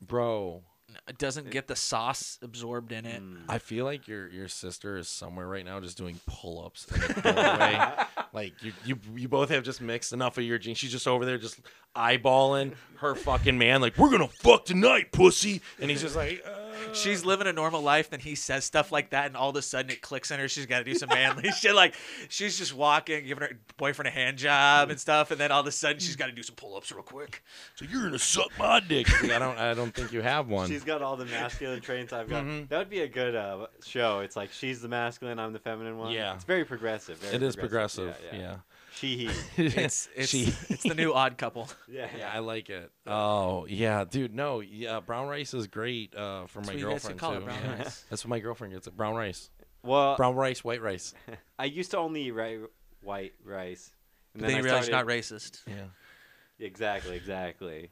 [SPEAKER 3] bro.
[SPEAKER 1] It doesn't get the sauce absorbed in it.
[SPEAKER 2] Mm.
[SPEAKER 3] I feel like your your sister is somewhere right now just doing pull ups in the doorway. like you, you you both have just mixed enough of your genes. She's just over there just eyeballing her fucking man, like, we're gonna fuck tonight, pussy. And he's just like uh.
[SPEAKER 1] She's living a normal life, then he says stuff like that, and all of a sudden it clicks in her. She's got to do some manly shit. Like she's just walking, giving her boyfriend a hand job and stuff, and then all of a sudden she's got to do some pull ups real quick.
[SPEAKER 3] So you're gonna suck my dick. Like, I don't I don't think you have one.
[SPEAKER 2] She's got all the masculine traits I've got.
[SPEAKER 3] Mm-hmm.
[SPEAKER 2] That would be a good uh, show. It's like she's the masculine, I'm the feminine one.
[SPEAKER 3] Yeah.
[SPEAKER 2] It's very progressive. Very
[SPEAKER 3] it is progressive.
[SPEAKER 2] Yeah.
[SPEAKER 3] Yeah.
[SPEAKER 2] She he.
[SPEAKER 1] It's it's,
[SPEAKER 3] She-
[SPEAKER 1] it's the new odd couple.
[SPEAKER 2] Yeah.
[SPEAKER 3] Yeah, I like it. Oh, yeah, dude. No, yeah, brown rice is great uh, for my
[SPEAKER 1] what you guys
[SPEAKER 3] girlfriend
[SPEAKER 1] call it,
[SPEAKER 3] too.
[SPEAKER 1] brown
[SPEAKER 3] Yeah.
[SPEAKER 1] rice.
[SPEAKER 3] That's what my girlfriend gets. It. Brown rice,
[SPEAKER 2] Well,
[SPEAKER 3] brown rice, white rice.
[SPEAKER 2] I used to only eat ri- white rice. And
[SPEAKER 1] Then, you
[SPEAKER 2] I
[SPEAKER 1] realize
[SPEAKER 2] started-
[SPEAKER 1] you're not racist.
[SPEAKER 3] Yeah,
[SPEAKER 2] Exactly, exactly.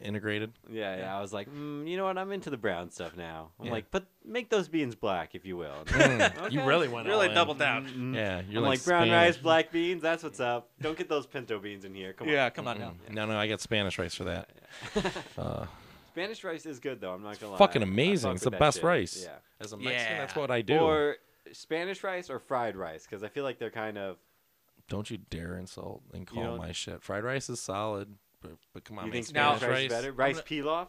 [SPEAKER 3] integrated.
[SPEAKER 2] Yeah, yeah. I was like, mm, you know what? I'm into the brown stuff now. I'm
[SPEAKER 3] Yeah.
[SPEAKER 2] like, but make those beans black, if you will.
[SPEAKER 3] Mm, You really went
[SPEAKER 1] Really
[SPEAKER 3] all in.
[SPEAKER 1] doubled down.
[SPEAKER 2] Mm.
[SPEAKER 3] Yeah, you're
[SPEAKER 2] I'm like,
[SPEAKER 3] like,
[SPEAKER 2] brown
[SPEAKER 3] Spanish.
[SPEAKER 2] rice, black beans. That's what's up. Don't get those pinto beans in here. Come
[SPEAKER 1] Yeah,
[SPEAKER 2] on. Mm-hmm.
[SPEAKER 1] come on now.
[SPEAKER 3] Mm. No, no, I got Spanish rice for that. Uh,
[SPEAKER 2] Spanish rice is good though. I'm not gonna lie.
[SPEAKER 3] fucking
[SPEAKER 2] I- I
[SPEAKER 3] amazing.
[SPEAKER 2] fuck
[SPEAKER 3] It's
[SPEAKER 2] with
[SPEAKER 3] the
[SPEAKER 2] that
[SPEAKER 3] best
[SPEAKER 2] shit.
[SPEAKER 3] rice.
[SPEAKER 2] Yeah.
[SPEAKER 3] As a Mexican,
[SPEAKER 1] Yeah.
[SPEAKER 3] that's what I do.
[SPEAKER 2] Or Spanish rice or fried rice because I feel like they're kind of.
[SPEAKER 3] Don't you dare insult and
[SPEAKER 2] You
[SPEAKER 3] call
[SPEAKER 2] don't-
[SPEAKER 3] my shit. Fried rice is solid, but, but come on,
[SPEAKER 2] you
[SPEAKER 3] man,
[SPEAKER 2] think
[SPEAKER 1] now-
[SPEAKER 2] Spanish
[SPEAKER 3] Spanish
[SPEAKER 2] rice
[SPEAKER 3] rice.
[SPEAKER 2] is better? Rice pilaf.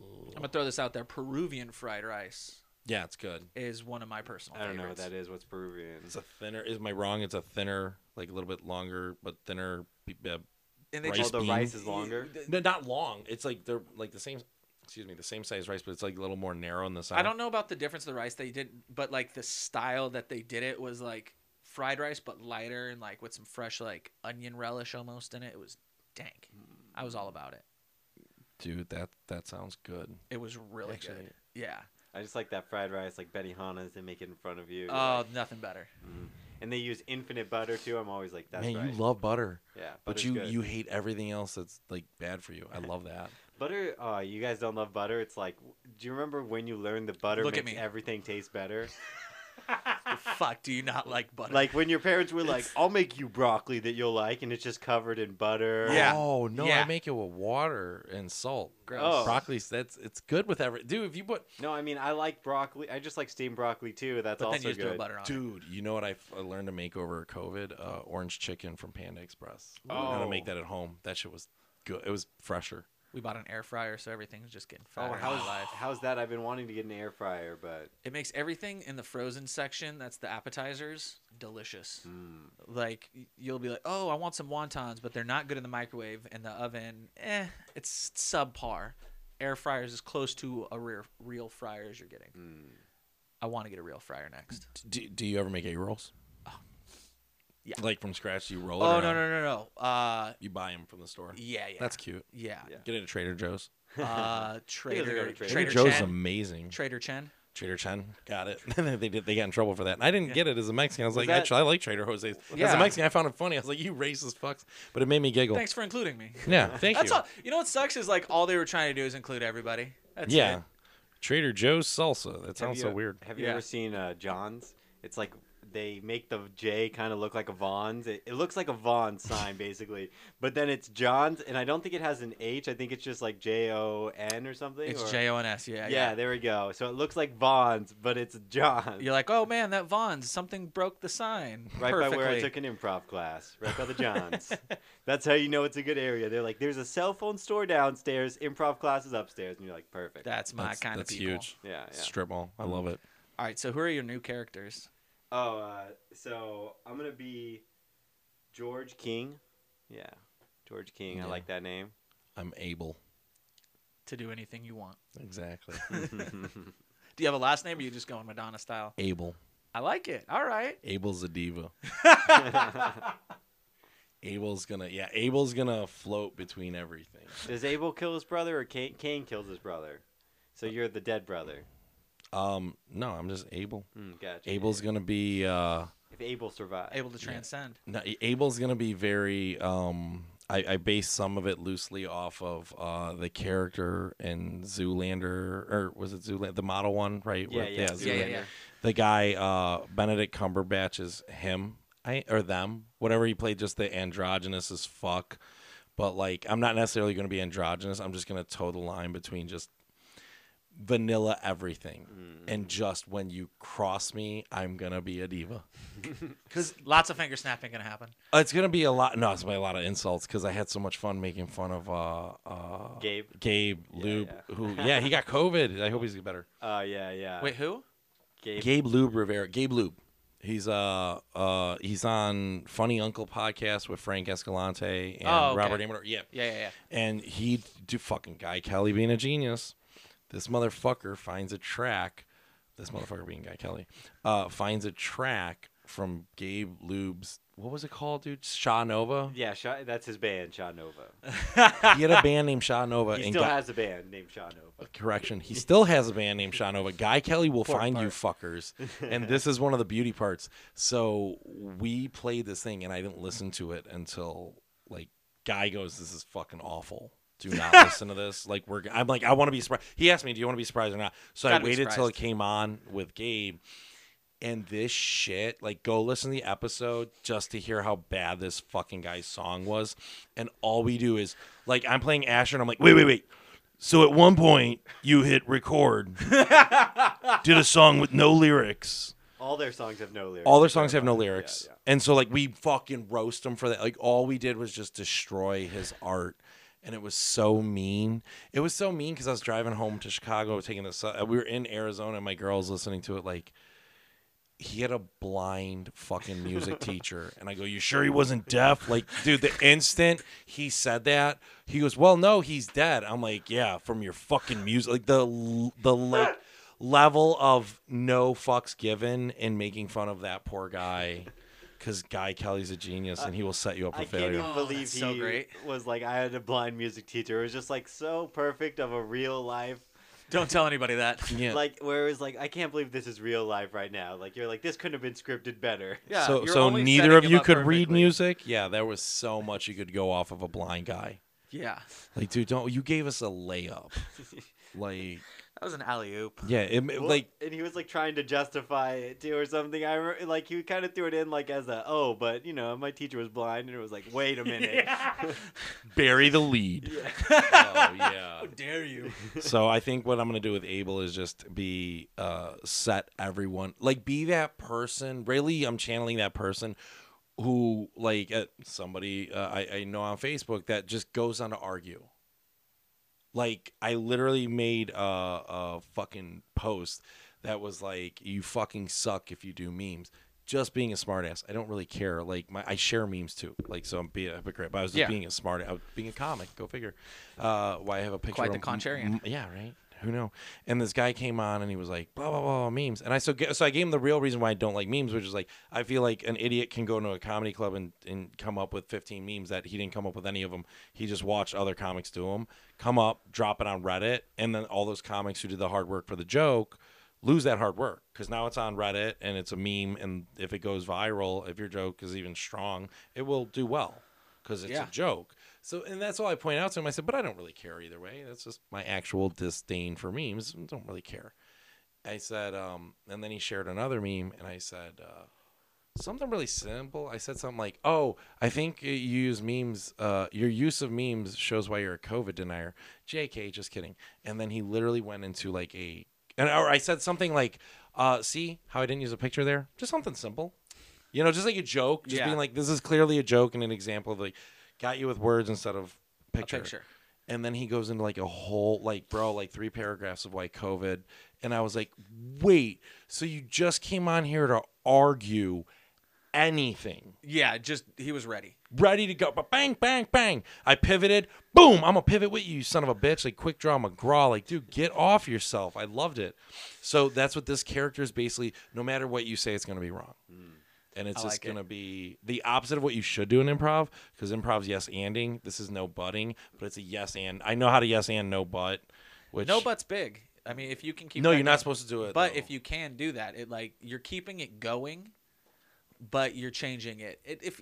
[SPEAKER 1] I'm gonna throw this out there. Peruvian fried rice
[SPEAKER 3] Yeah, it's good.
[SPEAKER 1] is one of my personal.
[SPEAKER 2] I don't know what
[SPEAKER 1] favorites.
[SPEAKER 2] that is. What's Peruvian?
[SPEAKER 3] It's a thinner. Is my wrong? It's a thinner, like a little bit longer, but thinner. b- b-
[SPEAKER 1] And they
[SPEAKER 3] Rice
[SPEAKER 2] oh,
[SPEAKER 1] just
[SPEAKER 2] the
[SPEAKER 3] bean.
[SPEAKER 2] rice is longer.
[SPEAKER 3] No, not long. It's like they're like the same. Excuse me, the same size rice, but it's like a little more narrow in the side.
[SPEAKER 1] I don't know about the difference of the rice they did, but like the style that they did it was like fried rice, but lighter and like with some fresh like onion relish almost in it. It was dank. I was all about it.
[SPEAKER 3] dude. That that sounds good.
[SPEAKER 1] It was really
[SPEAKER 3] Actually-
[SPEAKER 1] good. Yeah.
[SPEAKER 2] I just like that fried rice, like Benihana's. They make it in front of you. You're
[SPEAKER 1] Oh,
[SPEAKER 2] like-
[SPEAKER 1] nothing better.
[SPEAKER 2] and they use infinite butter too. I'm always like, that's
[SPEAKER 3] man,
[SPEAKER 2] right.
[SPEAKER 3] you love butter,
[SPEAKER 2] yeah,
[SPEAKER 3] but
[SPEAKER 2] butter's
[SPEAKER 3] you
[SPEAKER 2] good.
[SPEAKER 3] you hate everything else that's like bad for you. I love that.
[SPEAKER 2] Butter, uh, you guys don't love butter. It's like, do you remember when you learned the butter
[SPEAKER 1] Look
[SPEAKER 2] makes
[SPEAKER 1] at me.
[SPEAKER 2] everything taste better?
[SPEAKER 1] Fuck, do you not like butter?
[SPEAKER 2] like when your parents were like, "I'll make you broccoli that you'll like," and it's just covered in butter.
[SPEAKER 1] Yeah.
[SPEAKER 3] Oh no,
[SPEAKER 1] Yeah.
[SPEAKER 3] I make it with water and salt.
[SPEAKER 1] Gross.
[SPEAKER 2] Oh.
[SPEAKER 3] Broccoli, that's it's good with every dude. If you put
[SPEAKER 2] No, I mean I like broccoli. I just like steamed broccoli too. That's
[SPEAKER 1] but
[SPEAKER 2] also
[SPEAKER 1] then you just
[SPEAKER 2] good.
[SPEAKER 1] throw butter on it.
[SPEAKER 3] dude, you know what I f- I learned to make over COVID? Uh, orange chicken from Panda Express. I learned
[SPEAKER 2] Oh.
[SPEAKER 3] to make that at home. That shit was good. It was fresher.
[SPEAKER 1] We bought an air fryer, so everything's just getting
[SPEAKER 2] Oh,
[SPEAKER 1] fried.
[SPEAKER 2] how's
[SPEAKER 1] alive.
[SPEAKER 2] how's that? I've been wanting to get an air fryer, but
[SPEAKER 1] It makes everything in the frozen section, that's the appetizers, delicious. Like y- you'll be like, "Oh, I want some wontons," but they're not good in the microwave and the oven. Eh, it's subpar. Air fryers is close to a real real fryer as you're getting. I want to get a real fryer next.
[SPEAKER 3] Do, do you ever make egg rolls?
[SPEAKER 4] Yeah.
[SPEAKER 3] Like from scratch, you roll it.
[SPEAKER 4] Oh
[SPEAKER 3] around,
[SPEAKER 4] no no no no. Uh,
[SPEAKER 3] You buy them from the store.
[SPEAKER 4] yeah yeah.
[SPEAKER 3] That's cute.
[SPEAKER 4] yeah.
[SPEAKER 2] Yeah.
[SPEAKER 3] Get it at Trader Joe's.
[SPEAKER 4] Uh,
[SPEAKER 2] go to
[SPEAKER 4] Trader
[SPEAKER 2] Trader
[SPEAKER 4] Trader
[SPEAKER 3] Joe's
[SPEAKER 4] Chen.
[SPEAKER 3] amazing.
[SPEAKER 4] Trader Chen.
[SPEAKER 3] Trader Chen got it. they did. They got in trouble for that. And I didn't get it as a Mexican. I was like,
[SPEAKER 2] that-
[SPEAKER 3] actually, I like Trader Jose's. As
[SPEAKER 4] Yeah.
[SPEAKER 3] a Mexican, I found it funny. I was like, you racist fucks. But it made me giggle.
[SPEAKER 4] Thanks for including me.
[SPEAKER 3] Yeah, thank
[SPEAKER 4] That's
[SPEAKER 3] you.
[SPEAKER 4] all. You know what sucks is like all they were trying to do is include everybody. That's
[SPEAKER 3] yeah,
[SPEAKER 4] it.
[SPEAKER 3] Trader Joe's salsa. That
[SPEAKER 2] Have
[SPEAKER 3] sounds
[SPEAKER 2] you- e-,
[SPEAKER 3] so weird.
[SPEAKER 2] Have you
[SPEAKER 4] Yeah.
[SPEAKER 2] ever seen uh, John's? It's like they make the J kind of look like a Vaughn's. It, it looks like a Vaughn's sign basically, but then it's John's, and I don't think it has an H. I think it's just like J O N or something.
[SPEAKER 4] It's
[SPEAKER 2] or-
[SPEAKER 4] J O N S. Yeah,
[SPEAKER 2] Yeah,
[SPEAKER 4] yeah.
[SPEAKER 2] there we go. So it looks like Vaughn's, but it's John's.
[SPEAKER 4] You're like, oh man, that Vaughn's something broke the sign.
[SPEAKER 2] Right
[SPEAKER 4] Perfectly.
[SPEAKER 2] by where I took an improv class, right by the Johns. That's how you know it's a good area. They're like, there's a cell phone store downstairs, improv classes upstairs, and you're like, perfect.
[SPEAKER 4] That's my
[SPEAKER 3] that's
[SPEAKER 4] kind
[SPEAKER 3] that's
[SPEAKER 4] of people.
[SPEAKER 3] huge.
[SPEAKER 2] yeah, yeah.
[SPEAKER 3] Strip mall. I love it.
[SPEAKER 4] All right, so who are your new characters?
[SPEAKER 2] Oh, uh, so I'm gonna be George King. Yeah, George King.
[SPEAKER 3] Yeah.
[SPEAKER 2] I like that name.
[SPEAKER 3] I'm able.
[SPEAKER 4] To do anything you want.
[SPEAKER 3] Exactly.
[SPEAKER 4] Do you have a last name or are you just going Madonna style?
[SPEAKER 3] able.
[SPEAKER 4] I like it. All right.
[SPEAKER 3] Abel's a diva. Abel's gonna. Yeah, Abel's gonna float between everything.
[SPEAKER 2] Does Abel kill his brother or Cain, Cain kills his brother? So you're the dead brother.
[SPEAKER 3] Um, no, I'm just Abel.
[SPEAKER 2] Mm, gotcha.
[SPEAKER 3] Abel's gonna be. uh
[SPEAKER 2] if Abel survives.
[SPEAKER 4] Able to transcend.
[SPEAKER 3] No, A- Abel's gonna be very. Um, I, I base some of it loosely off of uh, the character in Zoolander, or was it Zoolander, the model one, right?
[SPEAKER 2] Yeah,
[SPEAKER 3] With-
[SPEAKER 2] yeah,
[SPEAKER 4] Yeah, yeah,
[SPEAKER 3] Zoolander.
[SPEAKER 4] yeah.
[SPEAKER 3] The guy uh, Benedict Cumberbatch is him, I or them, whatever he played. Just the androgynous as fuck, but like I'm not necessarily gonna be androgynous. I'm just gonna toe the line between just vanilla everything
[SPEAKER 2] Mm.
[SPEAKER 3] and just when you cross me, I'm gonna be a diva.
[SPEAKER 4] Because lots of finger snapping gonna happen.
[SPEAKER 3] It's gonna be a lot. No, it's gonna be a lot of insults because I had so much fun making fun of uh, uh,
[SPEAKER 2] Gabe.
[SPEAKER 3] Gabe, Lube,
[SPEAKER 2] yeah.
[SPEAKER 3] who yeah, he got COVID. I hope he's better.
[SPEAKER 2] Oh yeah, yeah.
[SPEAKER 4] Wait, who?
[SPEAKER 2] Gabe.
[SPEAKER 3] Gabe Lube Rivera. Gabe Lube. He's uh uh he's on Funny Uncle podcast with Frank Escalante and
[SPEAKER 4] Oh, okay.
[SPEAKER 3] Robert Amador. Yeah,
[SPEAKER 4] Yeah, yeah, yeah.
[SPEAKER 3] and he do fucking Guy Kelly being a genius. This motherfucker finds a track. This motherfucker being Guy Kelly uh, finds a track from Gabe Lube's. What was it called, dude? Shaw Nova.
[SPEAKER 2] Yeah, Sha- that's his band, Sean Nova.
[SPEAKER 3] he had a band named Shaw Nova.
[SPEAKER 2] He
[SPEAKER 3] and
[SPEAKER 2] still
[SPEAKER 3] Guy- Oh,
[SPEAKER 2] has a band named Sean Nova.
[SPEAKER 3] correction, he still has a band named Shaw Nova. Guy Kelly will find you fuckers, and this is one of the beauty parts. So we played this thing, and I didn't listen to it until like Guy goes, "This is fucking awful." Do not listen to this. Like we're, I'm like, I want to be surprised. He asked me, "Do you want to be surprised or not?" So I
[SPEAKER 4] Gotta be
[SPEAKER 3] waited till it
[SPEAKER 4] surprised.
[SPEAKER 3] came on with Gabe, and this shit like go listen to the episode just to hear how bad this fucking guy's song was and all we do is like i'm playing asher and i'm like wait wait wait so at one point you hit record did a song with no lyrics
[SPEAKER 2] All their songs have no lyrics.
[SPEAKER 3] all their songs have no
[SPEAKER 2] Yeah,
[SPEAKER 3] lyrics
[SPEAKER 2] yeah.
[SPEAKER 3] and so like we fucking roast him for that like all we did was just destroy his art and it was so mean it was so mean because i was driving home to chicago taking this uh, we were in arizona and my girl's listening to it like he had a blind fucking music teacher. And I go, You sure he wasn't deaf? Like, dude, the instant he said that, he goes, Well, no, he's dead. I'm like, Yeah, from your fucking music. Like, the, l- the like, level of no fucks given in making fun of that poor guy. Because Guy Kelly's a genius and he will set you up for
[SPEAKER 2] I can't
[SPEAKER 3] failure.
[SPEAKER 2] even believe
[SPEAKER 4] that's
[SPEAKER 2] he
[SPEAKER 4] so great.
[SPEAKER 2] was like I had a blind music teacher. It was just like so perfect of a real life.
[SPEAKER 4] Don't tell anybody that.
[SPEAKER 3] yeah.
[SPEAKER 2] Like where it was like I can't believe this is real life right now. Like you're like this couldn't have been scripted better.
[SPEAKER 4] Yeah.
[SPEAKER 3] so
[SPEAKER 4] you're
[SPEAKER 3] so
[SPEAKER 4] only
[SPEAKER 3] neither
[SPEAKER 4] setting
[SPEAKER 3] of
[SPEAKER 4] him
[SPEAKER 3] you
[SPEAKER 4] up
[SPEAKER 3] could read
[SPEAKER 4] perfectly.
[SPEAKER 3] music? Yeah, there was so much you could go off of a blind guy.
[SPEAKER 4] Yeah.
[SPEAKER 3] Like, dude, don't you gave us a layup. like,
[SPEAKER 4] That was an alley oop.
[SPEAKER 3] yeah, it, it-
[SPEAKER 2] Well,
[SPEAKER 3] like
[SPEAKER 2] and he was like trying to justify it too or something. I re- like he kind of threw it in like as a oh, but you know my teacher was blind, and it was like wait a minute.
[SPEAKER 3] bury the lead. oh yeah.
[SPEAKER 4] dare you?
[SPEAKER 3] So I think what I'm gonna do with Abel is just be uh, set everyone like be that person. Really, I'm channeling that person who like uh, somebody uh, I, I know on Facebook that just goes on to argue. Like I literally made a, a fucking post that was like, "You fucking suck if you do memes." Just being a smartass, I don't really care. Like my, I share memes too. Like so, I'm being a hypocrite. But I was just
[SPEAKER 4] Yeah.
[SPEAKER 3] being a smart, I was being a comic. Go figure. Uh, why I have a picture?
[SPEAKER 4] Quite the
[SPEAKER 3] of-
[SPEAKER 4] contrarian.
[SPEAKER 3] yeah, right. who know? And this guy came on and he was like, blah blah blah, blah memes. And I so ga- so I gave him the real reason why I don't like memes, which is like I feel like an idiot can go to a comedy club and, and come up with 15 memes that he didn't come up with any of them. He just watched other comics do them, come up, drop it on Reddit, and then all those comics who did the hard work for the joke lose that hard work because now it's on Reddit and it's a meme. And if it goes viral, if your joke is even strong, it will do well because it's
[SPEAKER 1] Yeah.
[SPEAKER 3] a joke. So, and that's all I point out to him. I said, but I don't really care either way. That's just my actual disdain for memes. I don't really care. I said, um, and then he shared another meme, and I said, uh, something really simple. I said something like, "Oh, I think you use memes. Uh, your use of memes shows why you're a COVID denier." Jk, just kidding. And then he literally went into like a, and or I said something like, uh, "See how I didn't use a picture there? Just something simple, you know, just like a joke. Just
[SPEAKER 1] Yeah.
[SPEAKER 3] being like, this is clearly a joke and an example of like, got you with words instead of picture."
[SPEAKER 4] A picture.
[SPEAKER 3] and then he goes into like a whole like bro like three paragraphs of why covid and i was like wait so you just came on here to argue anything
[SPEAKER 1] Yeah, just he was ready.
[SPEAKER 3] ready to go but bang bang bang i pivoted boom i'm gonna pivot with you you son of a bitch like quick draw mcgraw like dude get off yourself i loved it so that's what this character is basically no matter what you say it's gonna be wrong
[SPEAKER 4] Hmm.
[SPEAKER 3] and it's
[SPEAKER 1] I
[SPEAKER 3] just
[SPEAKER 1] like it.
[SPEAKER 3] gonna be the opposite of what you should do in improv because improv's yes anding. This is no butting, but it's a yes and. I know how to yes and no but, which
[SPEAKER 4] No but's big. I mean, if you can keep
[SPEAKER 3] No,
[SPEAKER 4] that
[SPEAKER 3] you're not
[SPEAKER 4] going-
[SPEAKER 3] supposed to do it.
[SPEAKER 4] But
[SPEAKER 3] though.
[SPEAKER 4] if you can do that, it like you're keeping it going, but you're changing it. it if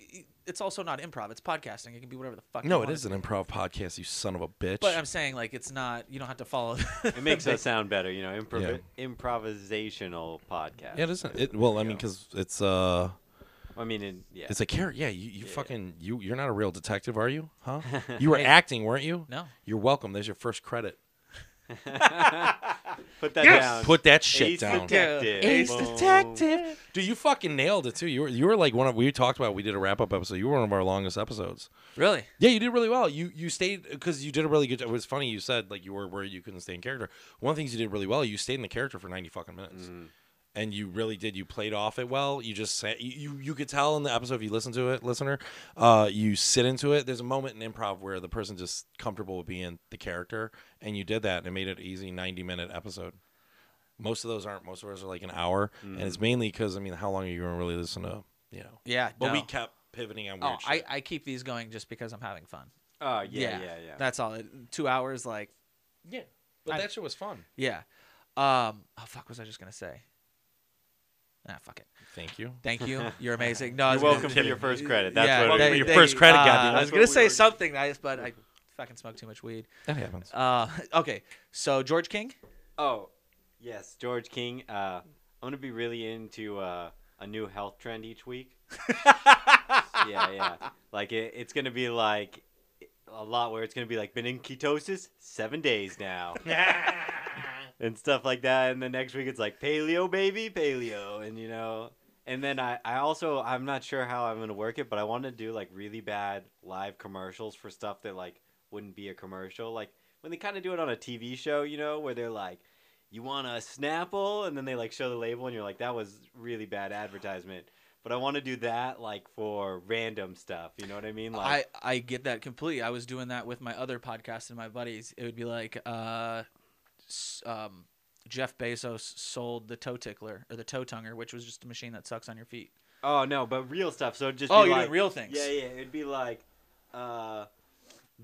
[SPEAKER 4] it's also not improv, it's podcasting. It can be whatever the fuck.
[SPEAKER 3] no,
[SPEAKER 4] you
[SPEAKER 3] it
[SPEAKER 4] want
[SPEAKER 3] is an improv podcast. You son of a bitch.
[SPEAKER 4] But I'm saying like it's not. You don't have to follow.
[SPEAKER 2] It makes us sound better, you know, improv- improvisational podcast.
[SPEAKER 3] yeah, it isn't. It, well, I mean, because it's uh,
[SPEAKER 2] I mean, in, yeah.
[SPEAKER 3] it's a character. Yeah, you, you fucking you. You're not a real detective, are you? Huh? You were acting, weren't you?
[SPEAKER 4] No.
[SPEAKER 3] You're welcome. There's your first credit.
[SPEAKER 2] Put that down.
[SPEAKER 3] Put that shit
[SPEAKER 2] Ace
[SPEAKER 3] down.
[SPEAKER 2] Detective.
[SPEAKER 3] Ace
[SPEAKER 2] Boom.
[SPEAKER 3] Detective. Dude, you fucking nailed it too. You were you were like one of we talked about. We did a wrap up episode. You were one of our longest episodes.
[SPEAKER 4] really?
[SPEAKER 3] Yeah, you did really well. You you stayed because you did a really good. job. It was funny. You said like you were where you couldn't stay in character. One of the things you did really well, you stayed in the character for ninety fucking minutes, and you really did. You played off it well. You just sat, you you- you could tell in the episode if you listen to it, listener, uh, you sit into it. There's a moment in improv where the person just comfortable with being the character, and you did that, and it made it an easy ninety minute episode. Most of those aren't. Most of ours are like an hour, and it's mainly because I mean, how long are you going to really listen to? You know.
[SPEAKER 4] Yeah.
[SPEAKER 3] But
[SPEAKER 4] no.
[SPEAKER 3] we kept pivoting on weird
[SPEAKER 4] Oh,
[SPEAKER 3] shit.
[SPEAKER 4] I, I keep these going just because I'm having fun.
[SPEAKER 2] Oh, yeah, yeah, yeah.
[SPEAKER 4] That's all. It- Two hours, like,
[SPEAKER 3] yeah, but
[SPEAKER 4] I-
[SPEAKER 3] that shit was fun.
[SPEAKER 4] yeah. Um. Oh fuck, was I just gonna say? Ah, fuck it.
[SPEAKER 3] Thank you.
[SPEAKER 4] Thank you. You're amazing. No,
[SPEAKER 2] You're
[SPEAKER 4] I was gonna-
[SPEAKER 2] welcome for your first credit. That's
[SPEAKER 4] yeah,
[SPEAKER 2] what
[SPEAKER 3] they-
[SPEAKER 2] it
[SPEAKER 3] your
[SPEAKER 2] is.
[SPEAKER 3] they- first credit,
[SPEAKER 4] uh,
[SPEAKER 3] goddamn.
[SPEAKER 4] I
[SPEAKER 2] That's
[SPEAKER 4] was
[SPEAKER 2] what
[SPEAKER 4] gonna
[SPEAKER 2] we
[SPEAKER 4] say
[SPEAKER 2] were-
[SPEAKER 4] something nice, but I fucking smoked too much weed.
[SPEAKER 3] That happens.
[SPEAKER 4] Uh, okay, so George King.
[SPEAKER 2] Oh, yes, George King. Uh, I'm gonna be really into uh, a new health trend each week. yeah, yeah. Like it, it's gonna be like a lot where it's gonna be like been in ketosis seven days now. and stuff like that. And the next week it's like paleo, baby, paleo, and you know. And then I, I also I'm not sure how I'm gonna work it, but I want to do like really bad live commercials for stuff that like wouldn't be a commercial, like when they kind of do it on a TV show, you know, where they're like, "You want a Snapple?" and then they like show the label, and you're like, "That was really bad advertisement." But I want to do that like for random stuff, you know what I mean? Like,
[SPEAKER 4] I I get that completely. I was doing that with my other podcast and my buddies. It would be like, uh, s- um, Jeff Bezos sold the toe tickler or the toe tonguer, which was just a machine that sucks on your feet.
[SPEAKER 2] Oh no, but real stuff. So it'd just
[SPEAKER 4] Oh,
[SPEAKER 2] be
[SPEAKER 4] you're
[SPEAKER 2] like,
[SPEAKER 4] doing real things.
[SPEAKER 2] Yeah, yeah. It'd be like, uh,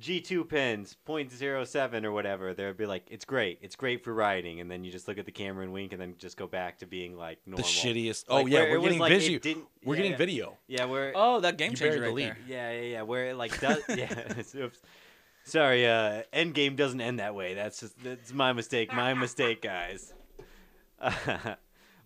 [SPEAKER 2] G two pens .07 or whatever. There'd be like, it's great, it's great for writing, and then you just look at the camera and wink, and then just go back to being like normal.
[SPEAKER 3] the shittiest. Oh
[SPEAKER 2] Like,
[SPEAKER 3] yeah,
[SPEAKER 2] where it
[SPEAKER 3] we're
[SPEAKER 2] was
[SPEAKER 3] getting
[SPEAKER 2] like, it
[SPEAKER 3] video.
[SPEAKER 2] didn't-
[SPEAKER 3] We're
[SPEAKER 2] yeah,
[SPEAKER 3] getting
[SPEAKER 2] yeah.
[SPEAKER 3] video.
[SPEAKER 2] Yeah, where.
[SPEAKER 4] Oh, that game
[SPEAKER 3] You
[SPEAKER 4] changer
[SPEAKER 3] buried the
[SPEAKER 4] right
[SPEAKER 3] lead.
[SPEAKER 4] there.
[SPEAKER 2] Yeah, yeah, yeah. Where it like does. yeah. Oops. Sorry. Uh, Endgame doesn't end that way. That's just that's my mistake. My mistake, guys.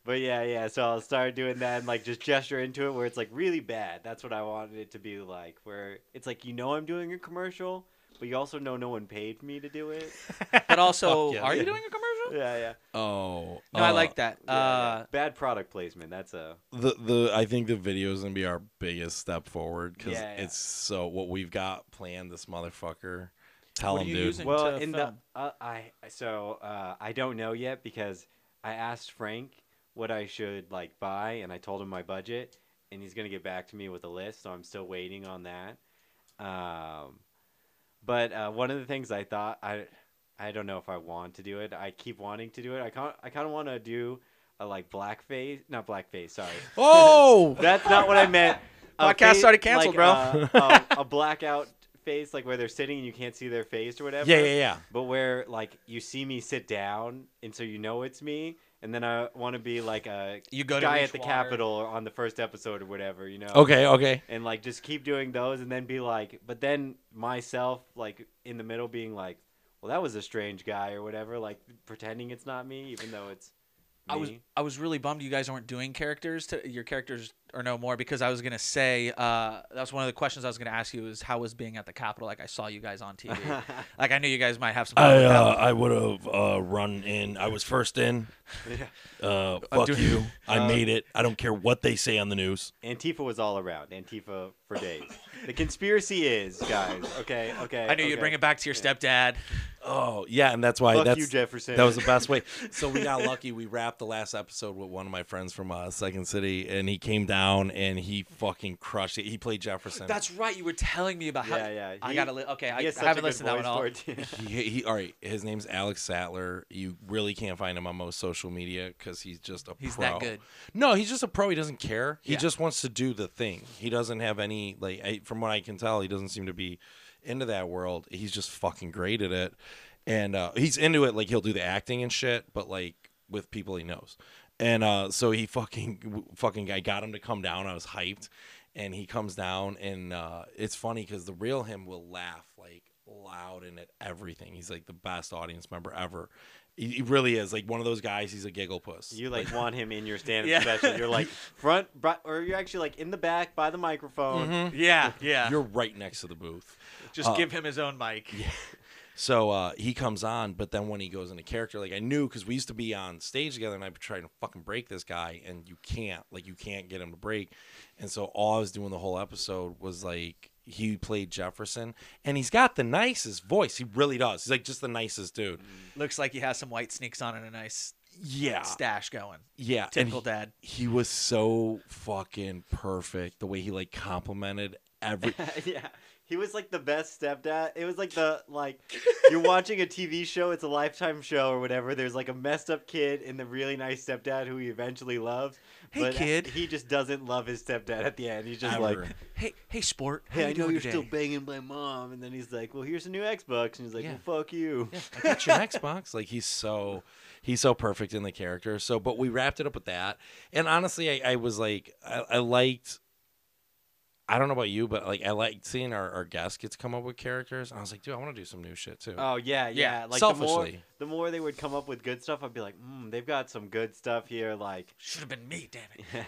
[SPEAKER 2] but yeah, yeah. So I'll start doing that and like just gesture into it where it's like really bad. That's what I wanted it to be like. Where it's like you know I'm doing a commercial, but you also know no one paid me to do it.
[SPEAKER 4] But also,
[SPEAKER 3] Fuck yes.
[SPEAKER 4] are
[SPEAKER 3] Yeah.
[SPEAKER 4] you doing a commercial?
[SPEAKER 2] yeah, yeah.
[SPEAKER 3] Oh,
[SPEAKER 4] No, I like that.
[SPEAKER 2] Yeah,
[SPEAKER 4] uh,
[SPEAKER 2] yeah. Bad product placement. That's a
[SPEAKER 3] the the. I think the video is gonna be our biggest step forward because
[SPEAKER 2] Yeah, yeah.
[SPEAKER 3] it's so what we've got planned. This motherfucker. Tell
[SPEAKER 4] What are
[SPEAKER 3] him,
[SPEAKER 4] you
[SPEAKER 3] dude.
[SPEAKER 4] using?
[SPEAKER 2] well
[SPEAKER 4] to
[SPEAKER 2] in
[SPEAKER 4] film?
[SPEAKER 2] the uh, i so uh, i don't know yet because i asked frank what i should like buy and i told him my budget and he's gonna get back to me with a list so i'm still waiting on that um, but uh, one of the things i thought i I don't know if I want to do it. I keep wanting to do it. I kind I kind of want to do a like blackface, not blackface. Sorry,
[SPEAKER 3] Oh,
[SPEAKER 2] that's not what I meant. A
[SPEAKER 1] Podcast
[SPEAKER 2] fa-
[SPEAKER 1] already canceled,
[SPEAKER 2] like, bro. Uh, a, a blackout face, like where they're sitting and you can't see their face or whatever.
[SPEAKER 3] yeah, yeah, yeah.
[SPEAKER 2] But where like you see me sit down, and so you know it's me. And then I want to be like a
[SPEAKER 4] You go to
[SPEAKER 2] guy
[SPEAKER 4] reach
[SPEAKER 2] at the
[SPEAKER 4] water.
[SPEAKER 2] Capitol on the first episode or whatever, you know.
[SPEAKER 3] Okay, okay.
[SPEAKER 2] And like just keep doing those, and then be like, but then myself, like in the middle, being like, well, that was a strange guy or whatever, like pretending it's not me, even though it's me.
[SPEAKER 4] I was I was really bummed you guys aren't doing characters. To, your characters are no more because I was gonna say uh, that was one of the questions I was gonna ask you is how was being at the Capitol? Like I saw you guys on TV. like I knew you guys might have some. fun
[SPEAKER 5] I
[SPEAKER 4] with that
[SPEAKER 5] uh,
[SPEAKER 4] one.
[SPEAKER 5] I would have uh, run in. I was first in.
[SPEAKER 2] Yeah.
[SPEAKER 5] Uh, fuck
[SPEAKER 4] doing-
[SPEAKER 5] you. I
[SPEAKER 3] Uh,
[SPEAKER 5] made it. I don't care what they say on the news.
[SPEAKER 2] Antifa was all around. Antifa for days. the conspiracy is, guys. Okay, okay.
[SPEAKER 4] I knew you'd bring it back to your stepdad.
[SPEAKER 3] Oh, yeah, and that's why
[SPEAKER 2] Fuck
[SPEAKER 3] that's
[SPEAKER 2] you, Jefferson.
[SPEAKER 3] That was the best way. So we got lucky. We wrapped the last episode with one of my friends from uh, Second City, and he came down and he fucking crushed it. He played Jefferson.
[SPEAKER 4] That's right. You were telling me about how.
[SPEAKER 2] Yeah, yeah.
[SPEAKER 4] I
[SPEAKER 2] He-
[SPEAKER 4] gotta. Li- okay, I,
[SPEAKER 2] He has
[SPEAKER 4] I
[SPEAKER 2] such a
[SPEAKER 4] haven't
[SPEAKER 2] good
[SPEAKER 4] listened to that
[SPEAKER 2] voice
[SPEAKER 4] one. All.
[SPEAKER 2] for it, too.
[SPEAKER 3] he, he. All right, his name's Alex Sattler. You really can't find him on most social media because he's just a
[SPEAKER 4] He's
[SPEAKER 3] pro.
[SPEAKER 4] that good.
[SPEAKER 3] No, he's just a pro. He doesn't care. He
[SPEAKER 4] Yeah.
[SPEAKER 3] just wants to do the thing. He doesn't have any like. I, from what I can tell, he doesn't seem to be into that world. He's just fucking great at it, and uh, he's into it. Like he'll do the acting and shit, but like with people he knows. And uh, so he fucking fucking I got him to come down. I was hyped, and he comes down, and uh, it's funny because the real him will laugh like loud and at everything. He's like the best audience member ever. He, he really is like one of those guys. He's a giggle puss.
[SPEAKER 2] You like want him in your stand-up
[SPEAKER 4] Yeah.
[SPEAKER 2] special. You're like front, bri- or you're actually like in the back by the microphone.
[SPEAKER 4] Yeah, yeah.
[SPEAKER 3] You're right next to the booth.
[SPEAKER 4] Just
[SPEAKER 3] uh,
[SPEAKER 4] give him his own mic.
[SPEAKER 3] So uh, he comes on, but then when he goes into character, like I knew because we used to be on stage together, and I've been trying to fucking break this guy, and you can't, like you can't get him to break. And so all I was doing the whole episode was like he played Jefferson, and he's got the nicest voice. He really does. He's like just the nicest dude.
[SPEAKER 4] Looks like he has some white sneaks on and a nice
[SPEAKER 3] Yeah,
[SPEAKER 4] stash going.
[SPEAKER 3] yeah. and
[SPEAKER 4] Typical
[SPEAKER 3] he-
[SPEAKER 4] dad.
[SPEAKER 3] He was so fucking perfect. The way he like complimented every.
[SPEAKER 4] Mm-hmm.
[SPEAKER 2] yeah. He was like the best stepdad. It was like the like you're watching a TV show, it's a lifetime show or whatever. There's like a messed up kid and the really nice stepdad who he eventually loves.
[SPEAKER 4] Hey,
[SPEAKER 2] but
[SPEAKER 4] kid.
[SPEAKER 2] He just doesn't love his stepdad at the end. He's just like
[SPEAKER 3] ever.
[SPEAKER 4] Hey, hey, sport. How
[SPEAKER 2] Hey,
[SPEAKER 4] you
[SPEAKER 2] I know
[SPEAKER 4] doing
[SPEAKER 2] you're
[SPEAKER 4] today?
[SPEAKER 2] still banging my mom and then he's like, Well here's a new Xbox and he's like,
[SPEAKER 3] Yeah.
[SPEAKER 2] Well fuck you.
[SPEAKER 3] I got your Xbox. Like he's so he's so perfect in the character. So but we wrapped it up with that. And honestly, I, I was like I, I liked I don't know about you, but like I liked seeing our, our guest gets come up with characters. And I was like, dude, I want to do some new shit too.
[SPEAKER 2] Oh yeah, yeah.
[SPEAKER 4] Yeah,
[SPEAKER 2] Like
[SPEAKER 3] selfishly.
[SPEAKER 2] the more the more they would come up with good stuff, I'd be like, mm, they've got some good stuff here, like
[SPEAKER 4] Should have been me, damn it.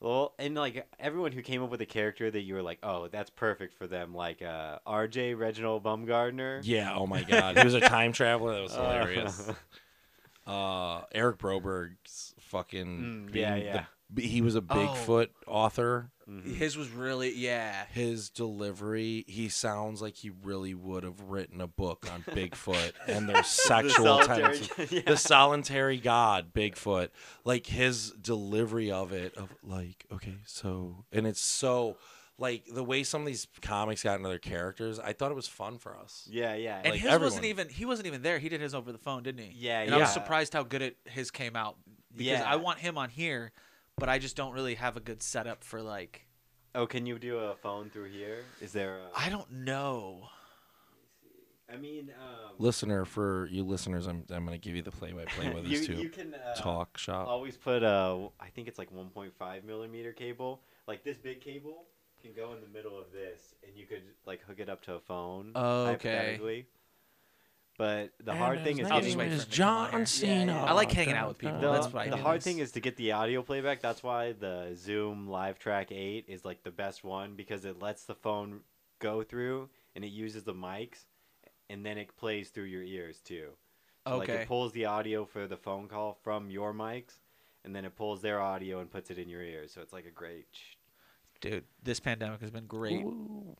[SPEAKER 2] Well, and like everyone who came up with a character that you were like, oh, that's perfect for them, like uh, R.J. Reginald Bumgardner.
[SPEAKER 3] yeah, oh my god. He was a time traveler. That was hilarious.
[SPEAKER 2] Uh,
[SPEAKER 3] Uh Eric Broberg's fucking
[SPEAKER 2] Mm, yeah,
[SPEAKER 3] being
[SPEAKER 2] yeah. Oh.
[SPEAKER 3] The, he was a Bigfoot author.
[SPEAKER 2] mhm.
[SPEAKER 4] His was really, yeah.
[SPEAKER 3] his delivery he sounds like he really would have written a book on bigfoot and their sexual
[SPEAKER 2] solitary-
[SPEAKER 3] tendencies
[SPEAKER 2] yeah.
[SPEAKER 3] the solitary god bigfoot like his delivery of it of like okay so and it's so like the way some of these comics got into their characters i thought it was fun for us
[SPEAKER 2] yeah, yeah.
[SPEAKER 4] And
[SPEAKER 3] Like
[SPEAKER 4] his wasn't
[SPEAKER 3] everyone.
[SPEAKER 4] even he wasn't even there. He did his over the phone, didn't he?
[SPEAKER 2] Yeah,
[SPEAKER 4] And I was
[SPEAKER 2] yeah.
[SPEAKER 4] surprised how good it his came out because
[SPEAKER 2] Yeah.
[SPEAKER 4] I want him on here, but I just don't really have a good setup for like
[SPEAKER 2] oh, can you do a phone through here? Is there? A,
[SPEAKER 4] I don't know.
[SPEAKER 2] I mean, um,
[SPEAKER 3] listener for you listeners i'm, I'm going to give you the play-by-play with
[SPEAKER 2] you,
[SPEAKER 3] this
[SPEAKER 2] you
[SPEAKER 3] too
[SPEAKER 2] can uh,
[SPEAKER 3] talk shop
[SPEAKER 4] oh,
[SPEAKER 2] always put a, I think it's like 1.5 millimeter cable, like this big cable can go in the middle of this, and you could like hook it up to a phone.
[SPEAKER 4] Oh, okay.
[SPEAKER 2] hypothetically. But the hard thing is
[SPEAKER 4] name
[SPEAKER 2] getting
[SPEAKER 4] is wait for him to come on
[SPEAKER 3] john
[SPEAKER 4] here.
[SPEAKER 3] cena
[SPEAKER 2] Yeah, yeah.
[SPEAKER 4] I like hanging out with people.
[SPEAKER 2] The,
[SPEAKER 4] That's why I
[SPEAKER 2] the
[SPEAKER 4] do
[SPEAKER 2] hard
[SPEAKER 4] this.
[SPEAKER 2] thing is to get the audio playback. That's why the Zoom Live Track 8 is like the best one because it lets the phone go through and it uses the mics and then it plays through your ears too. So like
[SPEAKER 4] Okay.
[SPEAKER 2] it pulls the audio for the phone call from your mics and then it pulls their audio and puts it in your ears. So it's like a great. sh-
[SPEAKER 4] Dude, this pandemic has been great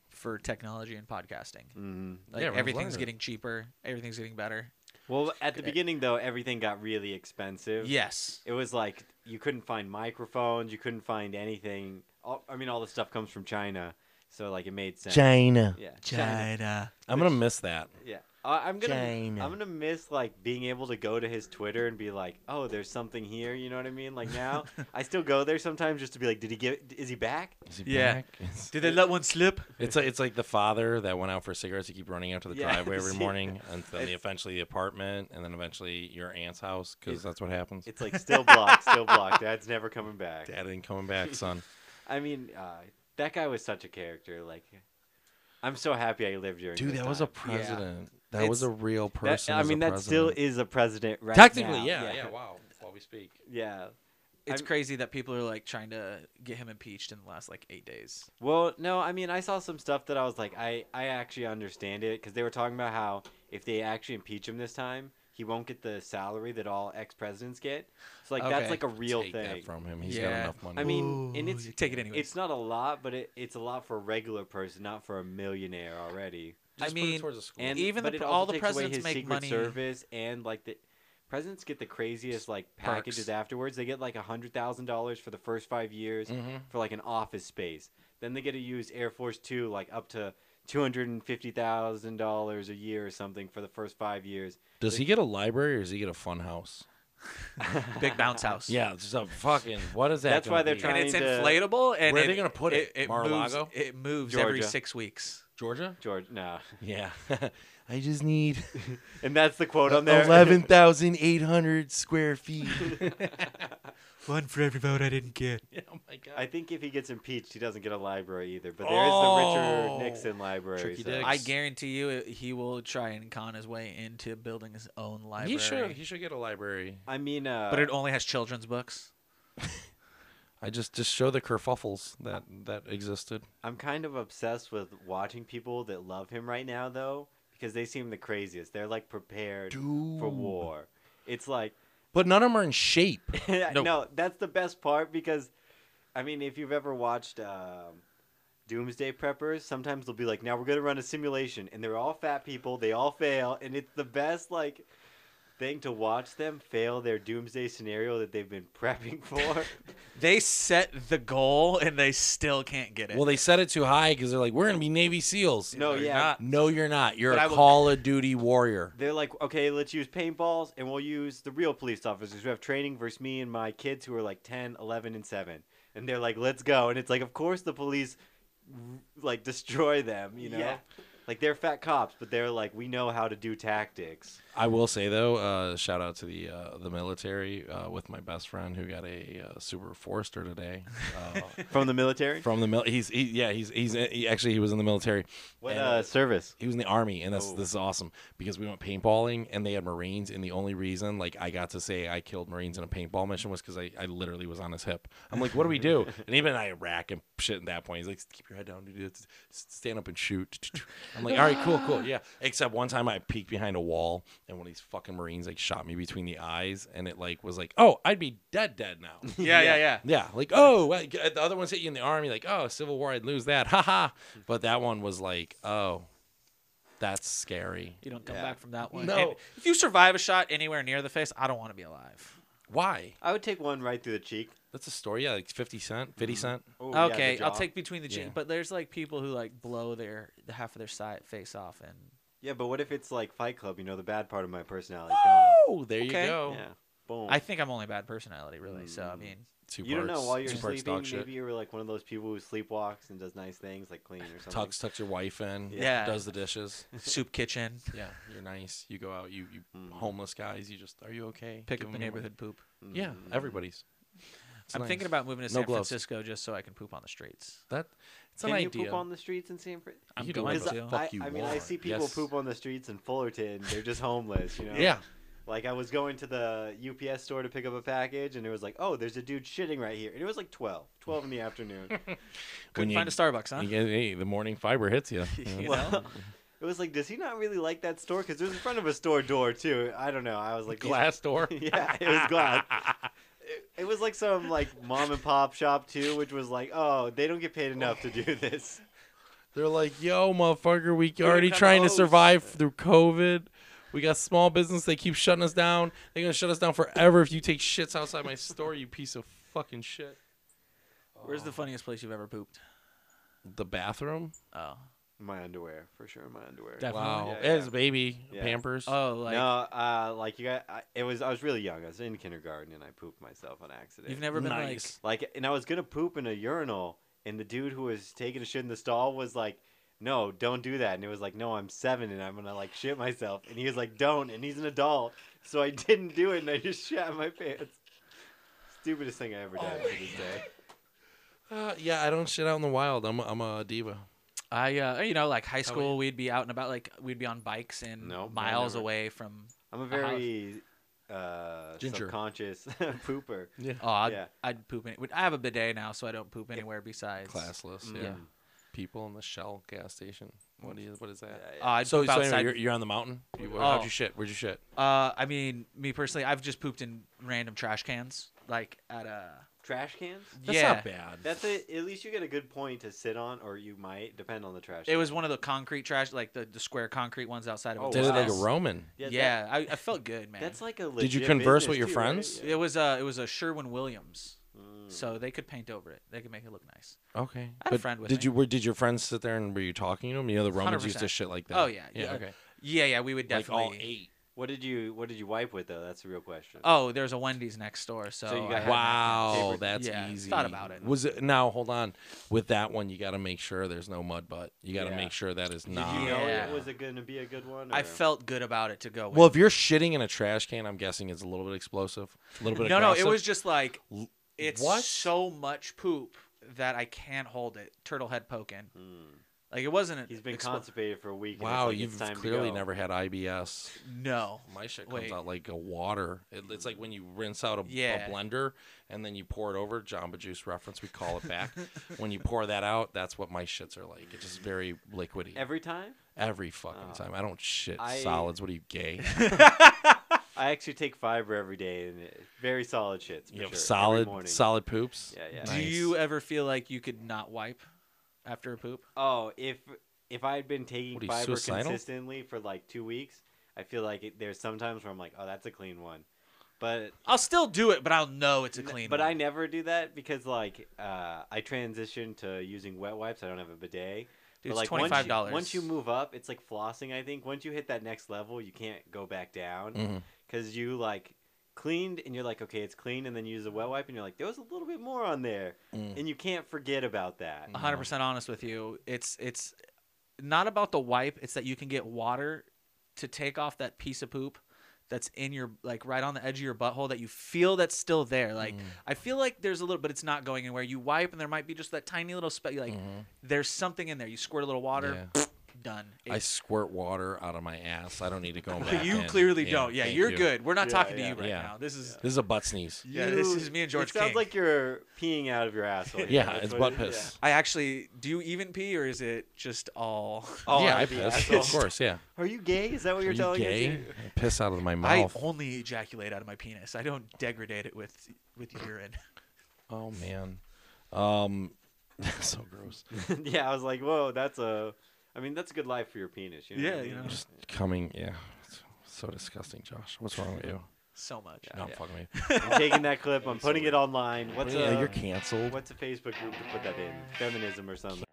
[SPEAKER 4] for technology and podcasting.
[SPEAKER 2] Mhm.
[SPEAKER 4] Like
[SPEAKER 3] Yeah, everyone's
[SPEAKER 4] everything's
[SPEAKER 3] learning.
[SPEAKER 4] getting cheaper, everything's getting better.
[SPEAKER 2] Well, at the beginning though, everything got really expensive.
[SPEAKER 4] Yes.
[SPEAKER 2] It was like you couldn't find microphones, you couldn't find anything. All, I mean, all the stuff comes from China, so like it made sense.
[SPEAKER 5] China.
[SPEAKER 2] Yeah.
[SPEAKER 4] China.
[SPEAKER 3] i'm going to miss that
[SPEAKER 2] Yeah. I I'm gonna
[SPEAKER 5] China.
[SPEAKER 2] I'm gonna miss like being able to go to his Twitter and be like, oh, there's something here. You know what I mean? Like now, I still go there sometimes just to be like, did he get? Is he back?
[SPEAKER 3] Is he
[SPEAKER 1] Yeah.
[SPEAKER 3] back? It's,
[SPEAKER 4] Did they let one slip?
[SPEAKER 3] it's like it's like the father that went out for cigarettes. You keep running out to the
[SPEAKER 2] Yeah,
[SPEAKER 3] driveway every
[SPEAKER 2] see.
[SPEAKER 3] morning, and then
[SPEAKER 2] It's-
[SPEAKER 3] eventually the apartment, and then eventually your aunt's house because
[SPEAKER 2] It-
[SPEAKER 3] that's what happens.
[SPEAKER 2] It's like still blocked, still blocked. Dad's never coming back.
[SPEAKER 3] Dad ain't coming back, son.
[SPEAKER 2] I mean, uh, that guy was such a character. Like, I'm so happy I lived during.
[SPEAKER 3] Dude,
[SPEAKER 2] his
[SPEAKER 3] that was a
[SPEAKER 2] time.
[SPEAKER 3] president. That
[SPEAKER 2] It's-
[SPEAKER 3] was a real
[SPEAKER 2] That-
[SPEAKER 3] person.
[SPEAKER 2] I
[SPEAKER 3] as a
[SPEAKER 2] mean, that still
[SPEAKER 3] president.
[SPEAKER 2] is a president, right?
[SPEAKER 3] Technically,
[SPEAKER 2] now.
[SPEAKER 3] yeah, yeah,
[SPEAKER 2] yeah,
[SPEAKER 3] Wow, while we speak,
[SPEAKER 2] yeah.
[SPEAKER 4] It's
[SPEAKER 2] I'm-
[SPEAKER 4] crazy that people are like trying to get him impeached in the last like eight days.
[SPEAKER 2] Well, no, I mean, I saw some stuff that I was like, I, I actually understand it because they were talking about how if they actually impeach him this time, he won't get the salary that all ex presidents get. So like that's
[SPEAKER 4] Okay.
[SPEAKER 2] like a real
[SPEAKER 3] take
[SPEAKER 2] thing.
[SPEAKER 3] that from him. He's got
[SPEAKER 4] Yeah.
[SPEAKER 3] enough money.
[SPEAKER 2] I mean, and
[SPEAKER 4] Ooh,
[SPEAKER 2] it's
[SPEAKER 4] you take it anyways.
[SPEAKER 2] It's not a lot, but it, it's a lot for a regular person, not for a millionaire already.
[SPEAKER 3] Just
[SPEAKER 4] I
[SPEAKER 3] put it
[SPEAKER 4] mean,
[SPEAKER 3] towards the school.
[SPEAKER 2] And
[SPEAKER 4] Even
[SPEAKER 2] but
[SPEAKER 4] the
[SPEAKER 2] it
[SPEAKER 4] pre-
[SPEAKER 2] also
[SPEAKER 4] all the
[SPEAKER 2] takes away
[SPEAKER 4] presidents
[SPEAKER 2] his
[SPEAKER 4] make
[SPEAKER 2] secret
[SPEAKER 4] money.
[SPEAKER 2] service and like the presidents get the craziest like packages
[SPEAKER 4] Perks.
[SPEAKER 2] afterwards. They get like a hundred thousand dollars for the first five years
[SPEAKER 4] Mm.
[SPEAKER 3] Mm-hmm.
[SPEAKER 2] for like an office space. Then they get to use Air Force Two like up to two hundred and fifty thousand dollars a year or something for the first five years.
[SPEAKER 3] does he get a library or does he get a fun house?
[SPEAKER 4] Big bounce house.
[SPEAKER 3] Yeah, it's just a fucking. What is that?
[SPEAKER 2] That's
[SPEAKER 3] gonna
[SPEAKER 2] why they're
[SPEAKER 3] be?
[SPEAKER 4] And
[SPEAKER 2] trying-
[SPEAKER 4] it's
[SPEAKER 2] Kinda-
[SPEAKER 4] inflatable. And
[SPEAKER 3] Where are
[SPEAKER 4] it-
[SPEAKER 3] they gonna put it?
[SPEAKER 4] moves,
[SPEAKER 3] Mar-a-Lago?
[SPEAKER 4] it moves every
[SPEAKER 2] Georgia.
[SPEAKER 4] six weeks.
[SPEAKER 3] Georgia.
[SPEAKER 2] George, no,
[SPEAKER 3] Yeah, I just need
[SPEAKER 2] and that's the quote on there.
[SPEAKER 3] eleven thousand eight hundred square feet.
[SPEAKER 4] One for every vote I didn't get.
[SPEAKER 3] oh my god!
[SPEAKER 2] I think if he gets impeached, he doesn't get a library either. But there is the
[SPEAKER 3] Oh.
[SPEAKER 2] Richard Nixon Library.
[SPEAKER 3] Tricky
[SPEAKER 2] so-
[SPEAKER 3] dick.
[SPEAKER 4] I guarantee you, it, he will try and con his way into building his own library.
[SPEAKER 3] he should. He should get a library.
[SPEAKER 2] I mean, uh,
[SPEAKER 4] but it only has children's books.
[SPEAKER 3] I just just show the kerfuffles that that existed.
[SPEAKER 2] I'm kind of obsessed with watching people that love him right now, though, because they seem the craziest. They're like prepared
[SPEAKER 3] Dude.
[SPEAKER 2] for war. It's like
[SPEAKER 3] But none of them are in shape.
[SPEAKER 2] no. that's the best part because, I mean, if you've ever watched um, Doomsday Preppers, sometimes they'll be like, "Now we're gonna run a simulation," and they're all fat people. They all fail, and it's the best like thing to watch them fail their doomsday scenario that they've been prepping for.
[SPEAKER 4] They set the goal and they still can't get it.
[SPEAKER 3] Well, they set it too high because they're like, we're gonna be Navy SEAls.
[SPEAKER 2] no,
[SPEAKER 4] They're
[SPEAKER 2] yeah,
[SPEAKER 4] not.
[SPEAKER 3] No, you're not. You're
[SPEAKER 4] But I
[SPEAKER 3] a
[SPEAKER 4] will-
[SPEAKER 3] Call of Duty warrior.
[SPEAKER 2] They're like, okay, let's use paintballs and we'll use the real police officers who have training versus me and my kids who are like 10, 11, and 7. And they're like, let's go. And it's like, of course the police like destroy them, you know?
[SPEAKER 4] Yeah.
[SPEAKER 2] Like they're fat cops, but they're like, we know how to do tactics.
[SPEAKER 3] I will say though, uh, shout out to the uh, the military uh, with my best friend who got a uh, Super Forester today uh,
[SPEAKER 2] From the military?
[SPEAKER 3] from the mil- he's he, yeah he's he's he, actually he was in the military.
[SPEAKER 2] what
[SPEAKER 3] And,
[SPEAKER 2] uh, service?
[SPEAKER 3] he was in the army, and that's
[SPEAKER 2] Oh.
[SPEAKER 3] this is awesome because we went paintballing and they had Marines, and the only reason like I got to say I killed Marines in a paintball mission was because I, I literally was on his hip. I'm like, what do we do? and even in Iraq and shit at that point, he's like, keep your head down, dude. S- Stand up and shoot. I'm like, all right, cool, cool, yeah. Except one time I peeked behind a wall, and one of these fucking Marines like shot me between the eyes, and it like was like, oh, I'd be dead, dead now.
[SPEAKER 4] yeah, yeah, yeah.
[SPEAKER 3] Yeah, like oh, well, g- the other ones hit you in the arm. You're like, oh, Civil War, I'd lose that, haha. But that one was like, oh, that's scary.
[SPEAKER 4] You don't come
[SPEAKER 2] Yeah.
[SPEAKER 4] back from that one.
[SPEAKER 3] No.
[SPEAKER 4] And if you survive a shot anywhere near the face, I don't want to be alive.
[SPEAKER 3] Why?
[SPEAKER 2] I would take one right through the cheek.
[SPEAKER 3] That's a story. Yeah, like fifty cent, fifty
[SPEAKER 4] Mm-hmm.
[SPEAKER 3] cent.
[SPEAKER 2] Oh, yeah, the
[SPEAKER 4] okay, I'll
[SPEAKER 2] jaw.
[SPEAKER 4] take between the cheek.
[SPEAKER 3] Yeah.
[SPEAKER 4] But there's like people who like blow their the half of their side face off and
[SPEAKER 2] Yeah, but what if it's like Fight Club? You know, the bad part of my personality. is gone.
[SPEAKER 3] Oh, there
[SPEAKER 4] Okay.
[SPEAKER 3] you go.
[SPEAKER 2] Yeah. Boom.
[SPEAKER 4] I think I'm only a bad personality really. So
[SPEAKER 3] Mm.
[SPEAKER 4] I mean,
[SPEAKER 3] Two
[SPEAKER 2] you don't know
[SPEAKER 3] parts-
[SPEAKER 2] while you're
[SPEAKER 3] two parts
[SPEAKER 2] sleeping.
[SPEAKER 3] dog shit.
[SPEAKER 2] Maybe you're like one of those people who sleepwalks and does nice things like clean or something.
[SPEAKER 3] Tucks tucks your wife in.
[SPEAKER 4] Yeah.
[SPEAKER 3] Does the dishes.
[SPEAKER 4] soup kitchen,
[SPEAKER 3] Yeah. You're nice. You go out. You you
[SPEAKER 2] Mm.
[SPEAKER 3] homeless guys. You just are you okay?
[SPEAKER 4] pick
[SPEAKER 3] Give
[SPEAKER 4] up the
[SPEAKER 3] them your-
[SPEAKER 4] neighborhood poop.
[SPEAKER 3] Yeah,
[SPEAKER 2] Mm-hmm.
[SPEAKER 3] everybody's. It's
[SPEAKER 4] I'm
[SPEAKER 3] nice.
[SPEAKER 4] thinking about moving to
[SPEAKER 3] No
[SPEAKER 4] San
[SPEAKER 3] gloves.
[SPEAKER 4] Francisco just so I can poop on the streets.
[SPEAKER 3] that. It's
[SPEAKER 2] Can
[SPEAKER 3] an
[SPEAKER 2] you
[SPEAKER 3] idea.
[SPEAKER 2] poop on the streets in San Francisco?
[SPEAKER 3] You
[SPEAKER 4] I'm
[SPEAKER 3] can do
[SPEAKER 4] going
[SPEAKER 3] whatever
[SPEAKER 4] to.
[SPEAKER 3] the
[SPEAKER 2] I,
[SPEAKER 3] fuck you
[SPEAKER 2] I mean, I
[SPEAKER 3] want.
[SPEAKER 2] see people
[SPEAKER 3] Yes.
[SPEAKER 2] poop on the streets in Fullerton. They're just homeless, you know.
[SPEAKER 3] Yeah.
[SPEAKER 2] Like I was going to the UPS store to pick up a package, and it was like, oh, there's a dude shitting right here, and it was like 12, 12 in the afternoon.
[SPEAKER 4] Couldn't
[SPEAKER 3] you-
[SPEAKER 4] find a Starbucks, huh?
[SPEAKER 3] You get- hey, the morning fiber hits you.
[SPEAKER 4] You know?
[SPEAKER 2] well, it was like, does he not really like that store? Because it was in front of a store door too. I don't know. I was like,
[SPEAKER 3] Glass door.
[SPEAKER 2] yeah, it was glass. It- It was like some like mom and pop shop too, which was like, oh, they don't get paid enough to do this.
[SPEAKER 3] They're like, yo, motherfucker, we already
[SPEAKER 2] have
[SPEAKER 3] trying to
[SPEAKER 2] hose."
[SPEAKER 3] survive through COVID. We got small business. They keep shutting us down. They're going to shut us down forever if you take shits outside my store, you piece of fucking shit.
[SPEAKER 4] Where's the funniest place you've ever pooped?
[SPEAKER 3] The bathroom?
[SPEAKER 4] Oh,
[SPEAKER 2] my underwear for sure. My underwear.
[SPEAKER 6] Definitely.
[SPEAKER 3] Wow.
[SPEAKER 2] Yeah,
[SPEAKER 3] As
[SPEAKER 2] yeah.
[SPEAKER 3] baby
[SPEAKER 2] Yeah.
[SPEAKER 3] Pampers.
[SPEAKER 6] Oh, like
[SPEAKER 2] no, uh, like you got. I, it was. I was really young. I was in kindergarten, and I pooped myself on accident.
[SPEAKER 1] You've never been
[SPEAKER 7] nice.
[SPEAKER 2] like, and I was gonna poop in a urinal, and the dude who was taking a shit in the stall was like, "No, don't do that." And it was like, "No, I'm seven, and I'm gonna like shit myself." And he was like, "Don't," and he's an adult, so I didn't do it, and I just shat my pants. Stupidest thing I ever done to this day.
[SPEAKER 3] Uh, yeah, I don't shit out in the wild. I'm a, I'm a diva.
[SPEAKER 1] like I uh, you know like high
[SPEAKER 3] yeah.
[SPEAKER 1] school we'd be out and about like we'd be on bikes and
[SPEAKER 2] No, no,
[SPEAKER 1] miles
[SPEAKER 2] never.
[SPEAKER 1] away from
[SPEAKER 2] I'm a
[SPEAKER 1] house.
[SPEAKER 2] very uh,
[SPEAKER 3] Ginger.
[SPEAKER 2] subconscious pooper.
[SPEAKER 3] Yeah.
[SPEAKER 1] oh I'd,
[SPEAKER 2] Yeah.
[SPEAKER 1] I'd poop in I have a bidet now so I don't poop anywhere besides
[SPEAKER 3] Classless. Yeah.
[SPEAKER 1] Yeah.
[SPEAKER 3] People in the Shell gas station. What is what is that?
[SPEAKER 1] Oh, I'd
[SPEAKER 3] So,
[SPEAKER 1] poop
[SPEAKER 3] so
[SPEAKER 1] outside
[SPEAKER 3] anyway, you're, you're on the mountain. You,
[SPEAKER 1] Oh.
[SPEAKER 3] How'd you shit? Where'd you shit?
[SPEAKER 1] Uh, I mean, me personally, I've just pooped in random trash cans, like at a
[SPEAKER 2] Trash cans?
[SPEAKER 3] That's
[SPEAKER 1] yeah.
[SPEAKER 3] not bad.
[SPEAKER 2] That's it. At least you get a good point to sit on, or you might depend on the trash.
[SPEAKER 1] It was one of the concrete trash, like the, the square concrete ones outside of.
[SPEAKER 2] Oh,
[SPEAKER 3] Did it like a
[SPEAKER 1] business.
[SPEAKER 2] wow.
[SPEAKER 3] Roman.
[SPEAKER 2] Yes,
[SPEAKER 1] yeah, I, I felt good, man.
[SPEAKER 2] That, that's like a.
[SPEAKER 3] Did you
[SPEAKER 2] legit
[SPEAKER 3] converse
[SPEAKER 2] business
[SPEAKER 3] with your
[SPEAKER 2] too,
[SPEAKER 3] friends?
[SPEAKER 2] Right?
[SPEAKER 1] it was a it was a Sherwin Williams,
[SPEAKER 2] Yeah. Mm.
[SPEAKER 1] so they could paint over it. They could make it look nice.
[SPEAKER 3] Okay.
[SPEAKER 1] I had a
[SPEAKER 3] But
[SPEAKER 1] friend with
[SPEAKER 3] did
[SPEAKER 1] me.
[SPEAKER 3] you were did your friends sit there and were you talking to them? You know the Romans used to
[SPEAKER 1] 100%.
[SPEAKER 3] shit like that.
[SPEAKER 1] Oh, yeah,
[SPEAKER 3] Yeah.
[SPEAKER 1] yeah.
[SPEAKER 3] Okay.
[SPEAKER 1] Yeah, yeah, we would definitely.
[SPEAKER 3] Like all eight.
[SPEAKER 2] What did you What did you wipe with though? That's the real question.
[SPEAKER 1] Oh, there's a Wendy's next door, so,
[SPEAKER 2] you
[SPEAKER 1] I had
[SPEAKER 2] got-
[SPEAKER 1] that.
[SPEAKER 3] Wow,
[SPEAKER 2] Favorite-
[SPEAKER 3] that's
[SPEAKER 1] Yeah,
[SPEAKER 3] easy.
[SPEAKER 1] thought about it.
[SPEAKER 3] Was it now? Hold on. With that one, you got to make sure there's no mud butt. You got to
[SPEAKER 2] Yeah.
[SPEAKER 3] make sure that is
[SPEAKER 2] did
[SPEAKER 3] not.
[SPEAKER 2] you know
[SPEAKER 1] Yeah.
[SPEAKER 2] it was going to be a good one?
[SPEAKER 1] I
[SPEAKER 2] or-
[SPEAKER 1] felt good about it to go. With.
[SPEAKER 3] Well, if you're shitting in a trash can, I'm guessing it's a little bit explosive, a little bit.
[SPEAKER 1] no, no,
[SPEAKER 3] aggressive.
[SPEAKER 1] it was just like it's
[SPEAKER 3] What?
[SPEAKER 1] so much poop that I can't hold it. Turtle head poking,
[SPEAKER 2] Mm.
[SPEAKER 1] like it wasn't.
[SPEAKER 2] He's been
[SPEAKER 1] explosive.
[SPEAKER 2] constipated for a week. and it's
[SPEAKER 3] Wow,
[SPEAKER 2] like, it's
[SPEAKER 3] you've
[SPEAKER 2] time to
[SPEAKER 3] clearly
[SPEAKER 2] go.
[SPEAKER 3] never had IBS.
[SPEAKER 1] No.
[SPEAKER 3] My shit comes
[SPEAKER 1] Wait.
[SPEAKER 3] out like a water. It, it's like when you rinse out a, a
[SPEAKER 1] Yeah.
[SPEAKER 3] blender and then you pour it over. Jamba Juice reference, we call it back. when you pour that out, that's what my shits are like. It's just very liquidy every,
[SPEAKER 2] Every time,
[SPEAKER 3] fucking
[SPEAKER 2] Oh.
[SPEAKER 3] time. I don't shit
[SPEAKER 2] I-
[SPEAKER 3] solids. What are you gay?
[SPEAKER 2] I actually take fiber every day, and it, very solid shits. For
[SPEAKER 3] You
[SPEAKER 2] sure.
[SPEAKER 3] have
[SPEAKER 2] every morning.
[SPEAKER 3] solid, solid poops.
[SPEAKER 2] Yeah, yeah.
[SPEAKER 1] Do you ever feel like you could not wipe after a poop?
[SPEAKER 2] Oh, if if I had been taking
[SPEAKER 3] What are you,
[SPEAKER 2] fiber
[SPEAKER 3] suicidal?
[SPEAKER 2] consistently for like two weeks, I feel like it, there's sometimes where I'm like, oh, that's a clean one, but
[SPEAKER 1] I'll still do it, but I'll know it's a
[SPEAKER 2] N-
[SPEAKER 1] clean.
[SPEAKER 2] But I
[SPEAKER 1] one.
[SPEAKER 2] never do that because like uh, I transitioned to using wet wipes. I don't have a bidet.
[SPEAKER 1] Dude,
[SPEAKER 2] but,
[SPEAKER 1] it's
[SPEAKER 2] like once you-
[SPEAKER 1] $25.
[SPEAKER 2] Once you move up, it's like flossing. I think once you hit that next level, you can't go back down
[SPEAKER 3] Mhm.
[SPEAKER 2] because you like cleaned and you're like, okay, it's clean, and then you use a wet wipe and you're like, there was a little bit more on there,
[SPEAKER 3] Mm.
[SPEAKER 2] and you can't forget about that.
[SPEAKER 1] A hundred percent honest with you. It's it's not about the wipe. It's that you can get water to take off that piece of poop that's in your like right on the edge of your butthole that you feel that's still there. Like
[SPEAKER 3] Mm.
[SPEAKER 1] I feel like there's a little, but it's not going anywhere. You wipe and there might be just that tiny little speck.
[SPEAKER 3] Mm-hmm.
[SPEAKER 1] Like
[SPEAKER 3] Mm.
[SPEAKER 1] there's something in there. You squirt a little water. Done.
[SPEAKER 3] I
[SPEAKER 1] It's-
[SPEAKER 3] squirt water out of my ass. I don't need to go back.
[SPEAKER 1] you
[SPEAKER 3] in.
[SPEAKER 1] clearly don't. Yeah,
[SPEAKER 3] thank
[SPEAKER 1] you're
[SPEAKER 3] you.
[SPEAKER 1] good. We're not
[SPEAKER 2] Yeah,
[SPEAKER 1] talking
[SPEAKER 2] yeah.
[SPEAKER 1] to you right
[SPEAKER 3] Yeah.
[SPEAKER 1] now. This is
[SPEAKER 3] This is a butt sneeze.
[SPEAKER 1] Yeah, this is me and George
[SPEAKER 2] It sounds
[SPEAKER 1] King.
[SPEAKER 2] like you're peeing out of your asshole.
[SPEAKER 3] Yeah,
[SPEAKER 2] That's
[SPEAKER 3] it's
[SPEAKER 2] what
[SPEAKER 3] butt
[SPEAKER 2] it is, yeah.
[SPEAKER 3] piss.
[SPEAKER 1] I actually do you even pee or is it just all
[SPEAKER 2] Oh,
[SPEAKER 3] yeah,
[SPEAKER 2] out
[SPEAKER 3] I
[SPEAKER 2] of the
[SPEAKER 3] piss.
[SPEAKER 2] asshole.
[SPEAKER 3] Of course, yeah.
[SPEAKER 2] Are you gay? Is that what you're
[SPEAKER 3] Are you
[SPEAKER 2] telling
[SPEAKER 3] gay?
[SPEAKER 2] us?
[SPEAKER 3] I piss out of my
[SPEAKER 1] I
[SPEAKER 3] mouth.
[SPEAKER 1] only ejaculate out of my penis. I don't degrade it with with urine.
[SPEAKER 3] Oh man, um, that's so gross.
[SPEAKER 2] yeah, I was like, whoa, that's a. I mean, that's a good life for your penis. You know what
[SPEAKER 1] Yeah,
[SPEAKER 2] I
[SPEAKER 1] you
[SPEAKER 2] mean?
[SPEAKER 1] know.
[SPEAKER 3] Just coming, yeah. It's so disgusting, Josh. What's wrong with you?
[SPEAKER 1] So much.
[SPEAKER 3] No, I'm fucking me.
[SPEAKER 2] I'm taking that clip. I'm putting it online. What's
[SPEAKER 3] yeah,
[SPEAKER 2] a
[SPEAKER 3] you're canceled.
[SPEAKER 2] what's a Facebook group to put that in? Feminism or something?